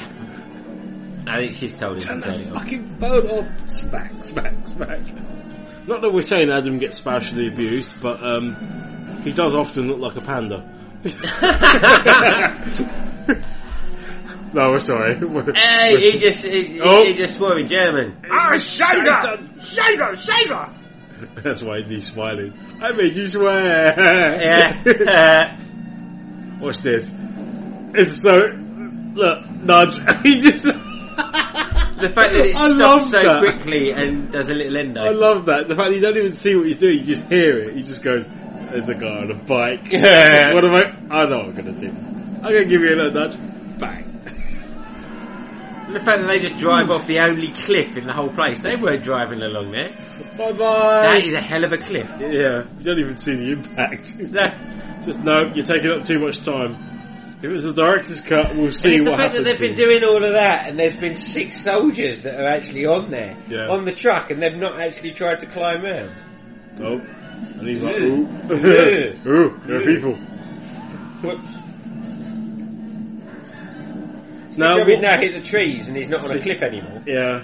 Speaker 8: I think she's told him
Speaker 7: Turn
Speaker 8: to turn
Speaker 7: that
Speaker 8: it off.
Speaker 7: fucking phone off! Smack, smack, smack. Not that we're saying Adam gets spatially abused, but um, he does often look like a *laughs* panda. *laughs* no, we're sorry. We're-
Speaker 8: Hey, he just, he, he-
Speaker 7: Oh.
Speaker 8: he just swore in German.
Speaker 12: Ah, Scheiße! Scheiße! Scheiße!
Speaker 7: *laughs* That's why he's smiling. I made you swear.
Speaker 8: Yeah.
Speaker 7: *laughs*
Speaker 8: Uh,
Speaker 7: Watch this. It's so. Look, nudge. *laughs* he just.
Speaker 8: the fact that
Speaker 7: *laughs*
Speaker 8: it
Speaker 7: I love
Speaker 8: stops so
Speaker 7: that.
Speaker 8: quickly and does a little endo.
Speaker 7: I love that. The fact that you don't even see what he's doing, you just hear it. He just goes, There's a guy on a bike.
Speaker 8: *laughs* Yeah.
Speaker 7: what am I. I know what I'm going to do. I'm going to give you a little nudge. Bang.
Speaker 8: the fact that they just drive off the only cliff in the whole place. They weren't driving along there.
Speaker 7: Bye
Speaker 8: That
Speaker 7: bye.
Speaker 8: is a hell of a cliff.
Speaker 7: Yeah, you don't even see the impact.
Speaker 8: That,
Speaker 7: just, no, you're taking up too much time. If it's a director's cut, we'll see
Speaker 8: And it's
Speaker 7: what
Speaker 8: the fact that
Speaker 7: happens.
Speaker 8: they've been
Speaker 7: to you.
Speaker 8: doing all of that, and there's been six soldiers that are actually on there
Speaker 7: Yeah.
Speaker 8: on the truck, and they've not actually tried to climb out.
Speaker 7: Oh, and he's like,
Speaker 8: Yeah.
Speaker 7: ooh,
Speaker 8: Yeah.
Speaker 7: *laughs* ooh, there are
Speaker 8: Yeah.
Speaker 7: people.
Speaker 8: Whoops!
Speaker 7: Now,
Speaker 8: Now he's
Speaker 7: what-
Speaker 8: now hit the trees, and he's not on a
Speaker 7: See-
Speaker 8: cliff anymore.
Speaker 7: yeah,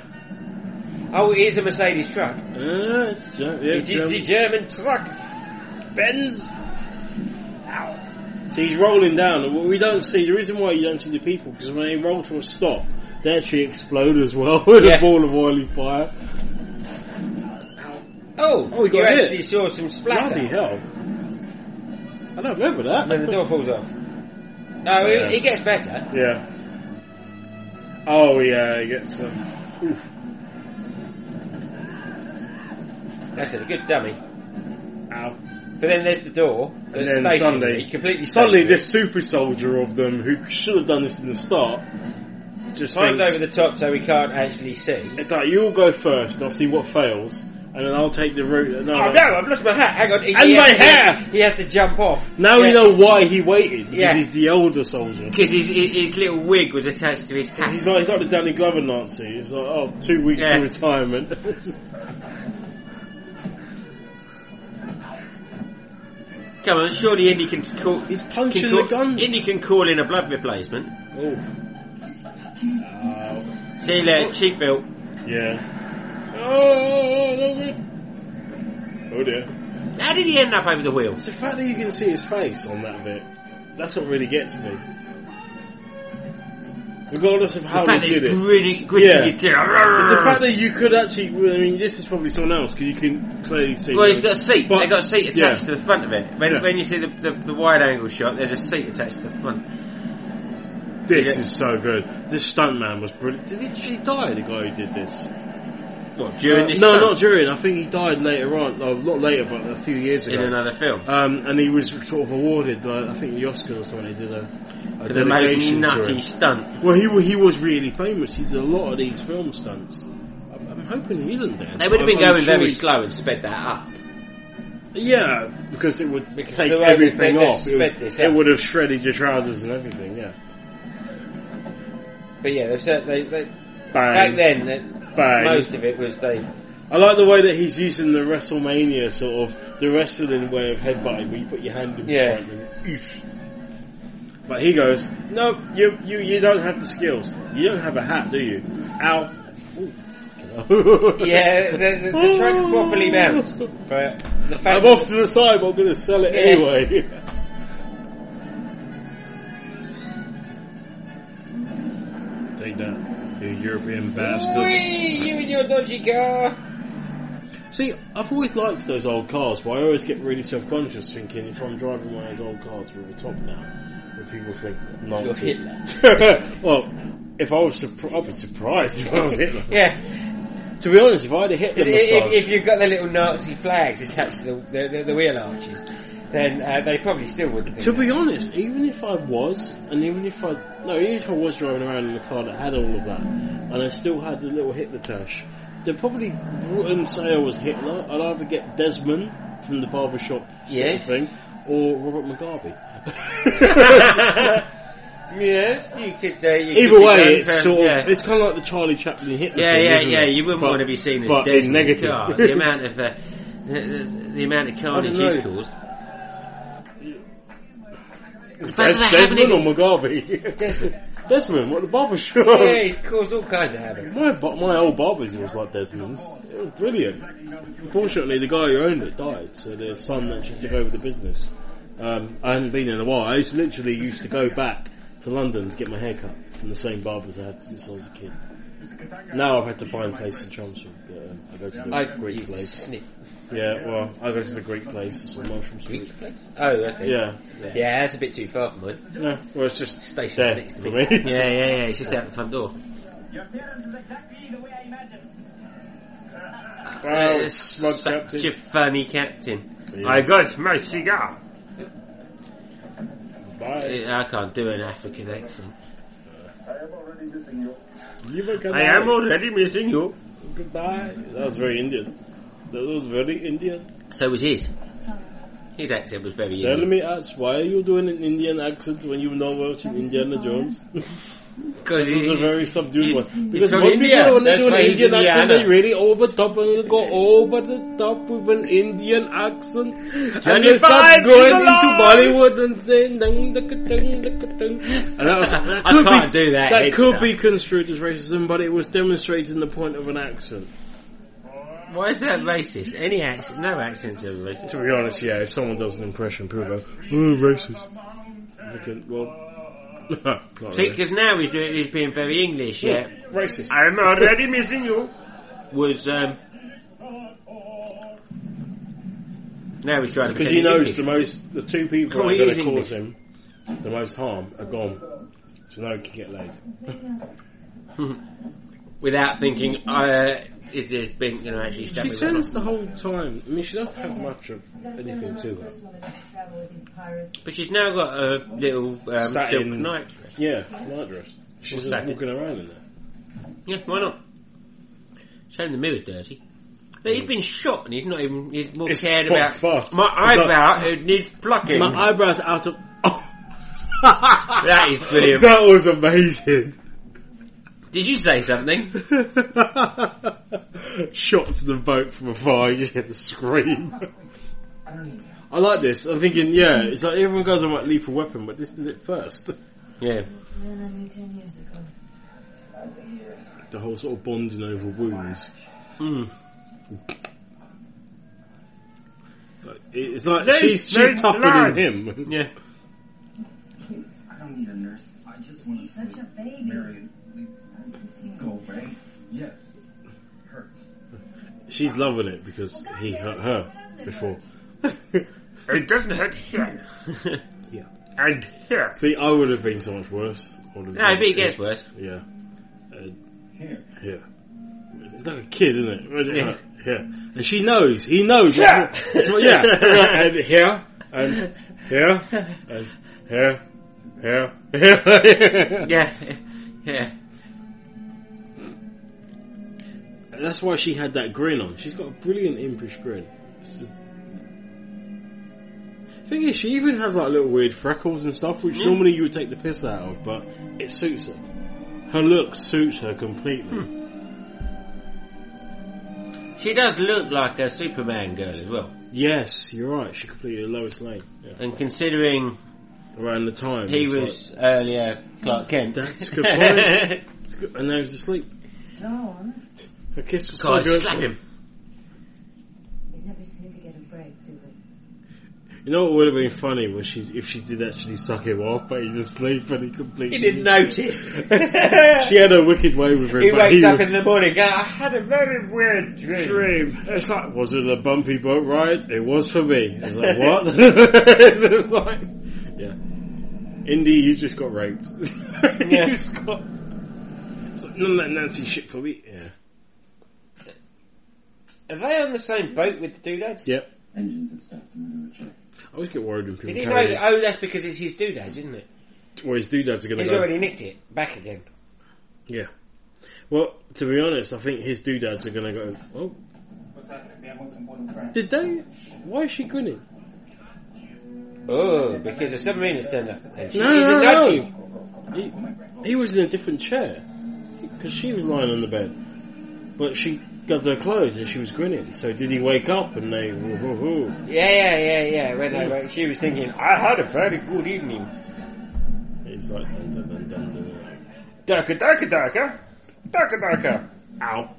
Speaker 8: Oh, it is a Mercedes truck.
Speaker 7: uh, it's German. Yeah,
Speaker 8: It is the
Speaker 7: German.
Speaker 8: German truck.
Speaker 7: Benz. So he's rolling down, and what we don't see the reason why you don't see the people because when they roll to a stop, they actually explode as well *laughs* with
Speaker 8: Yeah.
Speaker 7: a ball of oily fire.
Speaker 8: Oh,
Speaker 7: Oh, he got
Speaker 8: you
Speaker 7: hit.
Speaker 8: actually saw some splatter.
Speaker 7: Bloody hell! I don't remember that.
Speaker 8: And then the door falls off. No, it-
Speaker 7: Yeah.
Speaker 8: it, gets better.
Speaker 7: Yeah. Oh yeah, he gets some. oof.
Speaker 8: That's a good dummy.
Speaker 7: Ow.
Speaker 8: But then there's the door.
Speaker 7: And
Speaker 8: that's
Speaker 7: then
Speaker 8: stationary,
Speaker 7: suddenly,
Speaker 8: completely
Speaker 7: suddenly,
Speaker 8: stationary.
Speaker 7: this super soldier of them who should have done this in the start just
Speaker 8: climbs
Speaker 7: thinks,
Speaker 8: over the top so we can't actually see.
Speaker 7: It's like you all go first. I'll see what fails, and then I'll take the route. that- No,
Speaker 8: Oh
Speaker 7: no.
Speaker 8: no, I've lost my hat. Hang on. He,
Speaker 7: And
Speaker 8: he
Speaker 7: my
Speaker 8: has, he has-
Speaker 7: hair!
Speaker 8: He has to jump off.
Speaker 7: Now we know why he waited because
Speaker 8: Yeah.
Speaker 7: he's the older soldier.
Speaker 8: Because his, his, his little wig was attached to his hat.
Speaker 7: He's like he's like the Danny Glover Nazi. He's like, oh, two weeks
Speaker 8: Yeah.
Speaker 7: to
Speaker 8: *laughs*
Speaker 7: retirement.
Speaker 8: Come on, surely Indy can call.
Speaker 7: he's punching
Speaker 8: can call,
Speaker 7: the gun.
Speaker 8: Indy can call in a blood replacement.
Speaker 7: Oh. Ow.
Speaker 8: See there, cheek belt.
Speaker 7: Yeah. Oh, no good. Oh dear.
Speaker 8: How did he end up over the wheels?
Speaker 7: It's the fact that you can see his face on that bit. That's what really gets me. Regardless of how
Speaker 8: the fact
Speaker 7: he
Speaker 8: that
Speaker 7: did
Speaker 8: it's
Speaker 7: it.
Speaker 8: gritty, gritty
Speaker 7: Yeah.
Speaker 8: your teeth.
Speaker 7: It's the fact that you could actually, well, I mean, this is probably someone else because you can clearly see.
Speaker 8: well, he's got a seat.
Speaker 7: But-
Speaker 8: they got a seat attached
Speaker 7: yeah.
Speaker 8: to the front of it. When,
Speaker 7: Yeah.
Speaker 8: when you see the, the, the wide angle shot, there's a seat attached to the front.
Speaker 7: This
Speaker 8: Yeah.
Speaker 7: is so good. This stuntman was brilliant. Did he, did he die, the guy who did this? one?
Speaker 8: During
Speaker 7: Uh,
Speaker 8: this
Speaker 7: no,
Speaker 8: film?
Speaker 7: not during. I think he died later on. No, not later, but a few years
Speaker 8: In
Speaker 7: ago.
Speaker 8: another film.
Speaker 7: Um, and he was sort of awarded, uh, I think, the Oscars or something. They did a, a
Speaker 8: For the most
Speaker 7: dedication to
Speaker 8: nutty
Speaker 7: him.
Speaker 8: stunt.
Speaker 7: Well, he wa- he was really famous. He did a lot of these film stunts. I'm, I'm hoping he isn't there.
Speaker 8: They would have been
Speaker 7: I'm- I'm
Speaker 8: going
Speaker 7: sure
Speaker 8: very
Speaker 7: he-
Speaker 8: slow and sped that up.
Speaker 7: Yeah, because it would take
Speaker 8: the way
Speaker 7: everything
Speaker 8: they- they
Speaker 7: off. It would-
Speaker 8: sped this
Speaker 7: it
Speaker 8: out.
Speaker 7: would have shredded your trousers and everything. Yeah.
Speaker 8: But yeah, they've said they, they
Speaker 7: Bang.
Speaker 8: back then that
Speaker 7: Bang.
Speaker 8: most of it was they.
Speaker 7: I like the way that he's using the WrestleMania sort of the wrestling way of headbutting, where you put your hand in
Speaker 8: Yeah.
Speaker 7: front and oof. But he goes, "No, you you you don't have the skills. You don't have a hat, do you? Ow." Ooh, fucking hell. *laughs*
Speaker 8: Yeah, they're, they're they're trying to properly bounce. But the fact
Speaker 7: I'm off to the side, but I'm going to sell it
Speaker 8: Yeah.
Speaker 7: anyway. Take that, you European
Speaker 8: Whee, you and your dodgy car.
Speaker 7: See, I've always liked those old cars, but I always get really self-conscious thinking if I'm driving one of those old cars with a top down, would people think
Speaker 8: You're
Speaker 7: Nazi?
Speaker 8: Hitler.
Speaker 7: *laughs* well, if I was surprised, I'd be surprised if I was Hitler.
Speaker 8: *laughs* Yeah,
Speaker 7: To be honest, if I had a Hitler
Speaker 8: if, if,
Speaker 7: moustache,
Speaker 8: if you've got the little Nazi flags attached to the the, the, the wheel arches, then uh, they probably still wouldn't. think
Speaker 7: to
Speaker 8: that.
Speaker 7: be honest, even if I was, and even if I no, even if I was driving around in a car that had all of that, and I still had the little Hitler tash, they probably wouldn't say I was Hitler. I'd either get Desmond from the barbershop sort
Speaker 8: Yeah.
Speaker 7: of thing, or Robert Mugabe. *laughs*
Speaker 8: *laughs* yes, you could. Uh, you
Speaker 7: Either
Speaker 8: could be
Speaker 7: way,
Speaker 8: going
Speaker 7: it's
Speaker 8: for-
Speaker 7: sort of
Speaker 8: yeah.
Speaker 7: it's kind of like the Charlie Chaplin Hitler.
Speaker 8: Yeah,
Speaker 7: film,
Speaker 8: yeah,
Speaker 7: isn't
Speaker 8: yeah.
Speaker 7: it?
Speaker 8: You wouldn't
Speaker 7: But-
Speaker 8: want to be seen as
Speaker 7: but in
Speaker 8: Desmond.
Speaker 7: negative.
Speaker 8: Oh,
Speaker 7: *laughs*
Speaker 8: the amount of uh, the, the, the amount of carnage
Speaker 7: know. *laughs*
Speaker 8: he's caused.
Speaker 7: Des-
Speaker 8: fact that I haven't
Speaker 7: Desmond or
Speaker 8: even-
Speaker 7: Mugabe?
Speaker 8: Desmond.
Speaker 7: Desmond, what the barber shop?
Speaker 8: yeah, he's caused all kinds of havoc.
Speaker 7: My bu- my old barber's was like Desmond's. It was brilliant. Unfortunately, the guy who owned it died, so the son actually took over the business. Um, I hadn't been in a while. I used to literally used to go back to London to get my hair cut from the same barbers I had since I was a kid. Now I've had to find places in Chelmsford. But, um, I go to the
Speaker 8: I
Speaker 7: Greek
Speaker 8: you
Speaker 7: place.
Speaker 8: snip.
Speaker 7: Yeah, well, I go to the Greek place. It's on Marshall Street.
Speaker 8: Oh, okay.
Speaker 7: Yeah.
Speaker 8: yeah, that's a bit too far from mine.
Speaker 7: No, well, it's just
Speaker 8: Station's
Speaker 7: there
Speaker 8: next to
Speaker 7: for
Speaker 8: me.
Speaker 7: me.
Speaker 8: yeah, yeah, yeah. It's just out the front door.
Speaker 13: Your appearance is exactly the way I imagined.
Speaker 7: *laughs* Well,
Speaker 8: Uh,
Speaker 7: smug
Speaker 8: such
Speaker 7: captain.
Speaker 8: a funny captain.
Speaker 12: I got my cigar.
Speaker 7: Bye.
Speaker 8: Uh, I can't do an African accent.
Speaker 9: I am already missing you.
Speaker 7: You were good
Speaker 12: I am already missing you.
Speaker 7: Goodbye. That was very Indian. That was very Indian.
Speaker 8: So was his. His accent was very.
Speaker 7: Tell
Speaker 8: Indian.
Speaker 7: me, us, why are you doing an Indian accent when you know watching Indiana Jones?
Speaker 8: Because
Speaker 7: It was a very subdued
Speaker 8: He's-
Speaker 7: one.
Speaker 8: he's
Speaker 7: Because
Speaker 8: from
Speaker 7: most
Speaker 8: India.
Speaker 7: people, when they
Speaker 8: That's
Speaker 7: do an
Speaker 8: why he's
Speaker 7: Indian accent, they
Speaker 8: Indiana.
Speaker 7: really over top and they go over the top with an Indian accent. and
Speaker 12: Johnny
Speaker 7: they start
Speaker 12: Five
Speaker 7: going
Speaker 12: is
Speaker 7: into
Speaker 12: alive!
Speaker 7: Bollywood and saying, dang, dang, dang, dang. And that, was, that
Speaker 8: I
Speaker 7: could
Speaker 8: can't
Speaker 7: be,
Speaker 8: do that.
Speaker 7: That
Speaker 8: It's
Speaker 7: could
Speaker 8: enough.
Speaker 7: be construed as racism, but it was demonstrating the point of an accent.
Speaker 8: Why is that racist? Any accent? No accents are racist.
Speaker 7: To be honest, yeah, if someone does an impression, people go, ooh, racist. They can- well, *laughs* not
Speaker 8: See,
Speaker 7: really.
Speaker 8: because now he's, doing, he's being very English. Yeah,
Speaker 7: Racist.
Speaker 12: I am already missing you.
Speaker 8: was um. Now he's trying to
Speaker 7: Because
Speaker 8: pretend
Speaker 7: he
Speaker 8: he's
Speaker 7: knows
Speaker 8: English.
Speaker 7: the most, the two people
Speaker 8: Cool,
Speaker 7: that
Speaker 8: he
Speaker 7: are going
Speaker 8: is
Speaker 7: to
Speaker 8: English.
Speaker 7: cause him the most harm are gone. So now he can get laid.
Speaker 8: without thinking, uh, is this being going to actually stab
Speaker 7: She
Speaker 8: me? or
Speaker 7: tends
Speaker 8: not?
Speaker 7: the whole time, I mean, she doesn't have much of anything to her.
Speaker 8: But she's now got a little um, silk
Speaker 7: Satin.
Speaker 8: night.
Speaker 7: Yeah, night dress. She's just
Speaker 8: What's that?
Speaker 7: walking around in there.
Speaker 8: Yeah, why not? Shame the mirror's dirty. But he's been shot and he's not even he's more
Speaker 7: It's
Speaker 8: cared
Speaker 7: fucked
Speaker 8: about.
Speaker 7: fast.
Speaker 8: My
Speaker 7: It's like-
Speaker 8: eyebrow it needs plucking.
Speaker 7: My eyebrows out of. *laughs*
Speaker 8: that is brilliant.
Speaker 7: that was amazing.
Speaker 8: Did you
Speaker 7: *laughs*
Speaker 8: say something?
Speaker 7: Shot to the boat from afar, you just hear the scream. I like this. I'm thinking, yeah, it's like everyone goes on like lethal weapon, but this did it first.
Speaker 8: Yeah.
Speaker 7: The whole sort of bonding over wounds.
Speaker 8: Mm.
Speaker 7: It's like- It's like
Speaker 12: They-
Speaker 7: she's, she's
Speaker 12: they
Speaker 7: tougher
Speaker 12: learn.
Speaker 7: than him. *laughs*
Speaker 8: Yeah.
Speaker 13: I don't need a nurse. I just want to
Speaker 14: Such a baby.
Speaker 13: Marion, go away. Yes. Hurt.
Speaker 7: She's loving it because he hurt her before. *laughs*
Speaker 12: It doesn't hurt here.
Speaker 8: *laughs*
Speaker 7: Yeah.
Speaker 12: And here.
Speaker 7: See, I would have been so much worse. I would have
Speaker 8: No,
Speaker 7: been-
Speaker 8: but it gets worse.
Speaker 7: Yeah. Uh,
Speaker 13: Here.
Speaker 7: yeah. It's like a kid, isn't it? Where's it? Yeah. yeah. And she knows. He knows. Yeah. So, yeah. *laughs* and here. And here. And here. Here. Here.
Speaker 8: *laughs*
Speaker 7: *laughs*
Speaker 8: yeah. Yeah.
Speaker 7: And that's why she had that grin on. She's got a brilliant impish grin. It's just... Thing is, she even has like little weird freckles and stuff, which normally you would take the piss out of, but it suits her. Her look suits her completely.
Speaker 8: She does look like a Superman girl as well.
Speaker 7: Yes, you're right. She completed Lois Lane yeah.
Speaker 8: And considering
Speaker 7: around the time
Speaker 8: he
Speaker 7: it's
Speaker 8: was
Speaker 7: like,
Speaker 8: earlier Clark Kent. *laughs*
Speaker 7: That's a good point. It's good- And now he's asleep.
Speaker 14: No, honest.
Speaker 7: Her kiss was
Speaker 8: God,
Speaker 7: so good.
Speaker 8: slap him.
Speaker 14: They never seem to get a break, do they?
Speaker 7: You know what would have been funny was she if she did actually suck him off, but he's asleep and he completely.
Speaker 8: He didn't *laughs*
Speaker 7: *laughs*
Speaker 8: notice.
Speaker 7: she had a wicked way with him.
Speaker 8: He
Speaker 7: but
Speaker 8: wakes up
Speaker 7: was-
Speaker 8: in the morning. Go, I had a very weird dream. *laughs*
Speaker 7: dream. It's like, was it a bumpy boat ride? It was for me. It's like, what?
Speaker 8: *laughs*
Speaker 7: it's like, yeah. Indy, you just got raped. *laughs* you
Speaker 8: Yeah.
Speaker 7: just got. It's like, none of that Nancy shit for me. Yeah.
Speaker 8: Are they on the same boat with the doodads?
Speaker 7: Yep.
Speaker 9: Engines have stopped and check.
Speaker 7: I always get worried when people
Speaker 8: Did he know?
Speaker 7: carry
Speaker 8: that- Oh, that's because it's his doodads, isn't it?
Speaker 7: it. Well, his doodads are going
Speaker 8: He's
Speaker 7: to go.
Speaker 8: already nicked it back again.
Speaker 7: Yeah. Well, to be honest, I think his doodads are going to go. Oh,
Speaker 10: What's happening? We have most important friends.
Speaker 7: did they? Why is she grinning?
Speaker 8: Oh, because the submarine has turned up. And she
Speaker 7: No,
Speaker 8: is
Speaker 7: no,
Speaker 8: a
Speaker 7: no.
Speaker 8: nudgy.
Speaker 7: He, he was in a different chair because she was lying on the bed, but she got her clothes and she was grinning. So did he wake up and they? Woo, hoo, hoo.
Speaker 8: Yeah, yeah, yeah, yeah. When I woke, she was thinking, I had a very good evening.
Speaker 7: It's like dun dun dun dun dun.
Speaker 8: Darker, darker, darker. Darker, darker.
Speaker 7: Ow!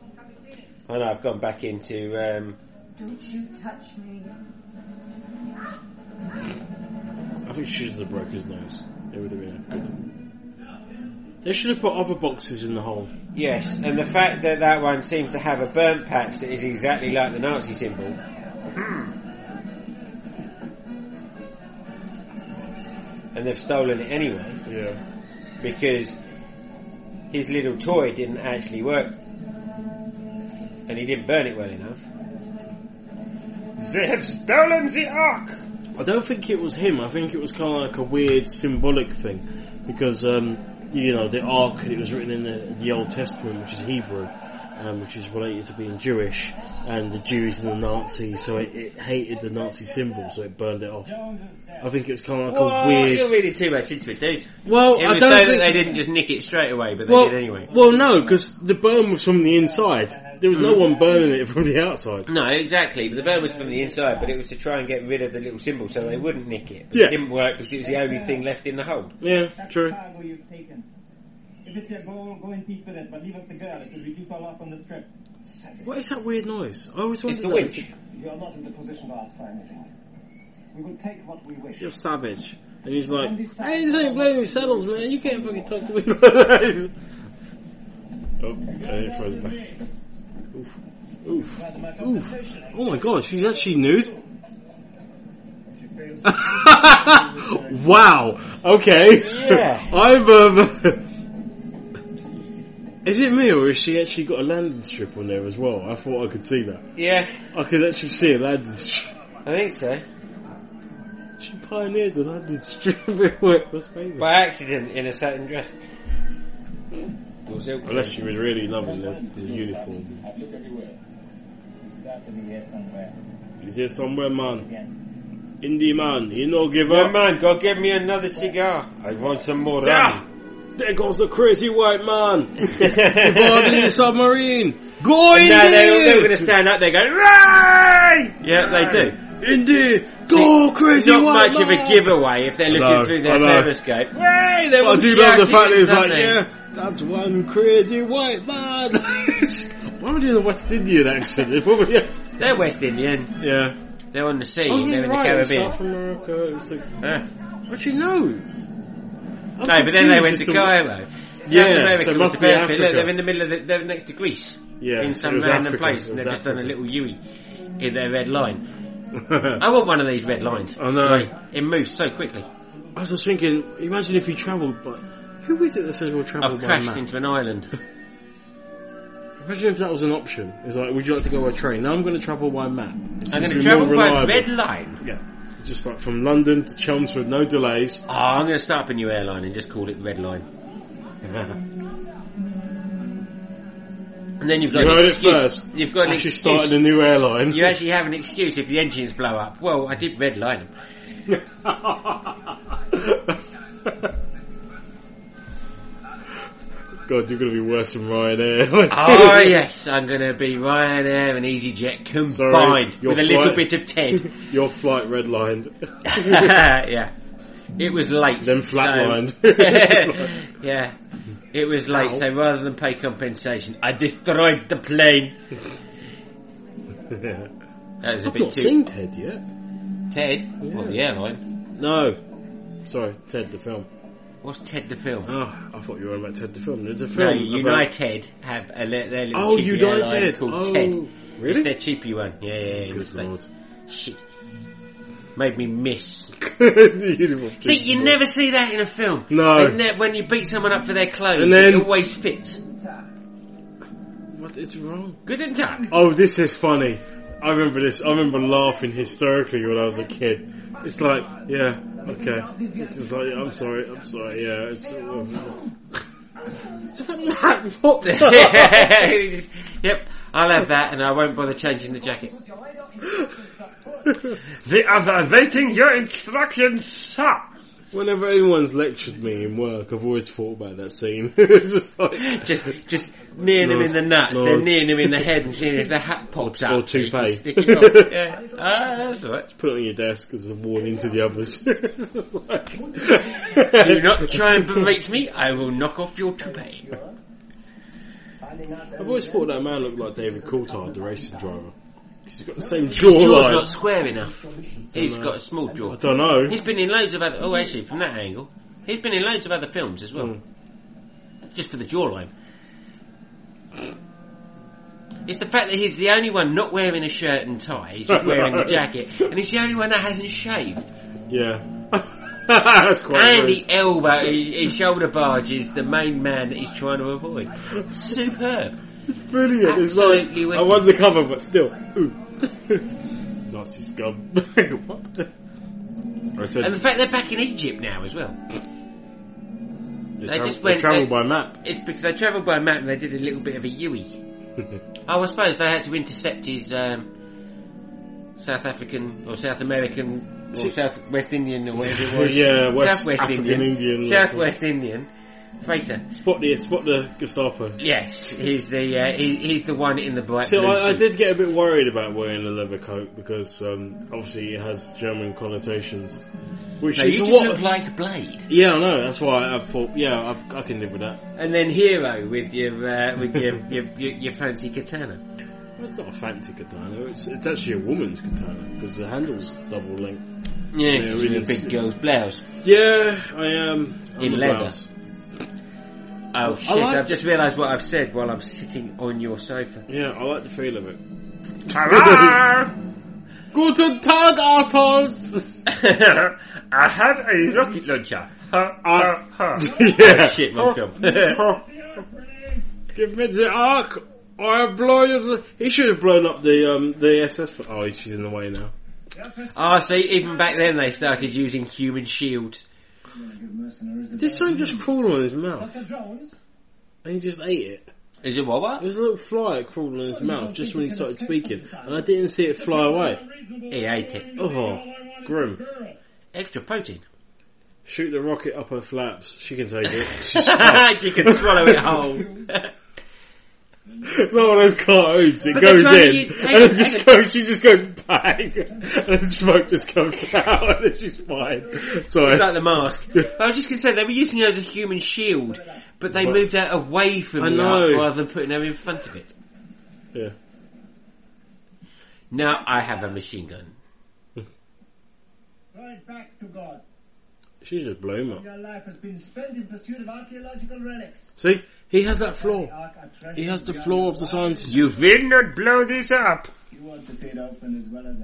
Speaker 8: I know, I've gone back into, um,
Speaker 14: Don't you touch me.
Speaker 7: I think she should have broke his nose. It would have been a good. They should have put other boxes in the hole.
Speaker 8: yes, and the fact that that one seems to have a burnt patch that is exactly like the Nazi symbol. Hmm. and they've stolen it anyway.
Speaker 7: Yeah.
Speaker 8: because his little toy didn't actually work and he didn't burn it well enough. They have stolen the ark!
Speaker 7: I don't think it was him. I think it was kind of like a weird symbolic thing, because um, you know the Ark. It was written in the, the Old Testament, which is Hebrew, um, which is related to being Jewish, and the Jews and the Nazis. So it, it hated the Nazi symbol, so it burned it off. I think it's kind of like a
Speaker 8: Whoa, you're
Speaker 7: weird.
Speaker 8: reading too much into it, dude.
Speaker 7: Well,
Speaker 8: it
Speaker 7: Oh, I
Speaker 8: was
Speaker 7: don't
Speaker 8: so
Speaker 7: think
Speaker 8: that they didn't just nick it straight away, but they
Speaker 7: well,
Speaker 8: did anyway.
Speaker 7: well, no, because the burn was from the inside. There was no
Speaker 8: Mm.
Speaker 7: one burning it from the outside.
Speaker 8: No, exactly. But the burn was from the inside, but it was to try and get rid of the little symbol so they wouldn't nick it. But
Speaker 7: Yeah.
Speaker 8: It didn't work because it was the only thing left in the hole.
Speaker 7: Yeah,
Speaker 10: That's
Speaker 7: true.
Speaker 10: the cargo you've taken. If it's your goal, go in peace with it, but leave us the girl. It will reduce our loss on this trip.
Speaker 7: What is that weird noise? I always
Speaker 8: It's
Speaker 7: wondered
Speaker 8: the
Speaker 7: that.
Speaker 8: winch.
Speaker 10: You are not in the position to ask for anything. We will take what we wish.
Speaker 7: You're savage. And he's like, hey, this ain't playing with saddles, man. You can't fucking talk to me. *laughs* oh, and it throws back. Oof. Oof. Oof. Oh my god, she's actually nude? *laughs* wow. Okay. *laughs*
Speaker 8: Yeah.
Speaker 7: I'm, um... Is it me or has she actually got a landing strip on there as well? I thought I could see that.
Speaker 8: Yeah,
Speaker 7: I could actually see a landing strip.
Speaker 8: I think so.
Speaker 7: She pioneered the landing strip where it was famous.
Speaker 8: By accident in a satin dress.
Speaker 7: Unless she was really loving the, the uniform.
Speaker 10: I've looked everywhere. It's got to be here somewhere.
Speaker 7: He's here somewhere, man.
Speaker 10: Again.
Speaker 7: Indie man, he no give
Speaker 8: Oh
Speaker 7: up.
Speaker 8: man, go give me another cigar. I want some more
Speaker 7: Ah, *laughs*
Speaker 8: *laughs* rum.
Speaker 7: there goes the crazy white man. *laughs* Boarding the submarine. Go Indy.
Speaker 8: No, they all, they're going to stand up. They go, right! Yeah, they do.
Speaker 7: Indy, go crazy
Speaker 8: Not
Speaker 7: white
Speaker 8: much
Speaker 7: man.
Speaker 8: of a giveaway if they're looking
Speaker 7: I know,
Speaker 8: through
Speaker 7: I
Speaker 8: their
Speaker 7: know.
Speaker 8: telescope. Hey, they
Speaker 7: But I
Speaker 8: were
Speaker 7: do love the
Speaker 8: shouting
Speaker 7: fact that
Speaker 8: at
Speaker 7: he's like,
Speaker 8: something.
Speaker 7: yeah, that's one crazy white man. *laughs* Why would he have a West Indian accent? They probably-
Speaker 8: They're West Indian.
Speaker 7: yeah.
Speaker 8: They're on the sea.
Speaker 7: I was
Speaker 8: They're in
Speaker 7: Oh,
Speaker 8: the
Speaker 7: right, it was
Speaker 8: Caribbean.
Speaker 7: South America. It was like,
Speaker 8: Huh.
Speaker 7: actually, no.
Speaker 8: No,
Speaker 7: oh,
Speaker 8: but then they went to Cairo. South
Speaker 7: Yeah,
Speaker 8: America
Speaker 7: so it
Speaker 8: was
Speaker 7: must be
Speaker 8: the first bit. Look,
Speaker 7: Africa.
Speaker 8: they're in the middle of the, they're next to Greece.
Speaker 7: Yeah,
Speaker 8: in
Speaker 7: so
Speaker 8: some
Speaker 7: it was
Speaker 8: random
Speaker 7: Africa,
Speaker 8: place.
Speaker 7: it
Speaker 8: And
Speaker 7: was
Speaker 8: they've just done a
Speaker 7: Africa.
Speaker 8: little Yui in their red line.
Speaker 7: I
Speaker 8: *laughs* I want one of these red lines.
Speaker 7: know.
Speaker 8: It moves so quickly.
Speaker 7: I was just thinking, imagine if you travelled, but who is it that says we'll travel
Speaker 8: I've
Speaker 7: *laughs* by
Speaker 8: crashed
Speaker 7: map?
Speaker 8: into an island.
Speaker 7: Imagine if that was an option. It's like, would you like to go by train? Now I'm going to travel by map. It's
Speaker 8: I'm
Speaker 7: going to
Speaker 8: gonna
Speaker 7: be
Speaker 8: travel
Speaker 7: more
Speaker 8: by
Speaker 7: reliable.
Speaker 8: red line.
Speaker 7: Yeah. It's Just like from London to Chelmsford, no delays.
Speaker 8: Ah, I'm going to start up a new airline and just call it Red Line. and then you've got
Speaker 7: You
Speaker 8: an
Speaker 7: heard it
Speaker 8: excuse.
Speaker 7: first.
Speaker 8: You've got an
Speaker 7: Actually
Speaker 8: excuse.
Speaker 7: starting a new airline.
Speaker 8: You actually have an excuse if the engines blow up. Well, I did Red
Speaker 7: *laughs*
Speaker 8: Line 'em.
Speaker 7: God, you're going to be worse than Ryanair. *laughs*
Speaker 8: Oh yes, I'm going to be Ryanair and EasyJet combined
Speaker 7: Sorry, your
Speaker 8: with a little
Speaker 7: flight-
Speaker 8: bit of Ted.
Speaker 7: *laughs* Your flight
Speaker 8: *laughs*
Speaker 7: redlined.
Speaker 8: yeah, it was late.
Speaker 7: Then flatlined. *laughs*
Speaker 8: So, *laughs* yeah, it was late.
Speaker 7: Ow.
Speaker 8: So rather than pay compensation, I destroyed
Speaker 7: *laughs*
Speaker 8: the plane. That was a
Speaker 7: I've
Speaker 8: bit
Speaker 7: not
Speaker 8: too.
Speaker 7: seen Ted yet.
Speaker 8: Ted?
Speaker 7: Yeah.
Speaker 8: Well, yeah, right.
Speaker 7: No. Sorry, Ted the film.
Speaker 8: What's Ted the film?
Speaker 7: Oh, I thought you were on about Ted the film. There's a film.
Speaker 8: Ah, no,
Speaker 7: about-
Speaker 8: United have a li- their little
Speaker 7: Oh,
Speaker 8: cheapy
Speaker 7: United.
Speaker 8: airline called
Speaker 7: Oh,
Speaker 8: Ted.
Speaker 7: really?
Speaker 8: It's their cheapy one. Yeah, yeah, yeah. in the
Speaker 7: Good
Speaker 8: States.
Speaker 7: lord.
Speaker 8: Shit. Made me miss.
Speaker 7: *laughs* The uniform
Speaker 8: See, you
Speaker 7: people.
Speaker 8: never see that in a film.
Speaker 7: No.
Speaker 8: They ne- when you beat someone up for their clothes,
Speaker 7: And then-
Speaker 8: it always fits.
Speaker 7: What is wrong?
Speaker 8: Good Tag.
Speaker 7: Oh, this is funny. I remember this. I remember laughing hysterically when I was a kid. It's like, yeah, okay. It's just like, I'm sorry, I'm sorry, yeah. It's, *laughs*
Speaker 8: *laughs* yep, I'll have that, and I won't bother changing the jacket.
Speaker 12: They
Speaker 7: uh,
Speaker 12: are awaiting your instructions, sir.
Speaker 7: Whenever anyone's lectured me in work, I've always thought about that scene. *laughs* it's just like,
Speaker 8: Just, just near them in the nuts,
Speaker 7: Lord.
Speaker 8: then near them in the head, and seeing if their hat pops up.
Speaker 7: or toupee.
Speaker 8: Stick it
Speaker 7: *laughs*
Speaker 8: on. Yeah. Ah, that's all right.
Speaker 7: Just put it on your desk as a warning to the others. *laughs* It's just like-
Speaker 8: Do
Speaker 7: *laughs*
Speaker 8: not try and berate me. I will knock off your toupee.
Speaker 7: I've always thought that man looked like David Coulthard, the racing driver. 'Cause he's got the same
Speaker 8: His jaw's
Speaker 7: jawline.
Speaker 8: not square enough. He's got a small jaw.
Speaker 7: I don't know.
Speaker 8: He's been in loads of other. Oh, actually, from that angle, he's been in loads of other films as well. Just for the jawline. It's the fact that he's the only one not wearing a shirt and tie. He's just wearing a jacket, and he's the only one that hasn't shaved.
Speaker 7: Yeah. *laughs* That's quite
Speaker 8: and
Speaker 7: rude.
Speaker 8: the elbow, his, his shoulder barge is the main man that he's trying to avoid. Superb.
Speaker 7: It's brilliant. It's
Speaker 8: Absolutely
Speaker 7: like, I
Speaker 8: wicked.
Speaker 7: won the cover, but still. Ooh. *laughs* Nazi scum. what? I said
Speaker 8: And the fact they're back in Egypt now as well.
Speaker 7: they,
Speaker 8: they
Speaker 7: tra-
Speaker 8: just
Speaker 7: they
Speaker 8: went-
Speaker 7: travel
Speaker 8: they-
Speaker 7: by map.
Speaker 8: It's because they travelled by map and they did a little bit of a *laughs* Yui. Oh, I suppose they had to intercept his um, South African or South American or
Speaker 7: See-
Speaker 8: South West Indian or whatever *laughs* it was.
Speaker 7: Yeah, West
Speaker 8: Southwest
Speaker 7: African
Speaker 8: Indian,
Speaker 7: Indian or
Speaker 8: Southwest Indian freighter.
Speaker 7: Spot the spot the Gestapo.
Speaker 8: Yes, he's the uh, he, he's the one in the black.
Speaker 7: See,
Speaker 8: blue
Speaker 7: I, I
Speaker 8: suit.
Speaker 7: did get a bit worried about wearing a leather coat because um, obviously it has German connotations. Which
Speaker 8: No,
Speaker 7: is
Speaker 8: you just
Speaker 7: what?
Speaker 8: look like Blade,
Speaker 7: yeah, I know. That's why I thought. Yeah, I, I can live with that.
Speaker 8: and then Hero with your uh, with *laughs* your, your, your your fancy katana.
Speaker 7: It's not a fancy katana. It's it's actually a woman's katana because the handle's double length.
Speaker 8: Yeah,
Speaker 7: Yeah,
Speaker 8: with
Speaker 7: really
Speaker 8: your big
Speaker 7: sick.
Speaker 8: girl's blouse.
Speaker 7: Yeah, I am. I'm
Speaker 8: In
Speaker 7: a
Speaker 8: leather.
Speaker 7: blouse.
Speaker 8: Oh shit!
Speaker 7: like-
Speaker 8: I've just realised what I've said while I'm sitting on your sofa.
Speaker 7: Yeah, I like the feel
Speaker 8: *laughs*
Speaker 7: of it.
Speaker 12: Hello!
Speaker 7: Guten Tag, assholes!
Speaker 12: I have a rocket launcher. Ha, ha, ha.
Speaker 7: yeah.
Speaker 8: Shit, wrong film.
Speaker 7: *laughs* Give me the arc, or I'll blow you. The... He should have blown up the um the SS. Oh, she's in the way now.
Speaker 8: Ah, see, even back then they started using human shields.
Speaker 7: This something just crawled on his mouth, and he just ate it.
Speaker 8: Is it what? what?
Speaker 7: There's a little fly that crawled on his mouth just when he started speaking, and I didn't see it fly away.
Speaker 8: He ate it.
Speaker 7: Oh, grim.
Speaker 8: E Extra protein.
Speaker 7: Shoot the rocket up her flaps. She can take it. *laughs*
Speaker 8: *laughs*
Speaker 7: She's tough.
Speaker 8: you can swallow it whole.
Speaker 7: It's not one of those cartoons. It
Speaker 8: But
Speaker 7: goes
Speaker 8: that's why
Speaker 7: in, and
Speaker 8: you-
Speaker 7: it just goes. She just goes bang, and the smoke just comes *laughs* out, and then she's fine. Sorry.
Speaker 8: it's like the mask. I was just going to say, they were using her as a human shield, but they
Speaker 7: What?
Speaker 8: moved her away from
Speaker 7: I
Speaker 8: the
Speaker 7: know.
Speaker 8: arc rather than putting her in front of it.
Speaker 7: yeah.
Speaker 8: Now I have a machine gun.
Speaker 10: Right back to God.
Speaker 7: She just blew him up.
Speaker 10: Your life has been spent in pursuit of archaeological relics.
Speaker 7: See, he has that flaw. He has the flaw of the scientist.
Speaker 12: You will not blow this up.
Speaker 10: You want to see it open as well as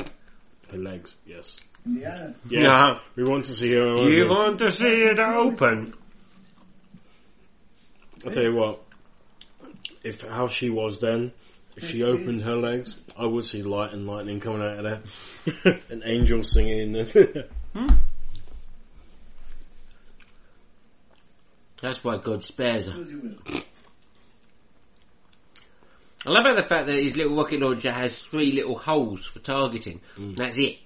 Speaker 10: I.
Speaker 7: Her legs, yes.
Speaker 10: In the Arab
Speaker 7: Yes.
Speaker 12: No.
Speaker 7: We want to see her.
Speaker 12: You want to see it open.
Speaker 7: I'll tell you what. if how she was then, if she opened her legs, I would see light and lightning coming out of
Speaker 8: *laughs*
Speaker 7: there, an angel singing. *laughs*
Speaker 8: That's why God spares her. I love about the fact that his little rocket launcher has three little holes for targeting.
Speaker 7: Mm.
Speaker 8: That's it.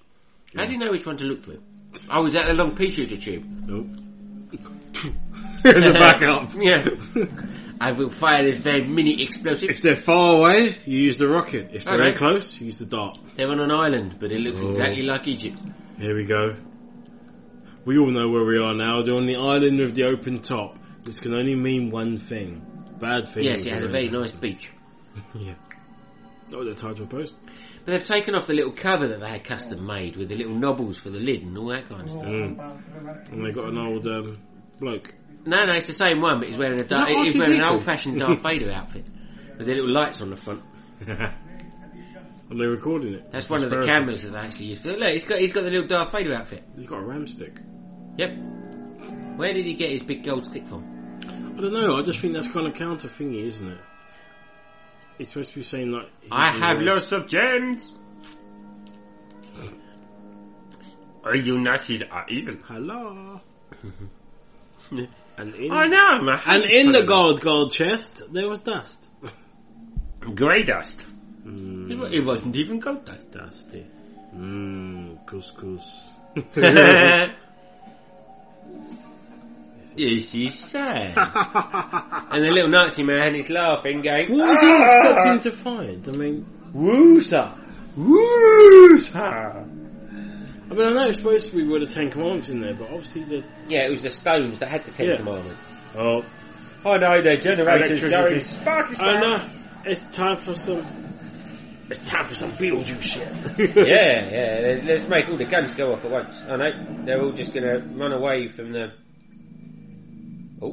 Speaker 8: How do you know which one to look through? Oh, is that the long pea shooter tube?
Speaker 7: Nope.
Speaker 8: back up. *laughs* Yeah. I will fire this very mini explosive.
Speaker 7: If they're far away, you use the rocket. If they're very
Speaker 8: Okay.
Speaker 7: close, you use the dart.
Speaker 8: They're on an island, but it looks
Speaker 7: Oh.
Speaker 8: exactly like Egypt.
Speaker 7: Here we go. We all know where we are now. They're on the island with the open top. This can only mean one thing. Bad things.
Speaker 8: yes, it has a
Speaker 7: are
Speaker 8: very
Speaker 7: in-
Speaker 8: nice beach.
Speaker 7: yeah. Oh, the title post.
Speaker 8: But they've taken off the little cover that they had custom made with the little knobbles for the lid and all that kind of stuff.
Speaker 7: Mm. And they got an old um, bloke.
Speaker 8: No, no, it's the same one, but he's wearing a
Speaker 7: that
Speaker 8: Dar- he's wearing an
Speaker 7: R2D2?
Speaker 8: old-fashioned Darth Vader outfit with the little lights on the front.
Speaker 7: *laughs* And they're recording it.
Speaker 8: That's one of the
Speaker 7: Prosperity.
Speaker 8: cameras that they actually used. Look, he's got he's got the little Darth Vader outfit.
Speaker 7: He's got a ram stick.
Speaker 8: Yep. Where did he get his big gold stick from?
Speaker 7: I don't know. I just think that's kind of counter thingy, isn't it? It's supposed to be saying like.
Speaker 12: I have lots
Speaker 7: lost.
Speaker 12: of gems. Are you uh, Nazis are evil?
Speaker 8: *laughs*
Speaker 7: Hello. and in,
Speaker 12: I know, my
Speaker 7: And in the
Speaker 12: husband.
Speaker 7: gold gold chest, there was dust.
Speaker 12: Grey dust.
Speaker 8: It wa- It wasn't even
Speaker 12: *laughs*
Speaker 8: gold dust.
Speaker 7: Dusty. Mmm,
Speaker 8: *laughs*
Speaker 7: couscous.
Speaker 8: this is
Speaker 12: *laughs*
Speaker 8: sad. and the little Nazi man is laughing, going,
Speaker 7: what was he expecting to find? I mean,
Speaker 8: Woosa!
Speaker 12: Woosa!
Speaker 7: I mean, I know it's supposed to be where the Ten Commandments in there, but obviously the
Speaker 8: Yeah, it was the stones that had the Ten
Speaker 7: Yeah.
Speaker 8: Commandments.
Speaker 7: oh,
Speaker 8: Oh no, their generator's
Speaker 7: Electricity.
Speaker 8: going *laughs* sparky
Speaker 7: oh
Speaker 8: spark.
Speaker 7: no, it's time for some. It's time for some Beetlejuice shit.
Speaker 8: yeah, yeah, let- let's make all the guns go off at once. I know, they're all just gonna run away from the... Oh.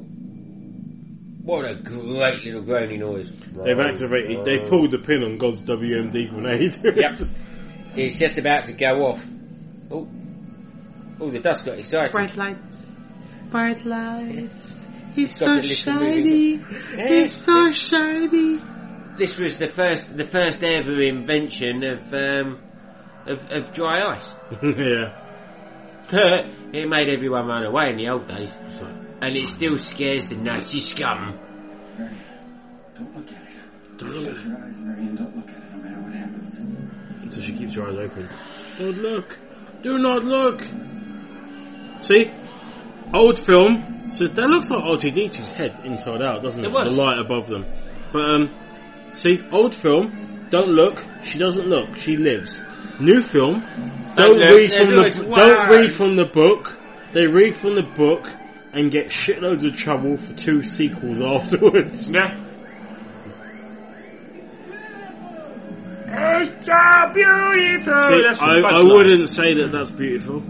Speaker 8: What a great little groaning noise.
Speaker 7: *laughs* They've activated. They pulled the pin on God's WMD grenade.
Speaker 8: Yep. It's just about to go off. Oh. Oh, the dust got excited.
Speaker 11: Bright lights. Bright lights. He's
Speaker 8: got
Speaker 11: so
Speaker 8: the little
Speaker 11: shiny. He's so shiny.
Speaker 8: This was the first, the first ever invention of, um, of, of dry ice.
Speaker 7: *laughs* yeah.
Speaker 8: *laughs* it made everyone run away in the old days.
Speaker 7: So,
Speaker 8: And it still scares the Nazi scum.
Speaker 10: Mary, don't look at it. Shut your eyes, Mary, and don't look at it no matter what happens.
Speaker 7: so she keeps her eyes open. Don't look. Do not look. See, old film. So that looks like R2D2's head inside out, doesn't it?
Speaker 8: It was.
Speaker 7: The light above them. But um, see, old film. Don't look. She doesn't look. She lives. New film. Don't
Speaker 8: Don't look,
Speaker 7: read
Speaker 8: they
Speaker 7: from
Speaker 8: do
Speaker 7: the
Speaker 8: it
Speaker 7: don't
Speaker 8: twice.
Speaker 7: read from the book. They read from the book and get shitloads of trouble for two sequels *laughs* afterwards.
Speaker 12: Yeah. It's so beautiful.
Speaker 7: See,
Speaker 12: That's the
Speaker 7: I, I
Speaker 12: butler.
Speaker 7: wouldn't say that that's beautiful.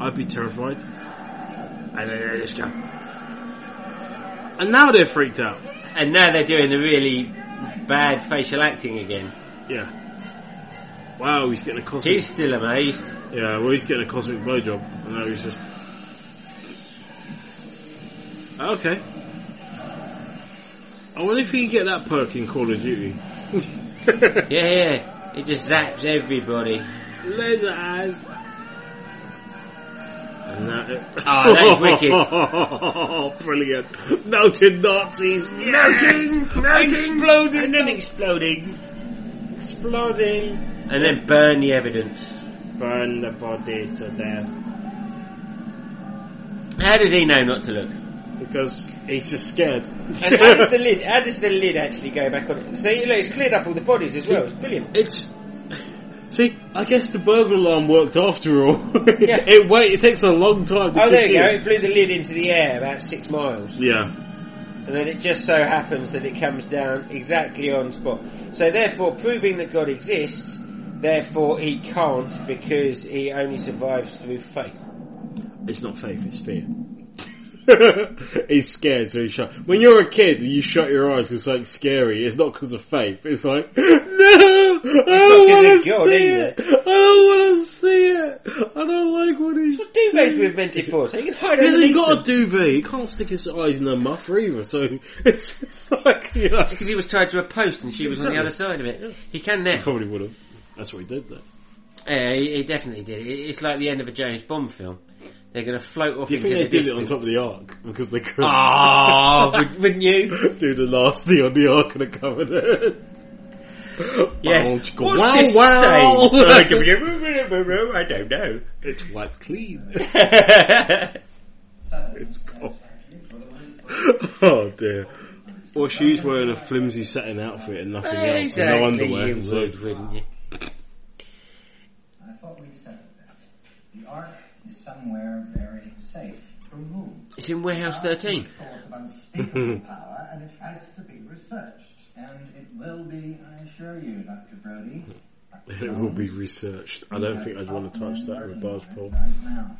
Speaker 7: I'd be terrified. And then they just go. And now they're freaked out.
Speaker 8: And now they're doing the really bad facial acting again.
Speaker 7: Yeah. Wow, he's getting a cosmic.
Speaker 8: He's still amazed.
Speaker 7: Yeah, well, he's getting a cosmic blowjob. And now he's just. Okay. I wonder if you can get that perk in Call of
Speaker 8: *laughs*
Speaker 7: Duty. *laughs*
Speaker 8: Yeah, yeah. It just zaps everybody.
Speaker 7: Laser eyes. And that,
Speaker 8: Ah, that
Speaker 7: *laughs*
Speaker 8: is
Speaker 7: wicked. Brilliant. Melted Nazis. Melting, Exploding.
Speaker 8: And then exploding.
Speaker 7: Exploding.
Speaker 8: And then burn the evidence.
Speaker 7: Burn the bodies to death.
Speaker 8: How does he know not to look?
Speaker 7: Because he's just scared.
Speaker 8: And how does the lid? How does the lid actually go back on? it? See, look, it's cleared up all the bodies as well. It's
Speaker 7: *laughs*
Speaker 8: brilliant.
Speaker 7: it's... See, I guess the burglar alarm worked after all.
Speaker 8: Yeah.
Speaker 7: *laughs* it wait, it takes a long time to
Speaker 8: Oh, there
Speaker 7: kick
Speaker 8: you go.
Speaker 7: in.
Speaker 8: It blew the lid into the air about six miles,
Speaker 7: Yeah.
Speaker 8: and then it just so happens that it comes down exactly on spot. So, therefore, proving that God exists, therefore he can't because he only survives through faith.
Speaker 7: It's not faith, it's fear. *laughs* He's scared, so he shut. When you're a kid, you shut your eyes because it's like scary. It's not because of faith. It's like, *laughs* no, I don't want to see
Speaker 8: guilt,
Speaker 7: it. I don't want to see it. I don't like what he's. What
Speaker 8: duvets with minted for? So you can hide
Speaker 7: He hasn't
Speaker 8: underneath
Speaker 7: got a duvet. He can't stick his eyes in a muffler either. So *laughs* it's, it's like *laughs* you know.
Speaker 8: Because he was tied to a post and she was on the other side of it. He can now.
Speaker 7: Probably would have. That's what he did though.
Speaker 8: Yeah, he, he definitely did. It, it's like the end of a James Bond film. They're going to float off
Speaker 7: Do you
Speaker 8: into
Speaker 7: think they
Speaker 8: the
Speaker 7: did it
Speaker 8: distance.
Speaker 7: on top of the ark because they couldn't?
Speaker 8: *laughs* Ah, would-
Speaker 7: *laughs*
Speaker 8: wouldn't you?
Speaker 7: do the nasty on the ark and it covered it.
Speaker 8: Yeah.
Speaker 7: What's
Speaker 8: What's
Speaker 7: wow,
Speaker 8: this
Speaker 7: wow. *laughs*
Speaker 8: stain? I don't know.
Speaker 7: It's wiped clean. *laughs*
Speaker 10: it's
Speaker 7: cool. oh dear. Well, she's wearing a flimsy satin outfit and nothing
Speaker 8: *laughs*
Speaker 7: else, and
Speaker 8: Exactly,
Speaker 7: no underwear.
Speaker 8: you
Speaker 7: so-
Speaker 8: would, wouldn't you?
Speaker 10: I thought we settled that. The Ark is somewhere very safe, removed.
Speaker 8: It's in Warehouse 13.
Speaker 10: It's a source of unspeakable power, and it has to be researched. And it will be, I assure you, Dr. Brody.
Speaker 7: *laughs* It will be researched. I don't think I'd want to touch that with a barge pole.
Speaker 10: Right now.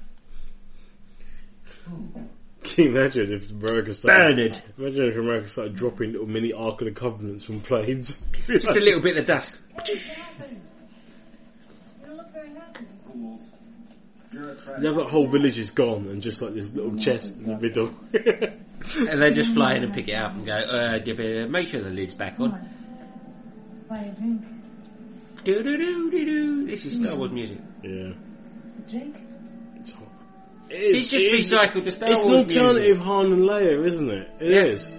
Speaker 7: *laughs* Can you imagine if America started... Imagine if America started dropping little mini Ark of the Covenants from planes.
Speaker 8: Just
Speaker 7: *laughs*
Speaker 8: a little bit of dust.
Speaker 7: Now that whole village is gone and just like this little chest in the middle. *laughs*
Speaker 8: And they just fly in and pick it up and go, uh, dip it- make sure the lid's back on.
Speaker 14: Buy a drink.
Speaker 8: Do do do do do. This is Star Wars music.
Speaker 7: Yeah.
Speaker 14: A drink?
Speaker 7: It's hot.
Speaker 8: He's just recycled the Star
Speaker 7: It's an
Speaker 8: Wars
Speaker 7: alternative
Speaker 8: music.
Speaker 7: Han and Leia, isn't it? It
Speaker 8: Yeah.
Speaker 7: is.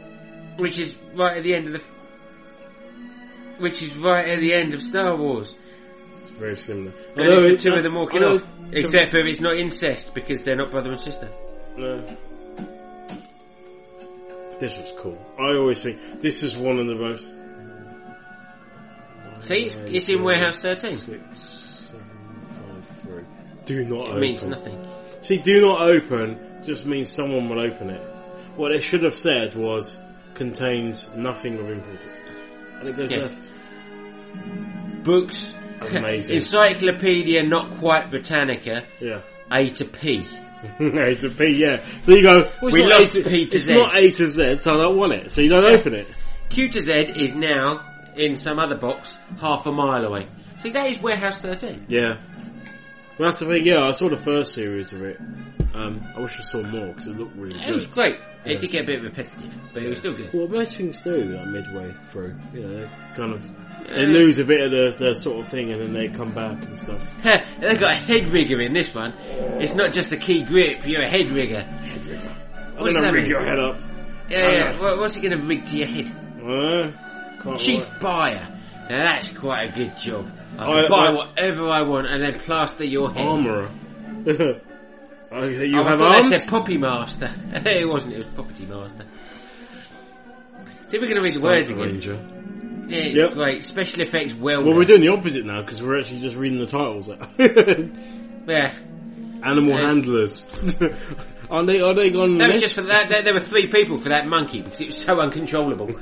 Speaker 8: Which is right at the end of the... Which is right at the end of Star Wars.
Speaker 7: It's very similar.
Speaker 8: And
Speaker 7: I know
Speaker 8: it's
Speaker 7: it-
Speaker 8: the two of them
Speaker 7: I
Speaker 8: walking
Speaker 7: know
Speaker 8: off. Except for it's not incest because they're not brother and sister.
Speaker 7: No. This was cool. I always think this is one of the most.
Speaker 8: See, it's, it's in Warehouse 13.
Speaker 7: Do not
Speaker 8: It
Speaker 7: open.
Speaker 8: means nothing.
Speaker 7: See, do not open just means someone will open it. What they should have said was contains nothing of importance. And it goes
Speaker 8: Yeah.
Speaker 7: left.
Speaker 8: *laughs* Books.
Speaker 7: Amazing.
Speaker 8: Encyclopedia Not Quite Britannica.
Speaker 7: Yeah. *laughs*
Speaker 8: A to P.
Speaker 7: A to P, yeah. So you go, well, it's
Speaker 8: We
Speaker 7: not
Speaker 8: love
Speaker 7: A to,
Speaker 8: P to
Speaker 7: It's
Speaker 8: Z.
Speaker 7: not A to Z, so I don't want it. So you don't open it.
Speaker 8: Q to Z is now in some other box half a mile away. See, that is Warehouse 13.
Speaker 7: Yeah. Well, that's the thing, yeah, I saw the first series of it. Um, I wish I saw more because it looked really
Speaker 8: It was
Speaker 7: good.
Speaker 8: great.
Speaker 7: Yeah.
Speaker 8: It did get a bit repetitive, but it was still good.
Speaker 7: Well, most things do like, midway through. You know, they kind of they
Speaker 8: Yeah.
Speaker 7: lose a bit of their, their sort of thing, and then they come back and stuff.
Speaker 8: *laughs* They've got a head rigger in this one. It's not just a key grip, you're a head rigger. Head
Speaker 7: rigger. I'm
Speaker 8: What's
Speaker 7: gonna
Speaker 8: that
Speaker 7: rig
Speaker 8: mean?
Speaker 7: your head up.
Speaker 8: Yeah,
Speaker 7: I'm
Speaker 8: yeah.
Speaker 7: gonna-
Speaker 8: What, what's he going to rig to your head?
Speaker 7: Uh, can't
Speaker 8: Chief
Speaker 7: work.
Speaker 8: buyer. Now that's quite a good job. I can
Speaker 7: I-
Speaker 8: buy
Speaker 7: I-
Speaker 8: whatever I want and then plaster your head.
Speaker 7: armorer. *laughs* Oh, you
Speaker 8: Oh, I
Speaker 7: have
Speaker 8: thought they
Speaker 7: arms.
Speaker 8: said Poppy Master. *laughs* it wasn't, it was Property Master. See, we're going to read the
Speaker 7: Sniper
Speaker 8: words again.
Speaker 7: Ranger.
Speaker 8: Yeah, it's
Speaker 7: Yep.
Speaker 8: great. Special effects well
Speaker 7: Well,
Speaker 8: done.
Speaker 7: we're doing the opposite now because we're actually just reading the titles. *laughs*
Speaker 8: Yeah.
Speaker 7: Animal
Speaker 8: Yeah.
Speaker 7: handlers. *laughs* aren't they? Are they gone?
Speaker 8: That was
Speaker 7: miss?
Speaker 8: just for that, that- There were three people for that monkey because it was
Speaker 7: *laughs*
Speaker 8: so uncontrollable. it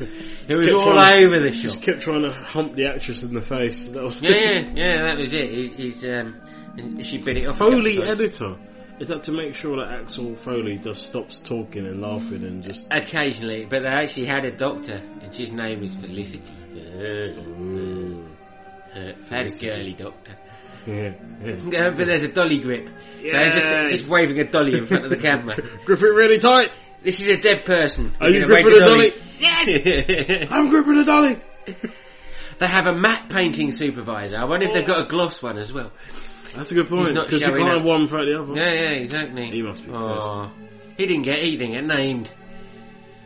Speaker 8: was
Speaker 7: kept
Speaker 8: all
Speaker 7: trying-
Speaker 8: over the
Speaker 7: Just
Speaker 8: shop.
Speaker 7: kept trying to hump the actress in the face. That was
Speaker 8: Yeah, yeah, yeah. That was it. He's, he's um, and she bit it off. a couple
Speaker 7: *laughs* Foley
Speaker 8: times.
Speaker 7: editor. Is that to make sure that Axel Foley just stops talking and laughing and just
Speaker 8: Occasionally, but they actually had a doctor, and his name was Felicity.
Speaker 7: *laughs*
Speaker 8: Uh, They had a girly doctor. *laughs* Yeah, but there's a dolly grip. Yeah. So they're just, just waving a dolly in front of the camera.
Speaker 7: *laughs* grip it really tight?
Speaker 8: This is a dead person.
Speaker 7: Are
Speaker 8: We're
Speaker 7: you
Speaker 8: gonna wave
Speaker 7: gripping a dolly?
Speaker 8: *laughs*
Speaker 7: *laughs*
Speaker 8: Yes!
Speaker 7: I'm gripping a dolly.
Speaker 8: They have a matte painting supervisor. I wonder if they've got a gloss one as well.
Speaker 7: That's a good point
Speaker 8: He's not
Speaker 7: because you
Speaker 8: showing
Speaker 7: can't
Speaker 8: up.
Speaker 7: have one for the other.
Speaker 8: Yeah, yeah, exactly.
Speaker 7: Mm. He must be
Speaker 8: Aw. He didn't get. He didn't get named.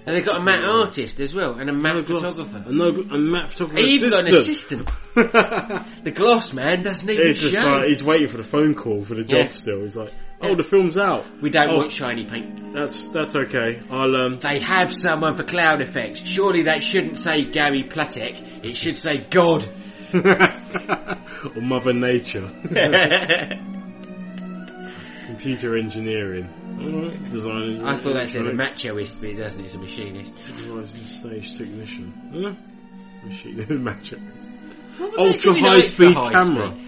Speaker 8: And they've got a matte artist as well and a
Speaker 7: Mm.
Speaker 8: matte
Speaker 7: Gloss.
Speaker 8: photographer.
Speaker 7: And no, gl- and Matt photographer
Speaker 8: He's
Speaker 7: assistant.
Speaker 8: got an
Speaker 7: *laughs*
Speaker 8: assistant. the gloss man doesn't even
Speaker 7: It's just
Speaker 8: show.
Speaker 7: like he's waiting for the phone call for the job.
Speaker 8: Yeah.
Speaker 7: Still, he's like, "Oh, the film's out.
Speaker 8: we don't
Speaker 7: Oh,
Speaker 8: want shiny paint.
Speaker 7: That's that's okay. I'll um. *laughs*
Speaker 8: They have someone for cloud effects. Surely that shouldn't say Gary Platek. It should say
Speaker 7: *laughs*
Speaker 8: God. *laughs*
Speaker 7: or Mother Nature,
Speaker 8: I
Speaker 7: computer engineering, Alright. design.
Speaker 8: thought that said a
Speaker 7: electronics.
Speaker 8: machoist, but it doesn't. It's a machinist.
Speaker 7: Supervising stage technician. Huh? *laughs* Machine match.
Speaker 8: What would they
Speaker 7: Ultra
Speaker 8: give you
Speaker 7: high
Speaker 8: extra
Speaker 7: speed
Speaker 8: high
Speaker 7: camera.
Speaker 8: speed?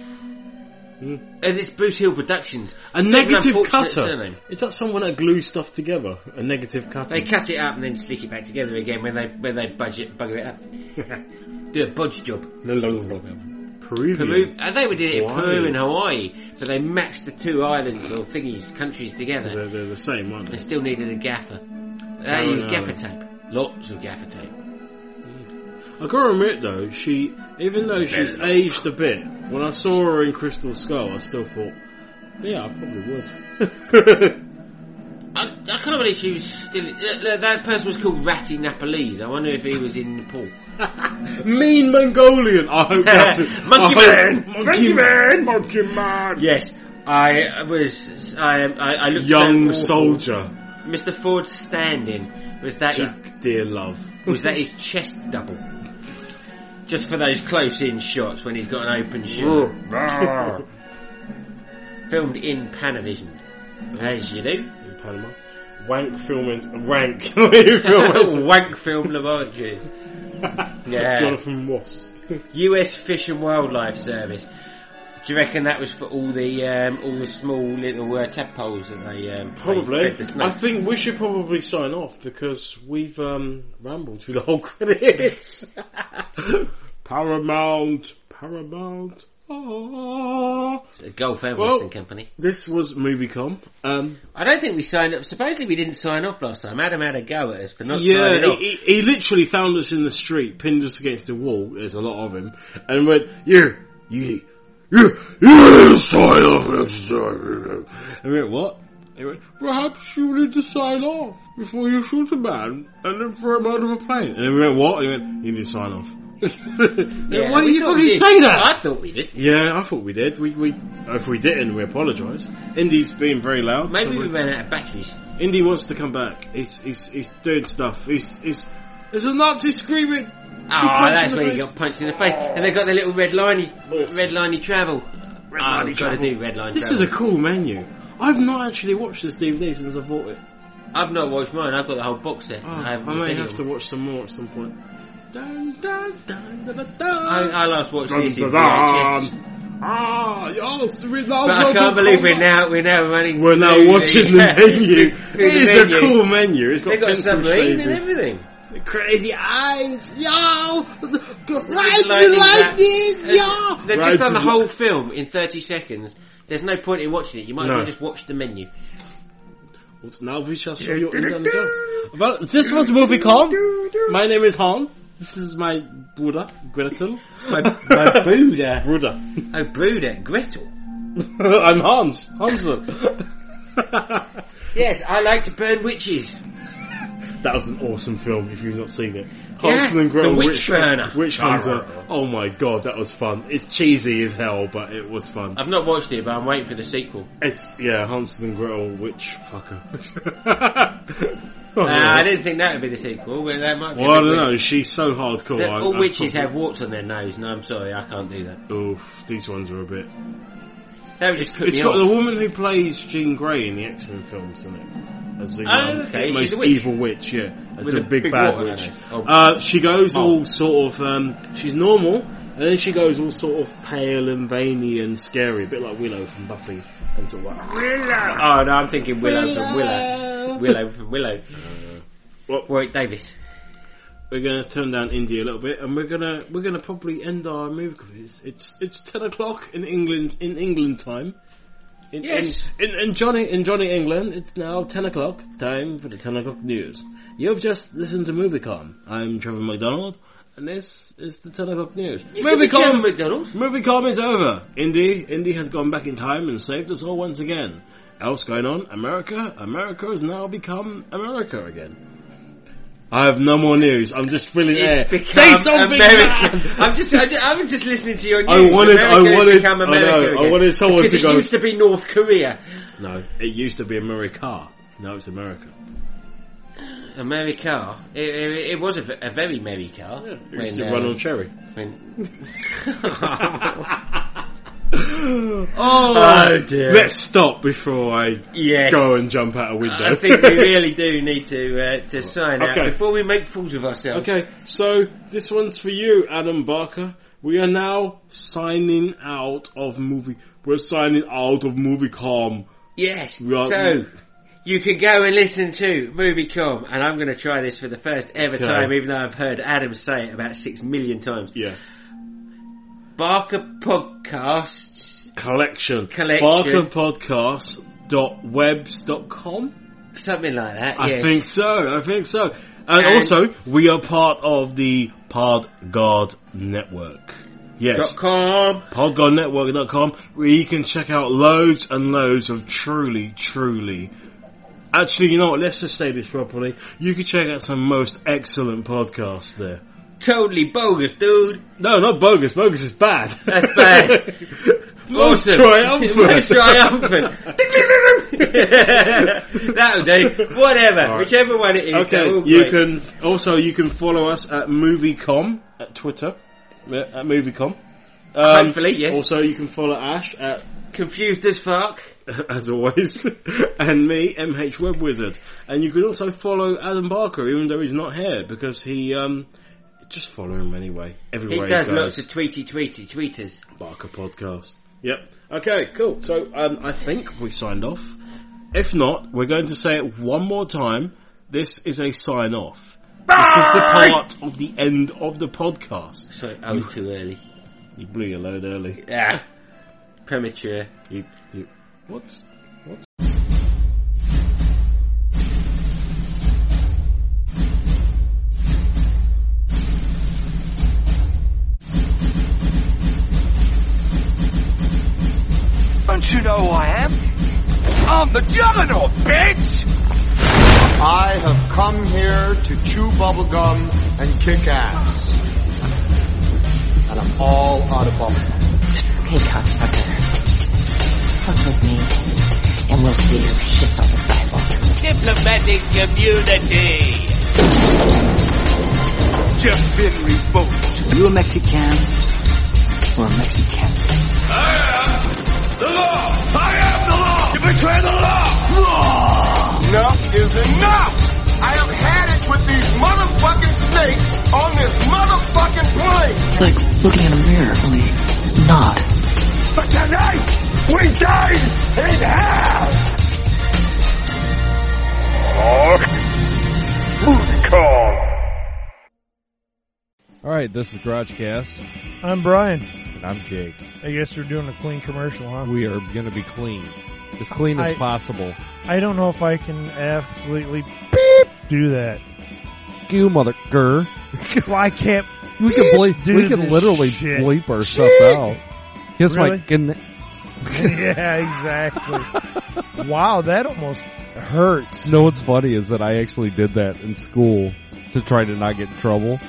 Speaker 8: Hmm? And it's Bruce Hill Productions.
Speaker 7: A
Speaker 8: Bit of an
Speaker 7: negative
Speaker 8: unfortunate
Speaker 7: cutter.
Speaker 8: surname.
Speaker 7: Is that someone that glues stuff together? A negative cutter.
Speaker 8: They cut it up and then stick it back together again when they when they budget bugger it
Speaker 7: *laughs*
Speaker 8: up. Do a bodge job.
Speaker 7: Peruvian.
Speaker 8: Peru, uh, they were doing it in
Speaker 7: Hawaii.
Speaker 8: Peru and Hawaii, but they matched the two islands or thingies, countries together.
Speaker 7: They're, they're the same, aren't
Speaker 8: they? still needed a gaffer. They
Speaker 7: No,
Speaker 8: used
Speaker 7: Oh, no,
Speaker 8: gaffer
Speaker 7: no.
Speaker 8: tape. Lots of gaffer tape.
Speaker 7: I gotta admit though, she, even though she's aged a bit, when I saw her in Crystal Skull, I still thought, yeah, I probably
Speaker 8: *laughs*
Speaker 7: would.
Speaker 8: I, I can't believe she was still. uh, uh, That person was called Ratty Nepalese. I wonder if he was in Nepal.
Speaker 7: mean Mongolian. I hope that's it.
Speaker 8: Monkey
Speaker 7: I hope-
Speaker 8: man! Monkey man!
Speaker 7: Monkey man!
Speaker 8: Yes, I was. I I, I looked.
Speaker 7: Young
Speaker 8: so awful.
Speaker 7: soldier.
Speaker 8: Mr. Ford standing was that his
Speaker 7: Jack, dear love.
Speaker 8: was
Speaker 7: *laughs*
Speaker 8: that his chest double? Just for those close-in shots when he's got an open shoe.
Speaker 7: Roar.
Speaker 8: *laughs* Filmed in Panavision, as
Speaker 7: *laughs*
Speaker 8: you do. *laughs*
Speaker 7: In Panama. Wank filming, rank. *laughs* filming.
Speaker 8: Wank Film Laboratories. *laughs* Yeah.
Speaker 7: Jonathan Ross.
Speaker 8: U.S. Fish and Wildlife Service. Do you reckon that was for all the um, all the small little uh, tadpoles that they um, they
Speaker 7: Probably.
Speaker 8: fed the snakes?
Speaker 7: I think we should probably sign off because we've um, rambled through the whole credits. Paramount. Paramount. Ah.
Speaker 8: It's a Gulf Air
Speaker 7: Well-
Speaker 8: Western Company.
Speaker 7: This was MovieCom. Um,
Speaker 8: I don't think we signed up. Supposedly we didn't sign up last time. Adam had a go at us for not
Speaker 7: yeah,
Speaker 8: signing
Speaker 7: he,
Speaker 8: up.
Speaker 7: he, he literally found us in the street, pinned us against the wall. There's a lot of him, and went, "You, you, you, you sign off." And we went, "What?" He went, "Perhaps you need to sign off before you shoot a man and then throw him out of a plane." And then we went, "What?" And he went, "You need to sign off." *laughs*
Speaker 8: Yeah,
Speaker 7: Why do
Speaker 8: we
Speaker 7: you
Speaker 8: thought
Speaker 7: fucking
Speaker 8: we did.
Speaker 7: say that?
Speaker 8: I thought we did.
Speaker 7: Yeah, I thought we did. We, we if we didn't, we apologise. Indy's being very loud.
Speaker 8: Maybe
Speaker 7: so
Speaker 8: we
Speaker 7: we-
Speaker 8: ran out of batteries.
Speaker 7: Indy wants to come back. He's he's he's doing stuff. He's he's there's a Nazi screaming.
Speaker 8: Oh, that's where he got punched in the face. And they got the little red liney, red liney travel.
Speaker 7: liney
Speaker 8: Red I've got to
Speaker 7: travel.
Speaker 8: do red line
Speaker 7: This
Speaker 8: travel.
Speaker 7: is a cool menu. I've not actually watched this DVD since I bought it.
Speaker 8: I've not watched mine. I've got the whole box set.
Speaker 7: Oh,
Speaker 8: I,
Speaker 7: I
Speaker 8: haven't
Speaker 7: may
Speaker 8: seen
Speaker 7: have
Speaker 8: it.
Speaker 7: to watch some more at some point. Dun, dun, dun, dun, dun,
Speaker 8: I, I last watched
Speaker 7: Dun,
Speaker 8: this in
Speaker 7: dun, Oh, dun.
Speaker 8: VHS.
Speaker 7: Ah, yes, we love
Speaker 8: But I
Speaker 7: local
Speaker 8: can't believe we're
Speaker 7: content.
Speaker 8: now we're now running.
Speaker 7: We're now
Speaker 8: through
Speaker 7: watching the menu.
Speaker 8: *laughs* through
Speaker 7: It
Speaker 8: the
Speaker 7: is
Speaker 8: menu.
Speaker 7: a cool menu. It's got,
Speaker 8: They got
Speaker 7: pencil
Speaker 8: submarine and
Speaker 7: shaving.
Speaker 8: everything.
Speaker 7: Crazy eyes, yo! *laughs*
Speaker 8: Red
Speaker 7: Crazy
Speaker 8: lining
Speaker 7: like
Speaker 8: wrap.
Speaker 7: this, yo!
Speaker 8: They've
Speaker 7: Right,
Speaker 8: just done
Speaker 7: yeah.
Speaker 8: the whole film in 30 seconds. There's no point in watching it. You might as
Speaker 7: No.
Speaker 8: well just watch the menu.
Speaker 7: Well, Now we shall show you Indiana Jones. Well, this was MovieCom. My name is Hans. This is my Buddha, Gretel.
Speaker 8: My,
Speaker 7: *laughs*
Speaker 8: my Buddha.
Speaker 7: Buddha. *laughs*
Speaker 8: Oh, Buddha, Gretel.
Speaker 7: I'm Hans. *laughs* Hansen.
Speaker 8: Yes, I like to burn witches.
Speaker 7: That was an awesome film if you've not seen it.
Speaker 8: Yeah,
Speaker 7: Hansen and Gretel.
Speaker 8: The Witch Burner.
Speaker 7: Witch Hunter. Oh my god, that was fun. It's cheesy as hell, but it was fun.
Speaker 8: I've not watched it, but I'm waiting for the sequel.
Speaker 7: It's, yeah, Hansen and Gretel, Witch Fucker. *laughs* Oh,
Speaker 8: Uh,
Speaker 7: yeah.
Speaker 8: I didn't think that would be the sequel, but that might be.
Speaker 7: Well, I
Speaker 8: a bit
Speaker 7: don't know,
Speaker 8: weird.
Speaker 7: she's so hardcore.
Speaker 8: That-
Speaker 7: I-
Speaker 8: all
Speaker 7: I
Speaker 8: witches
Speaker 7: probably-
Speaker 8: have warts on their nose, and I'm sorry, I can't do that.
Speaker 7: Oof, these ones are a bit.
Speaker 8: That would just put
Speaker 7: It's
Speaker 8: me
Speaker 7: got
Speaker 8: off.
Speaker 7: the woman who plays Jean Grey in the X Men films in it. As the
Speaker 8: Oh,
Speaker 7: um,
Speaker 8: okay, she's
Speaker 7: most
Speaker 8: a witch.
Speaker 7: evil witch, yeah. As
Speaker 8: With
Speaker 7: the
Speaker 8: a
Speaker 7: big,
Speaker 8: big
Speaker 7: bad
Speaker 8: water
Speaker 7: witch.
Speaker 8: in it. Oh.
Speaker 7: Uh, she goes all sort of, um, she's normal, and then she goes all sort of pale and veiny and scary, a bit like Willow from Buffy. And sort of like,
Speaker 8: *laughs* Oh no, I'm thinking Willow from Willow. Willow from Willow.
Speaker 7: Well-
Speaker 8: Warwick Davis.
Speaker 7: we're gonna turn down India a little bit, and we're gonna, we're gonna probably end our movie quiz. It's, it's 10 o'clock in England, in England time. In,
Speaker 8: Yes.
Speaker 7: In, in, in Johnny in Johnny England, it's now ten o'clock. Time for the ten o'clock news. You've just listened to MovieCon. I'm Trevor McDonald, and this is the ten o'clock news.
Speaker 8: John
Speaker 7: MovieCon,
Speaker 8: McDonald.
Speaker 7: MovieCon is over. Indy, Indy has gone back in time and saved us all once again. Else going on? America, America has now become America again. I have no more news. I'm just filling air.
Speaker 8: It's become
Speaker 7: Say something.
Speaker 8: American.
Speaker 7: man!
Speaker 8: I'm just, I, I was just listening to your
Speaker 7: I
Speaker 8: news.
Speaker 7: wanted- I
Speaker 8: America has
Speaker 7: wanted-
Speaker 8: become
Speaker 7: I know,
Speaker 8: America
Speaker 7: I
Speaker 8: again.
Speaker 7: wanted someone
Speaker 8: Because
Speaker 7: to
Speaker 8: it
Speaker 7: go-
Speaker 8: used to be North Korea.
Speaker 7: No, it used to be America. Now it's America.
Speaker 8: America. It, it, it was a, v- a very merry car.
Speaker 7: It used to run on cherry. *laughs* oh,
Speaker 8: um, Oh, dear.
Speaker 7: Let's stop before I
Speaker 8: Yes.
Speaker 7: go and jump out a window.
Speaker 8: I think we really do need to uh, to sign out
Speaker 7: Okay.
Speaker 8: before we make fools of ourselves.
Speaker 7: okay, so this one's for you, Adam Barker. We are now signing out of movie We're signing out of MovieCom.
Speaker 8: Yes.
Speaker 7: We are-
Speaker 8: so you can go and listen to MovieCom, and I'm going to try this for the first ever
Speaker 7: Okay.
Speaker 8: time, even though I've heard Adam say it about six million times.
Speaker 7: Yeah.
Speaker 8: Barker Podcasts
Speaker 7: collection.
Speaker 8: Collection.
Speaker 7: BarkerPodcast.webs.com?
Speaker 8: Something like that.
Speaker 7: I
Speaker 8: yes.
Speaker 7: think so. I think so. And,
Speaker 8: And-
Speaker 7: also, we are part of the PodGuard Network. Yes.
Speaker 8: Dot com.
Speaker 7: PodGuardNetwork.com, where you can check out loads and loads of truly, truly. Actually, you know what? Let's just say this properly. You can check out some most excellent podcasts there.
Speaker 8: Totally bogus, dude.
Speaker 7: No, not bogus. Bogus is bad.
Speaker 8: That's
Speaker 7: *laughs*
Speaker 8: bad.
Speaker 7: Most
Speaker 8: Awesome.
Speaker 7: triumphant.
Speaker 8: Most
Speaker 7: *laughs*
Speaker 8: triumphant. *laughs* That'll do. Whatever.
Speaker 7: All right.
Speaker 8: Whichever one it is.
Speaker 7: Okay,
Speaker 8: they're all
Speaker 7: you can
Speaker 8: great.
Speaker 7: also you can follow us at MovieCom at Twitter yeah, at MovieCom. Um,
Speaker 8: Hopefully, yes.
Speaker 7: Also, you can follow Ash at
Speaker 8: Confused as fuck.
Speaker 7: *laughs* as always, and me MH Web Wizard, and you can also follow Adam Barker, even though he's not here because he um just follow him anyway.
Speaker 8: He
Speaker 7: Everywhere
Speaker 8: does
Speaker 7: he goes.
Speaker 8: lots of tweety tweety tweeters.
Speaker 7: Barker podcast. Yep. Okay, cool. So um, I think we signed off. If not, we're going to say it one more time. This is a sign off. This is the part of the end of the podcast.
Speaker 8: Sorry, I was too early.
Speaker 7: You blew your load early.
Speaker 8: Ah, premature.
Speaker 7: You, you, what's, what's?
Speaker 3: Don't you know who I am? I'm the Juggernaut, bitch!
Speaker 4: I have come here to chew bubblegum and kick ass. And I'm all out of bubblegum.
Speaker 5: Hey, cocksucker. Fuck with me, and we'll see your shits on the sidewalk.
Speaker 6: Diplomatic community.
Speaker 3: Just been revoked.
Speaker 5: Are you a Mexican? Or a Mexican?
Speaker 3: The law! I am the law! You betray the law!
Speaker 4: Enough is enough! I have had it with these motherfucking snakes on this motherfucking plane!
Speaker 5: It's like looking in a mirror, only not.
Speaker 3: But tonight, we died in hell! Movie call.
Speaker 15: All right, this is GarageCast.
Speaker 16: I'm Brian.
Speaker 15: And I'm Jake.
Speaker 16: I guess we're doing a clean commercial, huh?
Speaker 15: We are going to be clean. As clean as
Speaker 16: I-
Speaker 15: possible.
Speaker 16: I don't know if I can absolutely beep do that.
Speaker 15: You motherfucker.
Speaker 16: *laughs* Well, I can't.
Speaker 15: We can
Speaker 16: beep
Speaker 15: bleep,
Speaker 16: do
Speaker 15: we can
Speaker 16: this
Speaker 15: literally
Speaker 16: shit.
Speaker 15: bleep our stuff
Speaker 16: Shit.
Speaker 15: out. Here's my
Speaker 16: Really?
Speaker 15: goodness.
Speaker 16: *laughs* yeah,
Speaker 15: *laughs*
Speaker 16: exactly. wow, that almost hurts.
Speaker 15: No, what's funny is that I actually did that in school to try to not get in trouble.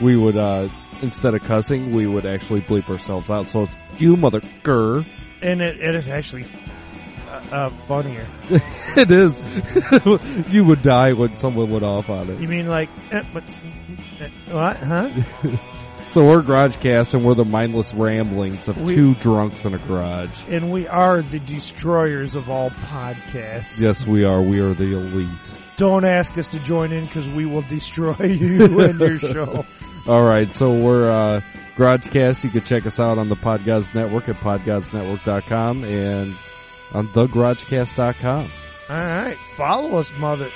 Speaker 15: We would, uh, instead of cussing, we would actually bleep ourselves out. So it's you motherfucker.
Speaker 16: And it, it is actually uh, uh, funnier.
Speaker 15: it is. *laughs* you would die when someone went off on it.
Speaker 16: You mean like, eh, but, eh, what, huh?
Speaker 15: So we're GarageCast and we're the mindless ramblings of
Speaker 16: We-
Speaker 15: two drunks in a garage.
Speaker 16: And we are the destroyers of all podcasts.
Speaker 15: Yes, we are. We are the elite.
Speaker 16: Don't ask us to join in because we will destroy *laughs* you and your show.
Speaker 15: All right, so we're uh, GarageCast. You can check us out on the Podgods Network at podgodsnetwork.com and on thegaragecast.com.
Speaker 16: All right, follow us, mother.